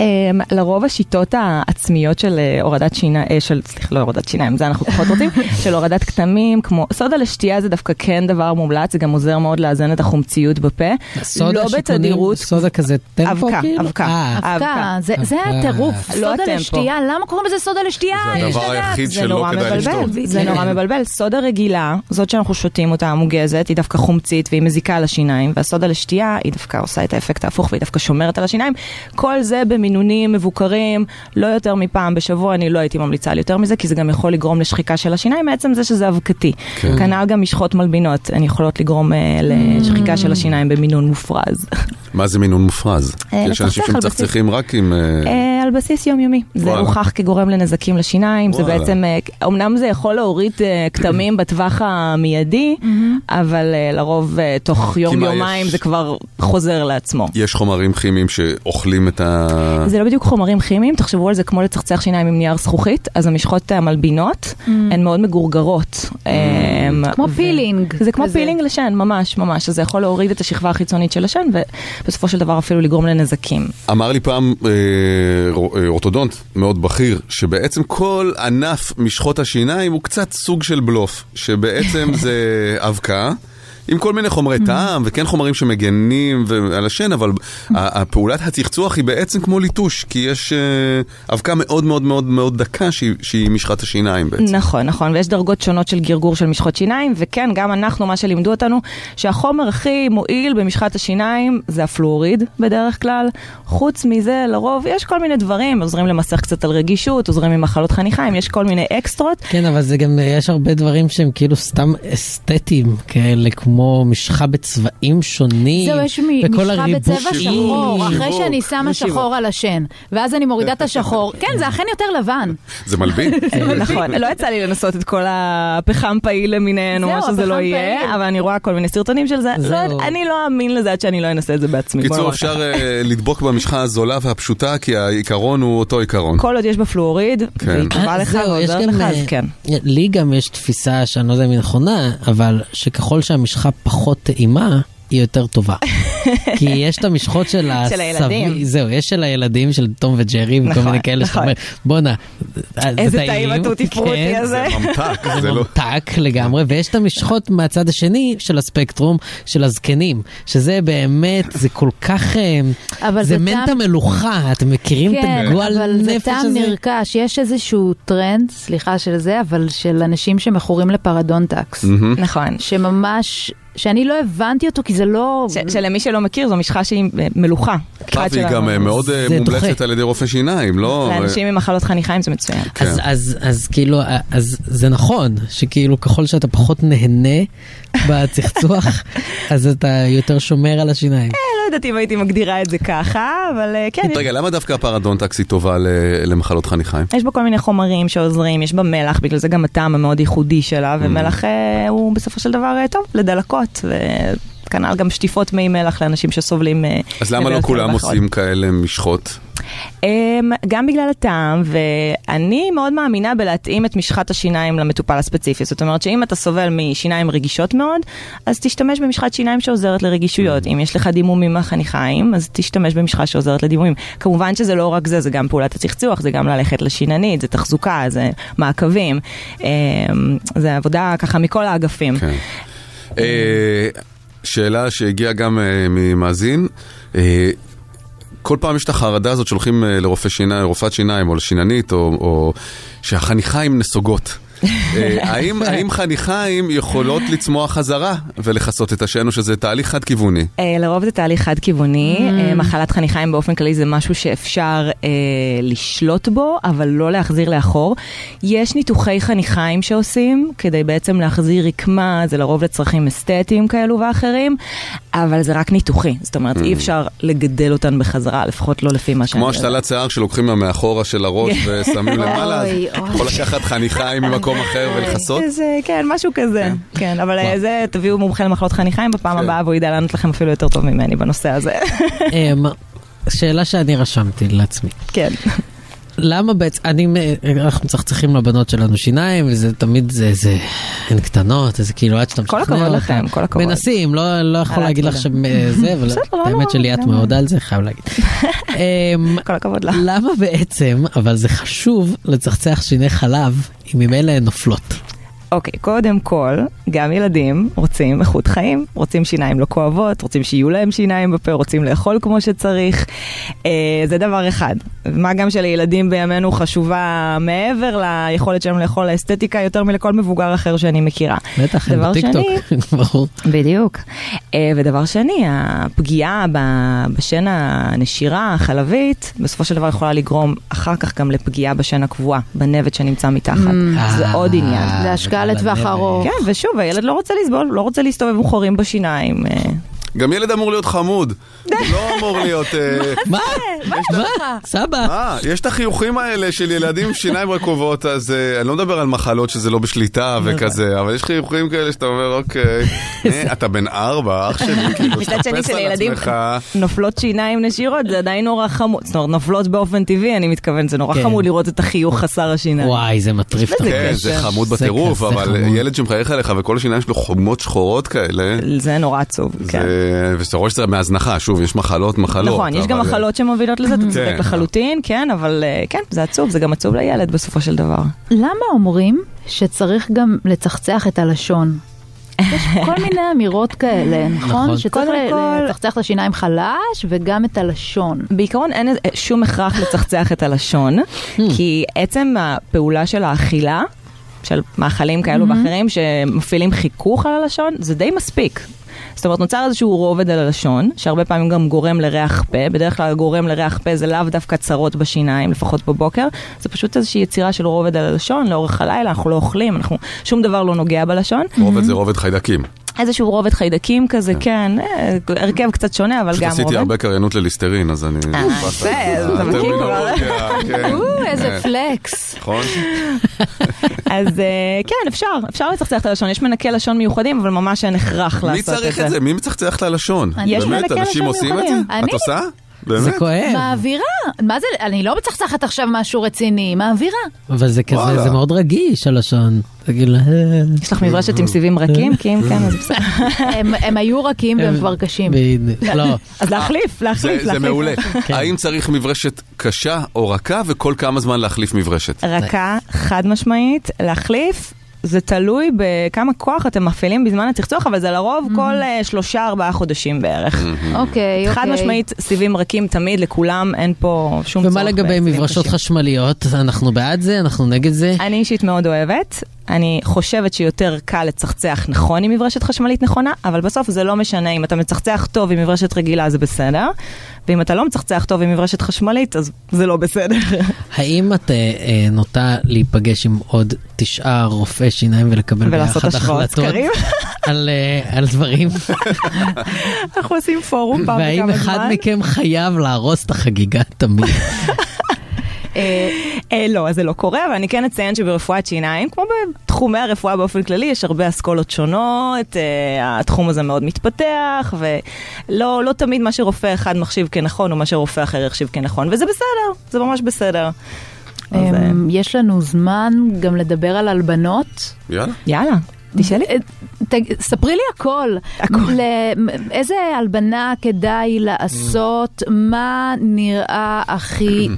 Speaker 14: אמ, לרוב השיטות העצמיות של אה, הורדת שיניים, של, סליחה, לא הורדת שיניים, זה אנחנו פחות רוצים, של הורדת כתמים, כמו סודה לשתייה זה דווקא כן דבר מומלץ, זה גם עוזר מאוד לאזן את החומציות בפה.
Speaker 5: סודה
Speaker 14: לא
Speaker 5: שיכונים,
Speaker 14: בתדירות,
Speaker 5: סודה כזה טמפו
Speaker 14: אבקה,
Speaker 5: כאילו?
Speaker 14: אבקה.
Speaker 5: אה,
Speaker 4: אבקה, זה זה
Speaker 5: אבקה.
Speaker 4: הטירוף,
Speaker 14: לא
Speaker 4: סודה
Speaker 14: הטמפו.
Speaker 4: לשתייה, למה קוראים לזה סודה לשתייה?
Speaker 14: זה
Speaker 4: אני
Speaker 14: הדבר
Speaker 4: יודעת.
Speaker 14: היחיד
Speaker 4: זה
Speaker 14: שלא
Speaker 4: נורא
Speaker 14: כדאי כן.
Speaker 4: מבלבל.
Speaker 14: לשתות. זה נורא מבלבל. סודה רגילה, זאת שאנחנו שותים אותה המוגזת, היא דווקא חומצית והיא מזיקה לשיניים, והסודה לשתייה, היא דווקא עושה את האפקט ההפוך והיא דווקא שומרת על השיניים. כל זה במינונים מבוקרים, לא יותר מפעם בשבוע, אני לא הייתי ממליצה על יותר מזה, כי זה גם יכול לגרום לשחיקה של השיניים, מעצם זה שזה אבקתי.
Speaker 3: כן.
Speaker 14: כנ"ל גם משחות מלבינות, הן יכולות לגרום אה, לשחיקה של השיניים במינון מופרז.
Speaker 3: מה זה מינון מופרז?
Speaker 14: אה,
Speaker 3: יש אנשים
Speaker 14: לצחצח על בסיס-
Speaker 3: שמצחצחים רק עם... אה,
Speaker 14: אה, על בסיס יומיומי. זה
Speaker 3: וואלה.
Speaker 14: הוכח כגורם לנזקים לשיניים, זה
Speaker 3: וואלה.
Speaker 14: בעצם, אה, אמנם זה יכול להוריד אה, כתמים בטווח המיידי,
Speaker 4: Mm-hmm.
Speaker 14: אבל אה, לרוב אה, תוך
Speaker 3: כי מה,
Speaker 14: יום-יומיים
Speaker 3: יש-
Speaker 14: זה כבר חוזר לעצמו.
Speaker 3: יש חומרים כימיים שאוכלים את ה...
Speaker 14: זה לא בדיוק חומרים כימיים, תחשבו על זה כמו לצחצח שיניים עם נייר זכוכית, אז המשחות המלבינות
Speaker 4: Mm.
Speaker 14: הן מאוד
Speaker 3: Mm.
Speaker 14: מגורגרות. כמו
Speaker 4: פילינג.
Speaker 14: זה כמו
Speaker 4: כזה.
Speaker 14: פילינג לשן, ממש ממש, אז זה יכול להוריד את השכבה החיצונית של השן, ובסופו של דבר אפילו לגרום לנזקים.
Speaker 3: אמר לי פעם אה, רו- אה, אורתודונט מאוד בכיר, שבעצם כל ענף משחות השיניים הוא קצת סוג של בלוף, שבעצם זה אבקה. עם כל מיני
Speaker 14: Mm-hmm.
Speaker 3: חומרי טעם, וכן חומרים שמגנים ו- על השן, אבל
Speaker 14: Mm-hmm.
Speaker 3: ה- הפעולת הצחצוח היא בעצם כמו ליטוש, כי יש אה, אבקה מאוד מאוד מאוד מאוד דקה שהיא- שהיא משחת השיניים בעצם.
Speaker 14: נכון, נכון, ויש דרגות שונות של גרגור של משחות שיניים, וכן, גם אנחנו, מה שלימדו אותנו, שהחומר הכי מועיל במשחת השיניים זה הפלואוריד בדרך כלל. חוץ מזה, לרוב, יש כל מיני דברים, עוזרים למסך קצת על רגישות, עוזרים עם מחלות חניכיים, יש כל מיני אקסטרות.
Speaker 5: כן, אבל זה גם, יש הרבה דברים שהם כאילו סתם אסתטיים כאלה, כמו משחה בצבעים שונים.
Speaker 4: זהו, יש מ-
Speaker 5: וכל
Speaker 4: משחה
Speaker 5: הריבוש
Speaker 4: בצבע
Speaker 5: של-
Speaker 4: שחור, אחרי שאני שמה
Speaker 5: שיווק.
Speaker 4: שחור על השן, ואז אני מורידה את השחור, כן, זה אכן יותר לבן.
Speaker 3: זה מלבין.
Speaker 14: נכון, לא יצא לי לנסות את כל הפחם פעיל למיניהן, או
Speaker 4: זהו,
Speaker 14: מה שזה לא
Speaker 4: הפחם
Speaker 14: יהיה,
Speaker 4: פעיל.
Speaker 14: אבל אני רואה כל מיני סרטונים של זה. לא,
Speaker 3: זהו.
Speaker 14: אני לא אאמין לזה עד שאני לא אנסה את זה בעצמי. בוא
Speaker 3: קיצור,
Speaker 14: נאמר
Speaker 3: אפשר אה, לדבוק במשחה הזולה והפשוטה, כי העיקרון הוא אותו עיקרון.
Speaker 14: כל עוד יש בפלואוריד,
Speaker 3: כן.
Speaker 14: והיא טובה
Speaker 5: אה,
Speaker 14: לך,
Speaker 5: זהו, יש
Speaker 14: ועוזרת
Speaker 5: גם,
Speaker 14: לך, אז
Speaker 5: אה,
Speaker 14: כן.
Speaker 5: לי גם יש תפיסה שאני לא יודע אם היא נכונה, אבל שככל שהמשחה פחות טעימה, היא יותר טובה. כי יש את המשחות של הסבי...
Speaker 14: של הילדים.
Speaker 5: זהו, יש של הילדים, של תום וג'רי וכל
Speaker 14: נכון,
Speaker 5: מיני כאלה שאתה
Speaker 14: נכון.
Speaker 5: אומר, בואנה, אה, זה
Speaker 14: איזה טעים התותי
Speaker 5: כן,
Speaker 14: פרוטי הזה.
Speaker 3: זה ממתק, זה
Speaker 5: זה
Speaker 3: לא-
Speaker 5: ממתק לגמרי, ויש את המשחות מהצד השני של הספקטרום, של הזקנים, שזה באמת, זה כל כך... אה,
Speaker 4: אבל
Speaker 5: זה
Speaker 4: זה
Speaker 5: מן את
Speaker 4: טעם-
Speaker 5: המלוכה, אתם מכירים
Speaker 4: כן,
Speaker 5: את הגועל
Speaker 4: אבל זה
Speaker 5: נפש
Speaker 4: טעם
Speaker 5: הזה?
Speaker 4: נרכש, יש איזשהו טרנד, סליחה של זה, אבל של אנשים שמכורים לפרדונטקס.
Speaker 14: מהמם. נכון.
Speaker 4: שממש, שאני לא הבנתי אותו, כי זה לא...
Speaker 14: שלמי שלא מכיר, זו משחה שהיא מלוכה.
Speaker 3: טוב, היא גם אה, מאוד אה, מומלצת על ידי רופא שיניים, לא?
Speaker 14: לאנשים עם מחלות חניכיים זה מצוין. אה,
Speaker 5: אז, אז, אז כאילו, אז זה נכון, שכאילו ככל שאתה פחות נהנה בצחצוח, אז אתה יותר שומר על השיניים.
Speaker 14: אה, לא יודעת אם הייתי מגדירה את זה ככה, אבל אה, כן. יש-
Speaker 3: רגע, לא. למה דווקא הפרדונטקס היא טובה ל- למחלות חניכיים?
Speaker 14: יש בו כל מיני חומרים שעוזרים, יש בה מלח, בגלל זה גם הטעם המאוד ייחודי שלה,
Speaker 3: Mm.
Speaker 14: ומלח אה, הוא בסופו של דבר אה, טוב לדלקות, וכנ"ל גם שטיפות מי מלח לאנשים שסובלים. אה,
Speaker 3: אז למה לא
Speaker 14: מבעיות כאלה
Speaker 3: כולם
Speaker 14: ואחרות.
Speaker 3: עושים כאלה משחות?
Speaker 14: אמ, גם בגלל הטעם, ואני מאוד מאמינה בלהתאים את משחת השיניים למטופל הספציפי. זאת אומרת שאם אתה סובל משיניים רגישות מאוד, אז תשתמש במשחת שיניים שעוזרת לרגישויות. אם יש לך דימומים מהחניכיים, אז תשתמש במשחה שעוזרת לדימומים. כמובן שזה לא רק זה, זה גם פעולת הצחצוח, זה גם ללכת לשיננית, זה תחזוקה, זה מעקבים, אמ, זה עבודה ככה מכל האגפים.
Speaker 3: אה, שאלה שהגיעה גם אה, ממאזין, אה, כל פעם יש את החרדה הזאת שהולכים אה, לרופא שיניים, לרופאת שיניים או לשיננית, או, או שהחניכיים נסוגות. אה, האם, האם חניכיים יכולות לצמוח חזרה ולכסות את השן, או שזה תהליך חד-כיווני?
Speaker 14: אה, לרוב זה תהליך חד-כיווני, אה, מחלת חניכיים באופן כללי זה משהו שאפשר אה, לשלוט בו, אבל לא להחזיר לאחור. יש ניתוחי חניכיים שעושים, כדי בעצם להחזיר רקמה, זה לרוב לצרכים אסתטיים כאלו ואחרים, אבל זה רק ניתוחי, זאת אומרת אי אפשר לגדל אותן בחזרה, לפחות לא לפי מה שאני...
Speaker 3: כמו
Speaker 14: יודעת.
Speaker 3: השתלת שיער שלוקחים לה מאחורה של הראש ושמים למעלה, אז
Speaker 14: אוי, אוי.
Speaker 3: יכול לקחת חניכיים ממקום אחר ולכסות?
Speaker 14: זה, כן, משהו כזה, כן, אבל אה, זה, תביאו מומחה למחלות חניכיים בפעם הבאה, והוא ידע לענות לכם אפילו יותר טוב
Speaker 5: אה,
Speaker 14: ממני בנושא הזה.
Speaker 5: אמ, שאלה שאני רשמתי לעצמי.
Speaker 14: כן.
Speaker 5: למה בעצם, אני, מ- אנחנו צריכים לבנות שלנו שיניים, וזה תמיד, זה, זה, הן קטנות, זה כאילו עד שאתה משכנע
Speaker 14: הכבוד לכם, כל הכבוד.
Speaker 5: מנסים, לא, לא יכול
Speaker 14: יאללה,
Speaker 5: להגיד לך
Speaker 14: תודה.
Speaker 5: שזה, אבל
Speaker 14: בסדר, לא,
Speaker 5: האמת
Speaker 14: לא,
Speaker 5: שליאת
Speaker 14: למה?
Speaker 5: מאוד על זה, חייב להגיד. אמ,
Speaker 14: כל הכבוד לך.
Speaker 5: למה בעצם, אבל זה חשוב לצחצח שיני חלב, אם ממילא הן נופלות.
Speaker 14: אוקיי, קודם כל, גם ילדים רוצים איכות חיים, רוצים שיניים לא כואבות, רוצים שיהיו להם שיניים בפה, רוצים לאכול כמו שצריך. אה, זה דבר אחד. מה גם שלילדים בימינו חשובה מעבר ליכולת שלהם לאכול האסתטיקה יותר מלכל מבוגר אחר שאני מכירה.
Speaker 5: בטח, הן
Speaker 14: דבר
Speaker 5: בטיקטוק,
Speaker 14: שני,
Speaker 5: ברור.
Speaker 14: בדיוק. אה, ודבר שני, הפגיעה ב- בשן הנשירה החלבית, בסופו של דבר יכולה לגרום אחר כך גם לפגיעה בשן הקבועה, בנבט שנמצא מתחת.
Speaker 3: Mm. אה,
Speaker 14: זה עוד עניין.
Speaker 4: זה השקעה לטווח ארוך.
Speaker 14: כן, ושוב, הילד לא רוצה לסבול, לא רוצה להסתובב עם חורים בשיניים. אה.
Speaker 3: גם ילד אמור להיות חמוד. הוא לא אמור להיות... אה,
Speaker 5: מה? מה? סבא.
Speaker 3: אה, יש את החיוכים האלה של ילדים עם שיניים רקובות, אז אה, אני לא מדבר על מחלות שזה לא בשליטה וכזה, אבל יש חיוכים כאלה שאתה אומר, אוקיי, אה, אתה בן ארבע, אח שלי, כאילו,
Speaker 14: מצד שני,
Speaker 3: תחפש
Speaker 14: אצל
Speaker 3: על
Speaker 14: ילדים
Speaker 3: עצמך.
Speaker 14: נופלות שיניים נשירות, זה עדיין נורא חמוד. זאת אומרת, נופלות באופן טבעי, אני מתכוונת, זה נורא
Speaker 5: כן.
Speaker 14: חמוד לראות את החיוך חסר השיניים.
Speaker 5: וואי, זה מטריף את
Speaker 3: כן, זה חמוד בטירוף, אבל ילד שמחייך אליך וכל השיניים שלו חומות שחורות כאלה.
Speaker 14: זה נורא עצוב, כן.
Speaker 3: ואתה רואה שזה מהזנחה, שוב, יש מחלות, מחלות.
Speaker 14: נכון, יש גם
Speaker 3: אבל-
Speaker 14: מחלות שמובילות לזה, אתה צודק
Speaker 3: כן.
Speaker 14: לחלוטין, כן, אבל אה, כן, זה עצוב, זה גם עצוב לילד בסופו של דבר.
Speaker 4: למה אומרים שצריך גם לצחצח את הלשון? יש כל מיני אמירות כאלה, נכון?
Speaker 14: נכון.
Speaker 4: שצריך
Speaker 14: קודם
Speaker 4: ל-
Speaker 14: כל-
Speaker 4: לצחצח את השיניים חלש וגם את הלשון.
Speaker 14: בעיקרון אין איזה- שום הכרח לצחצח את הלשון,
Speaker 3: Hmm.
Speaker 14: כי עצם הפעולה של האכילה, של מאכלים
Speaker 3: Hmm.
Speaker 14: כאלו ואחרים שמפעילים חיכוך על הלשון, זה די מספיק. זאת אומרת, נוצר איזשהו רובד על הלשון, שהרבה פעמים גם גורם לריח פה, בדרך כלל גורם לריח פה זה לאו דווקא צרות בשיניים, לפחות בבוקר, זה פשוט איזושהי יצירה של רובד על הלשון, לאורך הלילה אנחנו לא אוכלים, אנחנו, שום דבר לא נוגע בלשון.
Speaker 3: רובד זה רובד חיידקים.
Speaker 14: איזשהו רובד חיידקים כזה, כן, אה, הרכב קצת שונה, אבל
Speaker 3: פשוט
Speaker 14: גם רובד.
Speaker 3: עשיתי הרבה קריינות לליסטרין, אז אני...
Speaker 14: אה,
Speaker 3: זה,
Speaker 14: אתה מכיר כבר.
Speaker 4: או, איזה פלקס.
Speaker 3: כן. נכון?
Speaker 14: אז אה, כן, אפשר, אפשר לצחצח את הלשון, יש מנקי לשון מיוחדים, אבל ממש אין הכרח
Speaker 3: מי
Speaker 14: לעשות את זה.
Speaker 3: צריך את זה? מי מצחצח את הלשון?
Speaker 4: אני- יש
Speaker 3: באמת,
Speaker 4: מנקי
Speaker 3: אנשים
Speaker 4: לשון
Speaker 3: עושים את
Speaker 4: מיוחדים.
Speaker 3: זה?
Speaker 4: אני-
Speaker 3: את עושה? באמת?
Speaker 4: מעבירה. מה זה, אני לא מצחצחת עכשיו משהו רציני, מעבירה.
Speaker 5: אבל זה כזה,
Speaker 3: וואלה.
Speaker 5: זה מאוד רגיש, הלשון. זה כאילו... אה.
Speaker 14: יש לך מברשת עם סיבים רכים? כי אם כן, אז בסדר.
Speaker 4: הם- הם היו רכים והם כבר קשים.
Speaker 5: בדיוק. לא.
Speaker 14: אז להחליף,
Speaker 3: זה
Speaker 14: להחליף,
Speaker 3: זה
Speaker 14: להחליף. כן.
Speaker 3: מעולה. האם צריך מברשת קשה או רכה, וכל כמה זמן להחליף מברשת?
Speaker 14: רכה, חד משמעית, להחליף. זה תלוי בכמה כוח אתם מפעילים בזמן הצחצוח, אבל זה לרוב כל אה, שלושה ארבעה חודשים בערך.
Speaker 4: אוקיי, אוקיי.
Speaker 14: חד משמעית, סיבים רכים תמיד, לכולם, אין פה שום צורך.
Speaker 5: ומה לגבי
Speaker 14: בסיבים
Speaker 5: מברשות
Speaker 14: קשים.
Speaker 5: חשמליות? אנחנו בעד זה? אנחנו נגד זה?
Speaker 14: אני אישית מאוד אוהבת, אני חושבת שיותר קל לצחצח נכון עם מברשת חשמלית נכונה, אבל בסוף זה לא משנה, אם אתה מצחצח טוב עם מברשת רגילה זה בסדר, ואם אתה לא מצחצח טוב עם מברשת חשמלית אז זה לא בסדר.
Speaker 5: האם את אה, אה, נוטה להיפגש עם עוד תשעה רופאי שיניים ולקבל
Speaker 14: ולעשות
Speaker 5: ביחד
Speaker 14: השוואות,
Speaker 5: החלטות
Speaker 14: קרים?
Speaker 5: על, אה, על דברים?
Speaker 14: אנחנו עושים פורום פעם
Speaker 5: והאם
Speaker 14: בכמה
Speaker 5: אחד
Speaker 14: זמן.
Speaker 5: מכם חייב להרוס את החגיגה תמיד?
Speaker 14: אה, לא, אז זה לא קורה, אבל אני כן אציין שברפואת שיניים, כמו בתחומי הרפואה באופן כללי, יש הרבה אסכולות שונות, אה, התחום הזה מאוד מתפתח, ולא לא תמיד מה שרופא אחד מחשיב כנכון, הוא מה שרופא אחר יחשיב כנכון, וזה בסדר, זה ממש בסדר. אז, אה,
Speaker 4: אמ, יש לנו זמן גם לדבר על הלבנות.
Speaker 3: יאללה.
Speaker 14: יאללה, תשאלי.
Speaker 4: אה, ספרי לי הכל. הכל. איזה הלבנה כדאי לעשות? מה נראה הכי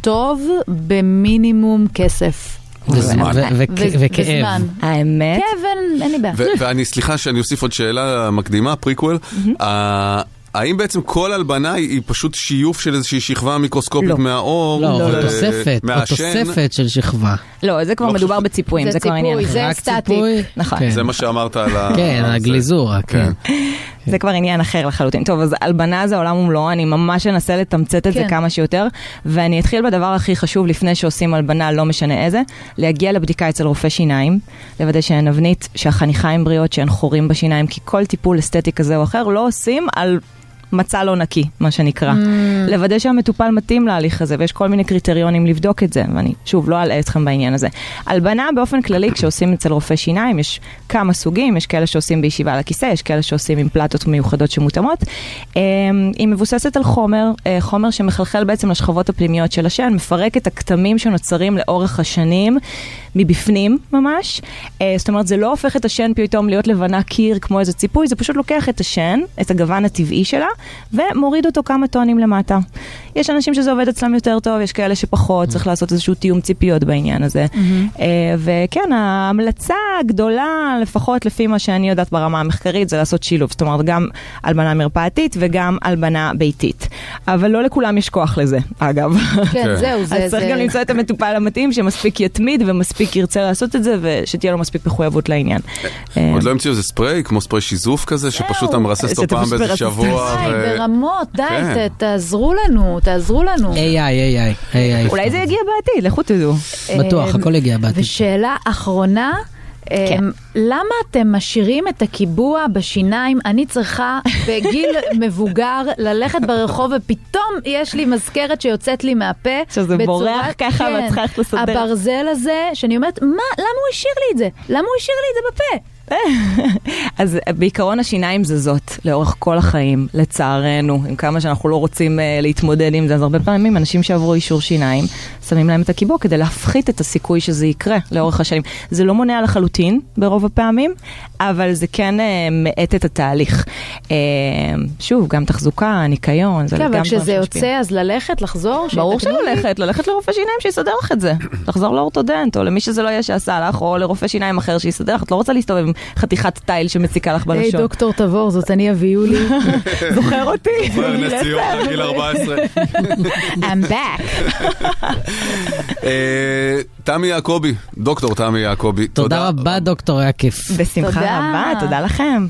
Speaker 4: טוב במינימום כסף?
Speaker 3: וזמן.
Speaker 5: ו- ו-
Speaker 4: ו-
Speaker 5: וכאב.
Speaker 4: וזמן.
Speaker 14: האמת?
Speaker 4: כאב אין- אין לי בעיה.
Speaker 3: ו- ואני, סליחה שאני אוסיף עוד שאלה מקדימה, פריקוול. ה- האם בעצם כל הלבנה היא היא פשוט שיוף של איזושהי שכבה מיקרוסקופית מהאור?
Speaker 5: לא,
Speaker 3: ו-
Speaker 5: או אה, תוספת, או
Speaker 3: מהשן?
Speaker 5: תוספת של שכבה.
Speaker 14: לא, זה כבר מדובר בציפויים,
Speaker 4: זה
Speaker 14: זה כבר
Speaker 4: ציפוי,
Speaker 14: עניין אחר.
Speaker 4: זה
Speaker 14: רק
Speaker 4: סטטיק.
Speaker 14: ציפוי? נכון.
Speaker 3: זה מה שאמרת על ה...
Speaker 5: כן,
Speaker 3: זה-
Speaker 5: הגליזורה, כן.
Speaker 14: זה כבר עניין אחר לחלוטין. טוב, אז הלבנה זה עולם ומלואו, אני ממש אנסה לתמצת את זה
Speaker 4: כן.
Speaker 14: כמה שיותר, ואני אתחיל בדבר הכי חשוב לפני שעושים הלבנה, לא משנה איזה, להגיע לבדיקה אצל רופא שיניים, לוודא שאין אבנית, שהחניכיים בריאות, שאין חורים בשיניים, כי כל טיפול אסתטי כזה או אחר לא עושים על... מצא לא נקי, מה שנקרא.
Speaker 4: Mm.
Speaker 14: לוודא שהמטופל מתאים להליך הזה, ויש כל מיני קריטריונים לבדוק את זה, ואני שוב לא אלאה אתכם בעניין הזה. הלבנה באופן כללי, כשעושים אצל רופא שיניים, יש כמה סוגים, יש כאלה שעושים בישיבה על הכיסא, יש כאלה שעושים עם פלטות מיוחדות שמותאמות. אה, היא מבוססת על חומר, אה, חומר שמחלחל בעצם לשכבות הפנימיות של השן, מפרק את הכתמים שנוצרים לאורך השנים, מבפנים ממש. אה, זאת אומרת, זה לא הופך את השן פתאום להיות לבנה קיר כמו איזה ציפוי, זה פשוט לוקח את השן, את הגוון הטבעי שלה, ומוריד אותו כמה טונים למטה. יש אנשים שזה עובד אצלם יותר טוב, יש כאלה שפחות, צריך לעשות איזשהו תיאום ציפיות בעניין הזה.
Speaker 7: Mm-hmm.
Speaker 14: אה, וכן, ההמלצה הגדולה, לפחות לפי מה שאני יודעת ברמה המחקרית, זה לעשות שילוב. זאת אומרת, גם הלבנה מרפאתית וגם הלבנה ביתית. אבל לא לכולם יש כוח לזה, אגב.
Speaker 4: כן, זהו, זה-
Speaker 14: אז צריך
Speaker 4: זה-
Speaker 14: גם למצוא את המטופל המתאים שמספיק יתמיד ומספיק ירצה לעשות את זה, ושתהיה לו מספיק מחויבות לעניין.
Speaker 5: אה,
Speaker 3: עוד לא המציאו איזה ספרי, כמו ספרי שיזוף כזה, שפשוט אתה מרסס אותו
Speaker 14: שאתה
Speaker 3: פעם
Speaker 14: פשוט
Speaker 3: באיזה
Speaker 14: מרסס את
Speaker 3: שבוע.
Speaker 4: די,
Speaker 3: ו-
Speaker 4: ברמות, די,
Speaker 3: כן.
Speaker 4: ת- תעזרו לנו, תעזרו לנו.
Speaker 5: AI, AI, AI.
Speaker 14: אולי זה יגיע בעתיד, לכו תדעו.
Speaker 5: בטוח,
Speaker 4: אמ,
Speaker 5: הכל יגיע בעתיד.
Speaker 4: ושאלה אחרונה,
Speaker 14: כן.
Speaker 4: אמ, למה אתם משאירים את הקיבוע בשיניים? אני צריכה בגיל מבוגר ללכת ברחוב ופתאום יש לי מזכרת שיוצאת לי מהפה.
Speaker 14: שזה
Speaker 4: בצורה-
Speaker 14: בורח ככה, ואת
Speaker 4: כן,
Speaker 14: צריכה ללכת לסדר.
Speaker 4: הברזל הזה, שאני אומרת, מה, למה הוא השאיר לי את זה? למה הוא השאיר לי את זה בפה?
Speaker 14: אז בעיקרון השיניים זזות לאורך כל החיים, לצערנו, עם כמה שאנחנו לא רוצים אה, להתמודד עם זה, אז הרבה פעמים אנשים שעברו אישור שיניים, שמים להם את הקיבוע כדי להפחית את הסיכוי שזה יקרה לאורך השנים. זה לא מונע לחלוטין ברוב הפעמים, אבל זה כן אה, מאט את התהליך. אה, שוב, גם תחזוקה, ניקיון, זה
Speaker 4: כן,
Speaker 14: גם
Speaker 4: אבל
Speaker 14: דברים
Speaker 4: כשזה
Speaker 14: שמשפיעים.
Speaker 4: יוצא, אז ללכת, לחזור?
Speaker 14: ברור
Speaker 4: שיתקנו לי?
Speaker 14: שללכת, ללכת לרופא שיניים שיסדר לך את זה. לחזור לאורתודנט, או למי שזה לא יהיה שעשה לך, או לרופא שיניים אחר שיסדר לך. את לא רוצה להסתובב עם חתיכת טייל שמציקה לך
Speaker 4: היי,
Speaker 14: בלשון.
Speaker 4: דוקטור תבור, זאת אני אביולי.
Speaker 14: זוכר אותי?
Speaker 3: זוכר, נס ציונה, גיל 14.
Speaker 4: I'm back.
Speaker 3: אה, תמי יעקבי, דוקטור תמי יעקבי.
Speaker 5: תודה רבה, דוקטור, היה כיף.
Speaker 14: בשמחה
Speaker 2: תודה.
Speaker 14: רבה, תודה לכם.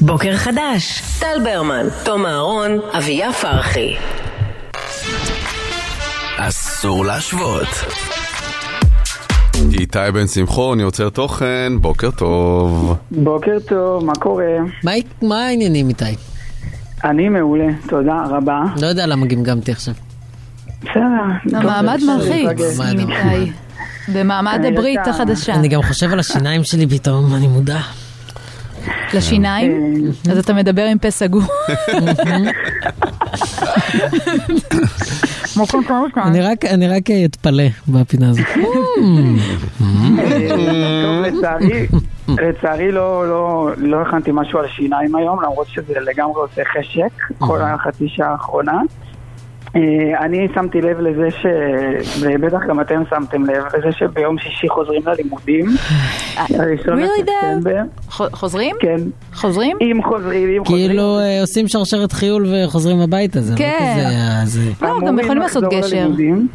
Speaker 2: בוקר חדש, טל ברמן, תום אהרון, אביה פרחי.
Speaker 1: אסור להשוות.
Speaker 3: איתי בן שמחון, יוצר תוכן, בוקר טוב.
Speaker 15: בוקר טוב, מה קורה?
Speaker 5: מה העניינים איתי?
Speaker 15: אני מעולה, תודה רבה.
Speaker 5: לא יודע למה גמגמתי עכשיו.
Speaker 15: בסדר.
Speaker 4: המעמד
Speaker 5: טוב,
Speaker 4: לא, מלחיץ,
Speaker 5: בסדר.
Speaker 4: עם איתי. במעמד
Speaker 15: אה,
Speaker 5: אני
Speaker 4: הברית
Speaker 5: יודעת.
Speaker 4: החדשה.
Speaker 5: אני גם חושב על השיניים שלי פתאום, אני מודע.
Speaker 4: לשיניים?
Speaker 15: כן.
Speaker 4: אז אתה מדבר עם פה סגור.
Speaker 5: אני רק- אני רק אה, אתפלא בפינה הזאת. Hmm.
Speaker 15: אה, טוב, לצערי, לצערי לא, לא, לא הכנתי משהו על שיניים היום, למרות שזה לגמרי עושה חשק, כל החצי שעה האחרונה. אה, אני שמתי לב לזה ש... ובטח גם אתם שמתם לב לזה שביום שישי חוזרים ללימודים.
Speaker 5: אה,
Speaker 15: הראשון
Speaker 4: really
Speaker 15: לספטמבר.
Speaker 4: ח- חוזרים?
Speaker 15: כן.
Speaker 4: חוזרים?
Speaker 15: אם חוזרים, אם
Speaker 5: כאילו אה, עושים שרשרת חיול וחוזרים הביתה, זה לא
Speaker 15: כן.
Speaker 5: כזה... אה, זה-
Speaker 4: לא, גם יכולים לעשות
Speaker 15: לחזור
Speaker 4: גשר.
Speaker 15: ללימודים.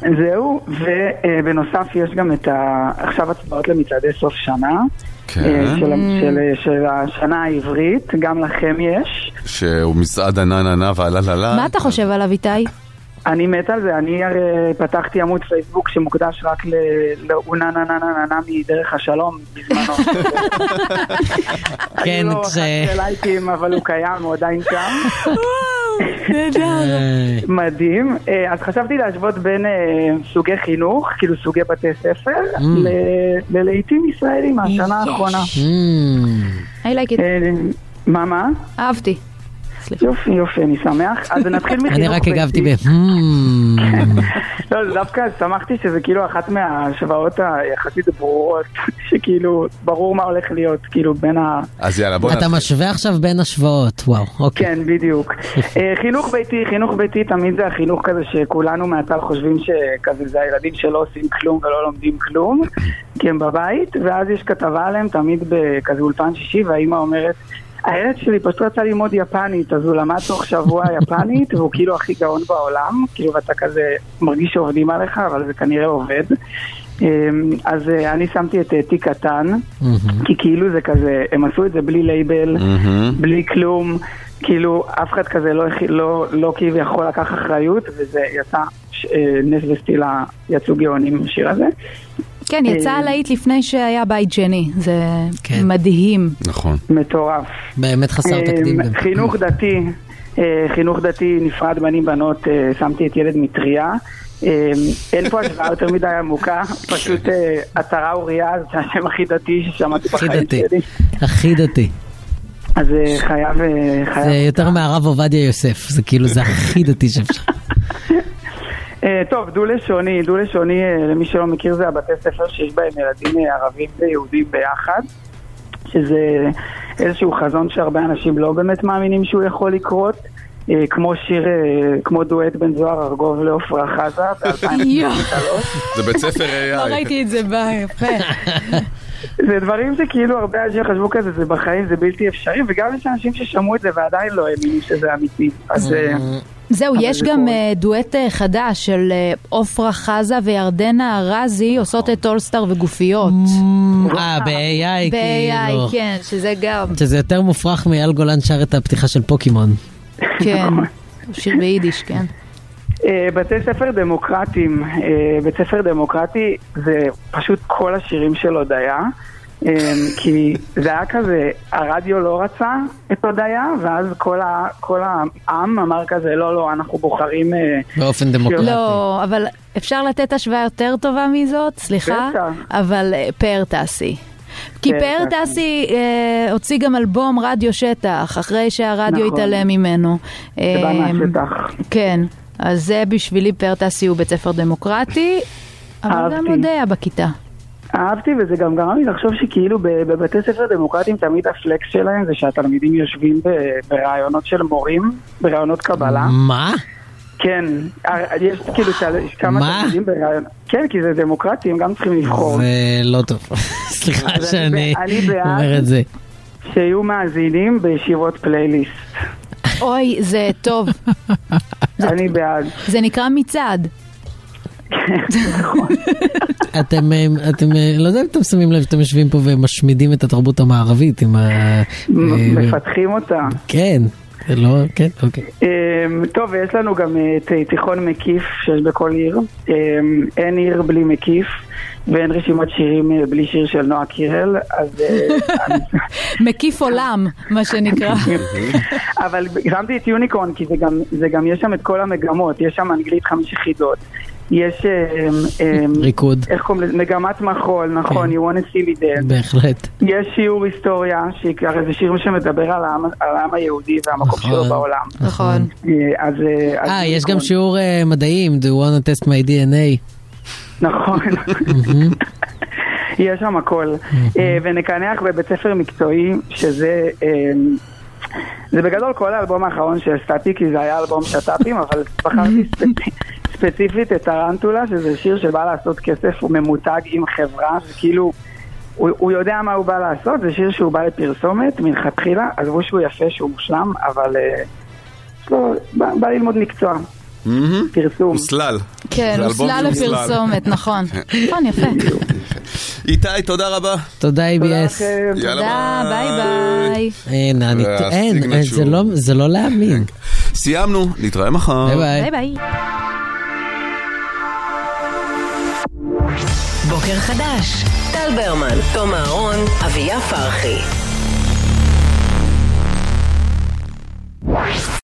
Speaker 15: זהו, ובנוסף יש גם את ה... עכשיו הצבעות למצעדי סוף שנה.
Speaker 3: כן.
Speaker 15: אה, של,
Speaker 4: Mm.
Speaker 15: ה- של, של השנה העברית, גם לכם יש.
Speaker 3: שהוא מצעד ענה ננה ועלה ללה.
Speaker 4: מה אתה חושב עליו, איתי?
Speaker 15: אני מת על זה, אני הרי פתחתי עמוד פייסבוק שמוקדש רק ל- לאונה נה נה נה נה נה מדרך השלום בזמנו.
Speaker 5: כן,
Speaker 15: היו לו
Speaker 5: כש-
Speaker 15: 11 לייקים, אבל הוא קיים, הוא עדיין שם.
Speaker 5: נהדר.
Speaker 15: מדהים. אה, אז חשבתי להשוות בין אה, סוגי חינוך, כאילו סוגי בתי ספר,
Speaker 5: Mm.
Speaker 15: ל- ללהיטים ישראלים מהשנה האחרונה.
Speaker 5: Hmm,
Speaker 15: אה,
Speaker 4: I like it.
Speaker 15: מה, מה?
Speaker 4: אהבתי.
Speaker 15: יופי, יופי, אני שמח. אז נתחיל מחינוך
Speaker 5: אני רק הגבתי ב...
Speaker 15: ביתי.
Speaker 5: "Hmm".
Speaker 15: לא, זה דווקא שמחתי שזה כאילו אחת מההשוואות היחסית הברורות, שכאילו ברור מה הולך להיות, כאילו בין ה...
Speaker 3: אז יאללה, בוא
Speaker 5: אתה
Speaker 3: נתחיל.
Speaker 5: משווה עכשיו בין השוואות, וואו, אוקיי.
Speaker 15: כן, בדיוק. אה, חינוך ביתי, חינוך ביתי תמיד זה החינוך כזה שכולנו מהצד חושבים שכזה זה הילדים שלא עושים כלום ולא לומדים כלום, כי הם בבית, ואז יש כתבה עליהם תמיד בכזה אולפן שישי, והאימא אומרת, הילד שלי פשוט רצה ללמוד יפנית, אז הוא למד תוך שבוע יפנית, והוא כאילו הכי גאון בעולם, כאילו ואתה כזה מרגיש שעובדים עליך, אבל זה כנראה עובד. אה, אז אה, אני שמתי את אה, תיק קטן, כי כאילו זה כזה, הם עשו את זה בלי לייבל,
Speaker 10: מהמם.
Speaker 15: בלי כלום, כאילו אף אחד כזה לא, הכי- לא, לא כביכול לקח אחריות, וזה יצא ש- אה, נס וסטילה יצאו גאונים בשיר הזה.
Speaker 4: כן, יצא
Speaker 15: אה,
Speaker 4: הלהיט לפני שהיה בית ג'ני, זה
Speaker 5: כן.
Speaker 4: מדהים.
Speaker 3: נכון.
Speaker 15: מטורף.
Speaker 5: באמת חסר
Speaker 15: אה,
Speaker 5: תקדים. גם.
Speaker 15: חינוך דתי, אה, חינוך דתי נפרד בנים בנות, אה, שמתי את ילד מטריה. אה, אין פה השוואה יותר מדי עמוקה, פשוט אה, עטרה אוריה זה השם הכי דתי ששמעתי
Speaker 5: הכי
Speaker 15: בחיים
Speaker 5: דתי.
Speaker 15: שלי.
Speaker 5: הכי דתי.
Speaker 15: אז אה, חייב... אה,
Speaker 5: זה
Speaker 15: חייב.
Speaker 5: יותר מהרב עובדיה יוסף, זה כאילו, זה הכי דתי שאפשר.
Speaker 15: אה, טוב, דו-לשוני, דו-לשוני, אה, למי שלא מכיר, זה הבתי ספר שיש בהם ילדים אה, ערבים ויהודים ביחד, שזה איזשהו חזון שהרבה אנשים לא באמת מאמינים שהוא יכול לקרות. אה, כמו שיר, אה, כמו דואט בין זוהר ארגוב לעפרה חזה, ב-2023.
Speaker 3: זה בית ספר
Speaker 4: לא
Speaker 3: AI.
Speaker 4: את זה בא, יפה.
Speaker 15: זה דברים שכאילו הרבה אנשים חשבו כזה, זה בחיים, זה בלתי אפשרי, וגם יש אנשים ששמעו את זה ועדיין לא האמינו שזה אמיתי. אז... אה,
Speaker 4: זהו,
Speaker 15: אבל
Speaker 4: יש
Speaker 15: זה
Speaker 4: גם אה, דואט אה, חדש של אה, עפרה חזה וירדנה ארזי עושות את אולסטאר וגופיות.
Speaker 5: אה, ב-AI, כאילו.
Speaker 4: ב-AI, כן, שזה גם,
Speaker 5: שזה יותר מופרך מאייל גולן שר את הפתיחה של פוקימון.
Speaker 4: כן. שיר ביידיש, כן.
Speaker 15: אה, בתי ספר דמוקרטיים, אה, בית ספר דמוקרטי זה פשוט כל השירים של הודיה, אה, כי זה היה כזה, הרדיו לא רצה את הודיה, ואז כל, ה, כל העם אמר כזה, לא, לא, אנחנו בוחרים... אה,
Speaker 5: באופן
Speaker 4: לא, אבל אפשר לתת השוואה יותר טובה מזאת, סליחה,
Speaker 15: בטח.
Speaker 4: אבל אה, פאר טסי. כי
Speaker 15: פאר
Speaker 4: פאר
Speaker 15: טסי.
Speaker 4: טסי אה, הוציא גם אלבום רדיו שטח, אחרי שהרדיו
Speaker 15: נכון.
Speaker 4: התעלם ממנו.
Speaker 15: זה בא
Speaker 4: אה,
Speaker 15: מהשטח.
Speaker 4: כן, אז זה בשבילי פאר טסי הוא בית ספר דמוקרטי, אבל גם
Speaker 15: אהבתי.
Speaker 4: יודע בכיתה.
Speaker 15: אהבתי, וזה גם גרם לי לחשוב שכאילו ב- בבתי ספר דמוקרטיים תמיד הפלקס שלהם זה שהתלמידים יושבים ב- ברעיונות של מורים, ברעיונות קבלה.
Speaker 5: מה?
Speaker 15: כן, אה, יש כאילו תל- כמה תלמידים ברעיונות. כן, כי זה דמוקרטי, הם גם צריכים לבחור.
Speaker 5: זה לא טוב. סליחה
Speaker 15: אה, אז
Speaker 5: שאני
Speaker 15: אני ב- אני בעד.
Speaker 5: אומר את זה.
Speaker 15: שיהיו מאזינים בישיבות פלייליסט.
Speaker 4: אוי, זה טוב.
Speaker 15: אני בעד. אה,
Speaker 4: זה נקרא מצעד.
Speaker 5: אתם, אה, אתם, אה, לא יודע אם אתם שמים לב שאתם יושבים פה ומשמידים את התרבות המערבית עם ה... אה,
Speaker 15: מפתחים אותה.
Speaker 5: כן, זה לא, כן, אוקיי.
Speaker 15: אמ, טוב, ויש לנו גם אה, ת- תיכון מקיף שיש בכל עיר. אמ, אין עיר בלי מקיף, ואין רשימת שירים אה, בלי שיר של נועה קירל, אז... אה,
Speaker 4: מקיף עולם, מה שנקרא.
Speaker 15: כן. אבל שמתי את יוניקון, כי זה גם, זה גם, יש שם את כל המגמות, יש שם אנגלית חמש יחידות. יש... אמ, אמ,
Speaker 5: ריקוד. כן.
Speaker 15: איך קוראים לזה? מגמת מחול, נכון, you want to see me dead.
Speaker 5: בהחלט.
Speaker 15: יש שיעור היסטוריה, שהרי זה שיר שמדבר על העם, על העם היהודי והמקום שלו בעולם.
Speaker 4: נכון.
Speaker 15: אז... אה, אז
Speaker 5: אה, יש גם
Speaker 15: יוניקון.
Speaker 5: שיעור אה, מדעים, do you want to test my DNA.
Speaker 15: נכון. יש שם הכל. אה, ונקנח בבית ספר מקצועי, שזה... אה, זה בגדול כל האלבום האחרון שהפסדתי, כי זה היה אלבום שת"פים, אבל בחרתי ספצי- ספציפית את טרנטולה, שזה שיר שבא לעשות כסף, הוא ממותג עם חברה, זה כאילו... הוא, הוא יודע מה הוא בא לעשות, זה שיר שהוא בא לפרסומת מלכתחילה, עזבו שהוא יפה, שהוא מושלם, אבל אה, יש לו, בא, בא ללמוד מקצוע. פרסום.
Speaker 3: הוסלל.
Speaker 4: כן,
Speaker 3: זה אלבום
Speaker 4: הוסלל
Speaker 3: שהוסלל.
Speaker 4: לפרסומת, נכון. נכון, יפה.
Speaker 3: איתי, תודה רבה.
Speaker 5: תודה, ABS.
Speaker 4: תודה, ביי ביי.
Speaker 5: אין, אני
Speaker 3: והסיגנט
Speaker 5: אין, אין, זה
Speaker 3: שהוא- כן.
Speaker 5: לא- זה לא להאמין.
Speaker 3: סיימנו, נתראה מחר.
Speaker 5: ביי
Speaker 4: ביי
Speaker 5: ביי.
Speaker 4: ביי.
Speaker 2: בוקר חדש, טל ברמן, תום אהרון, אביה פרחי.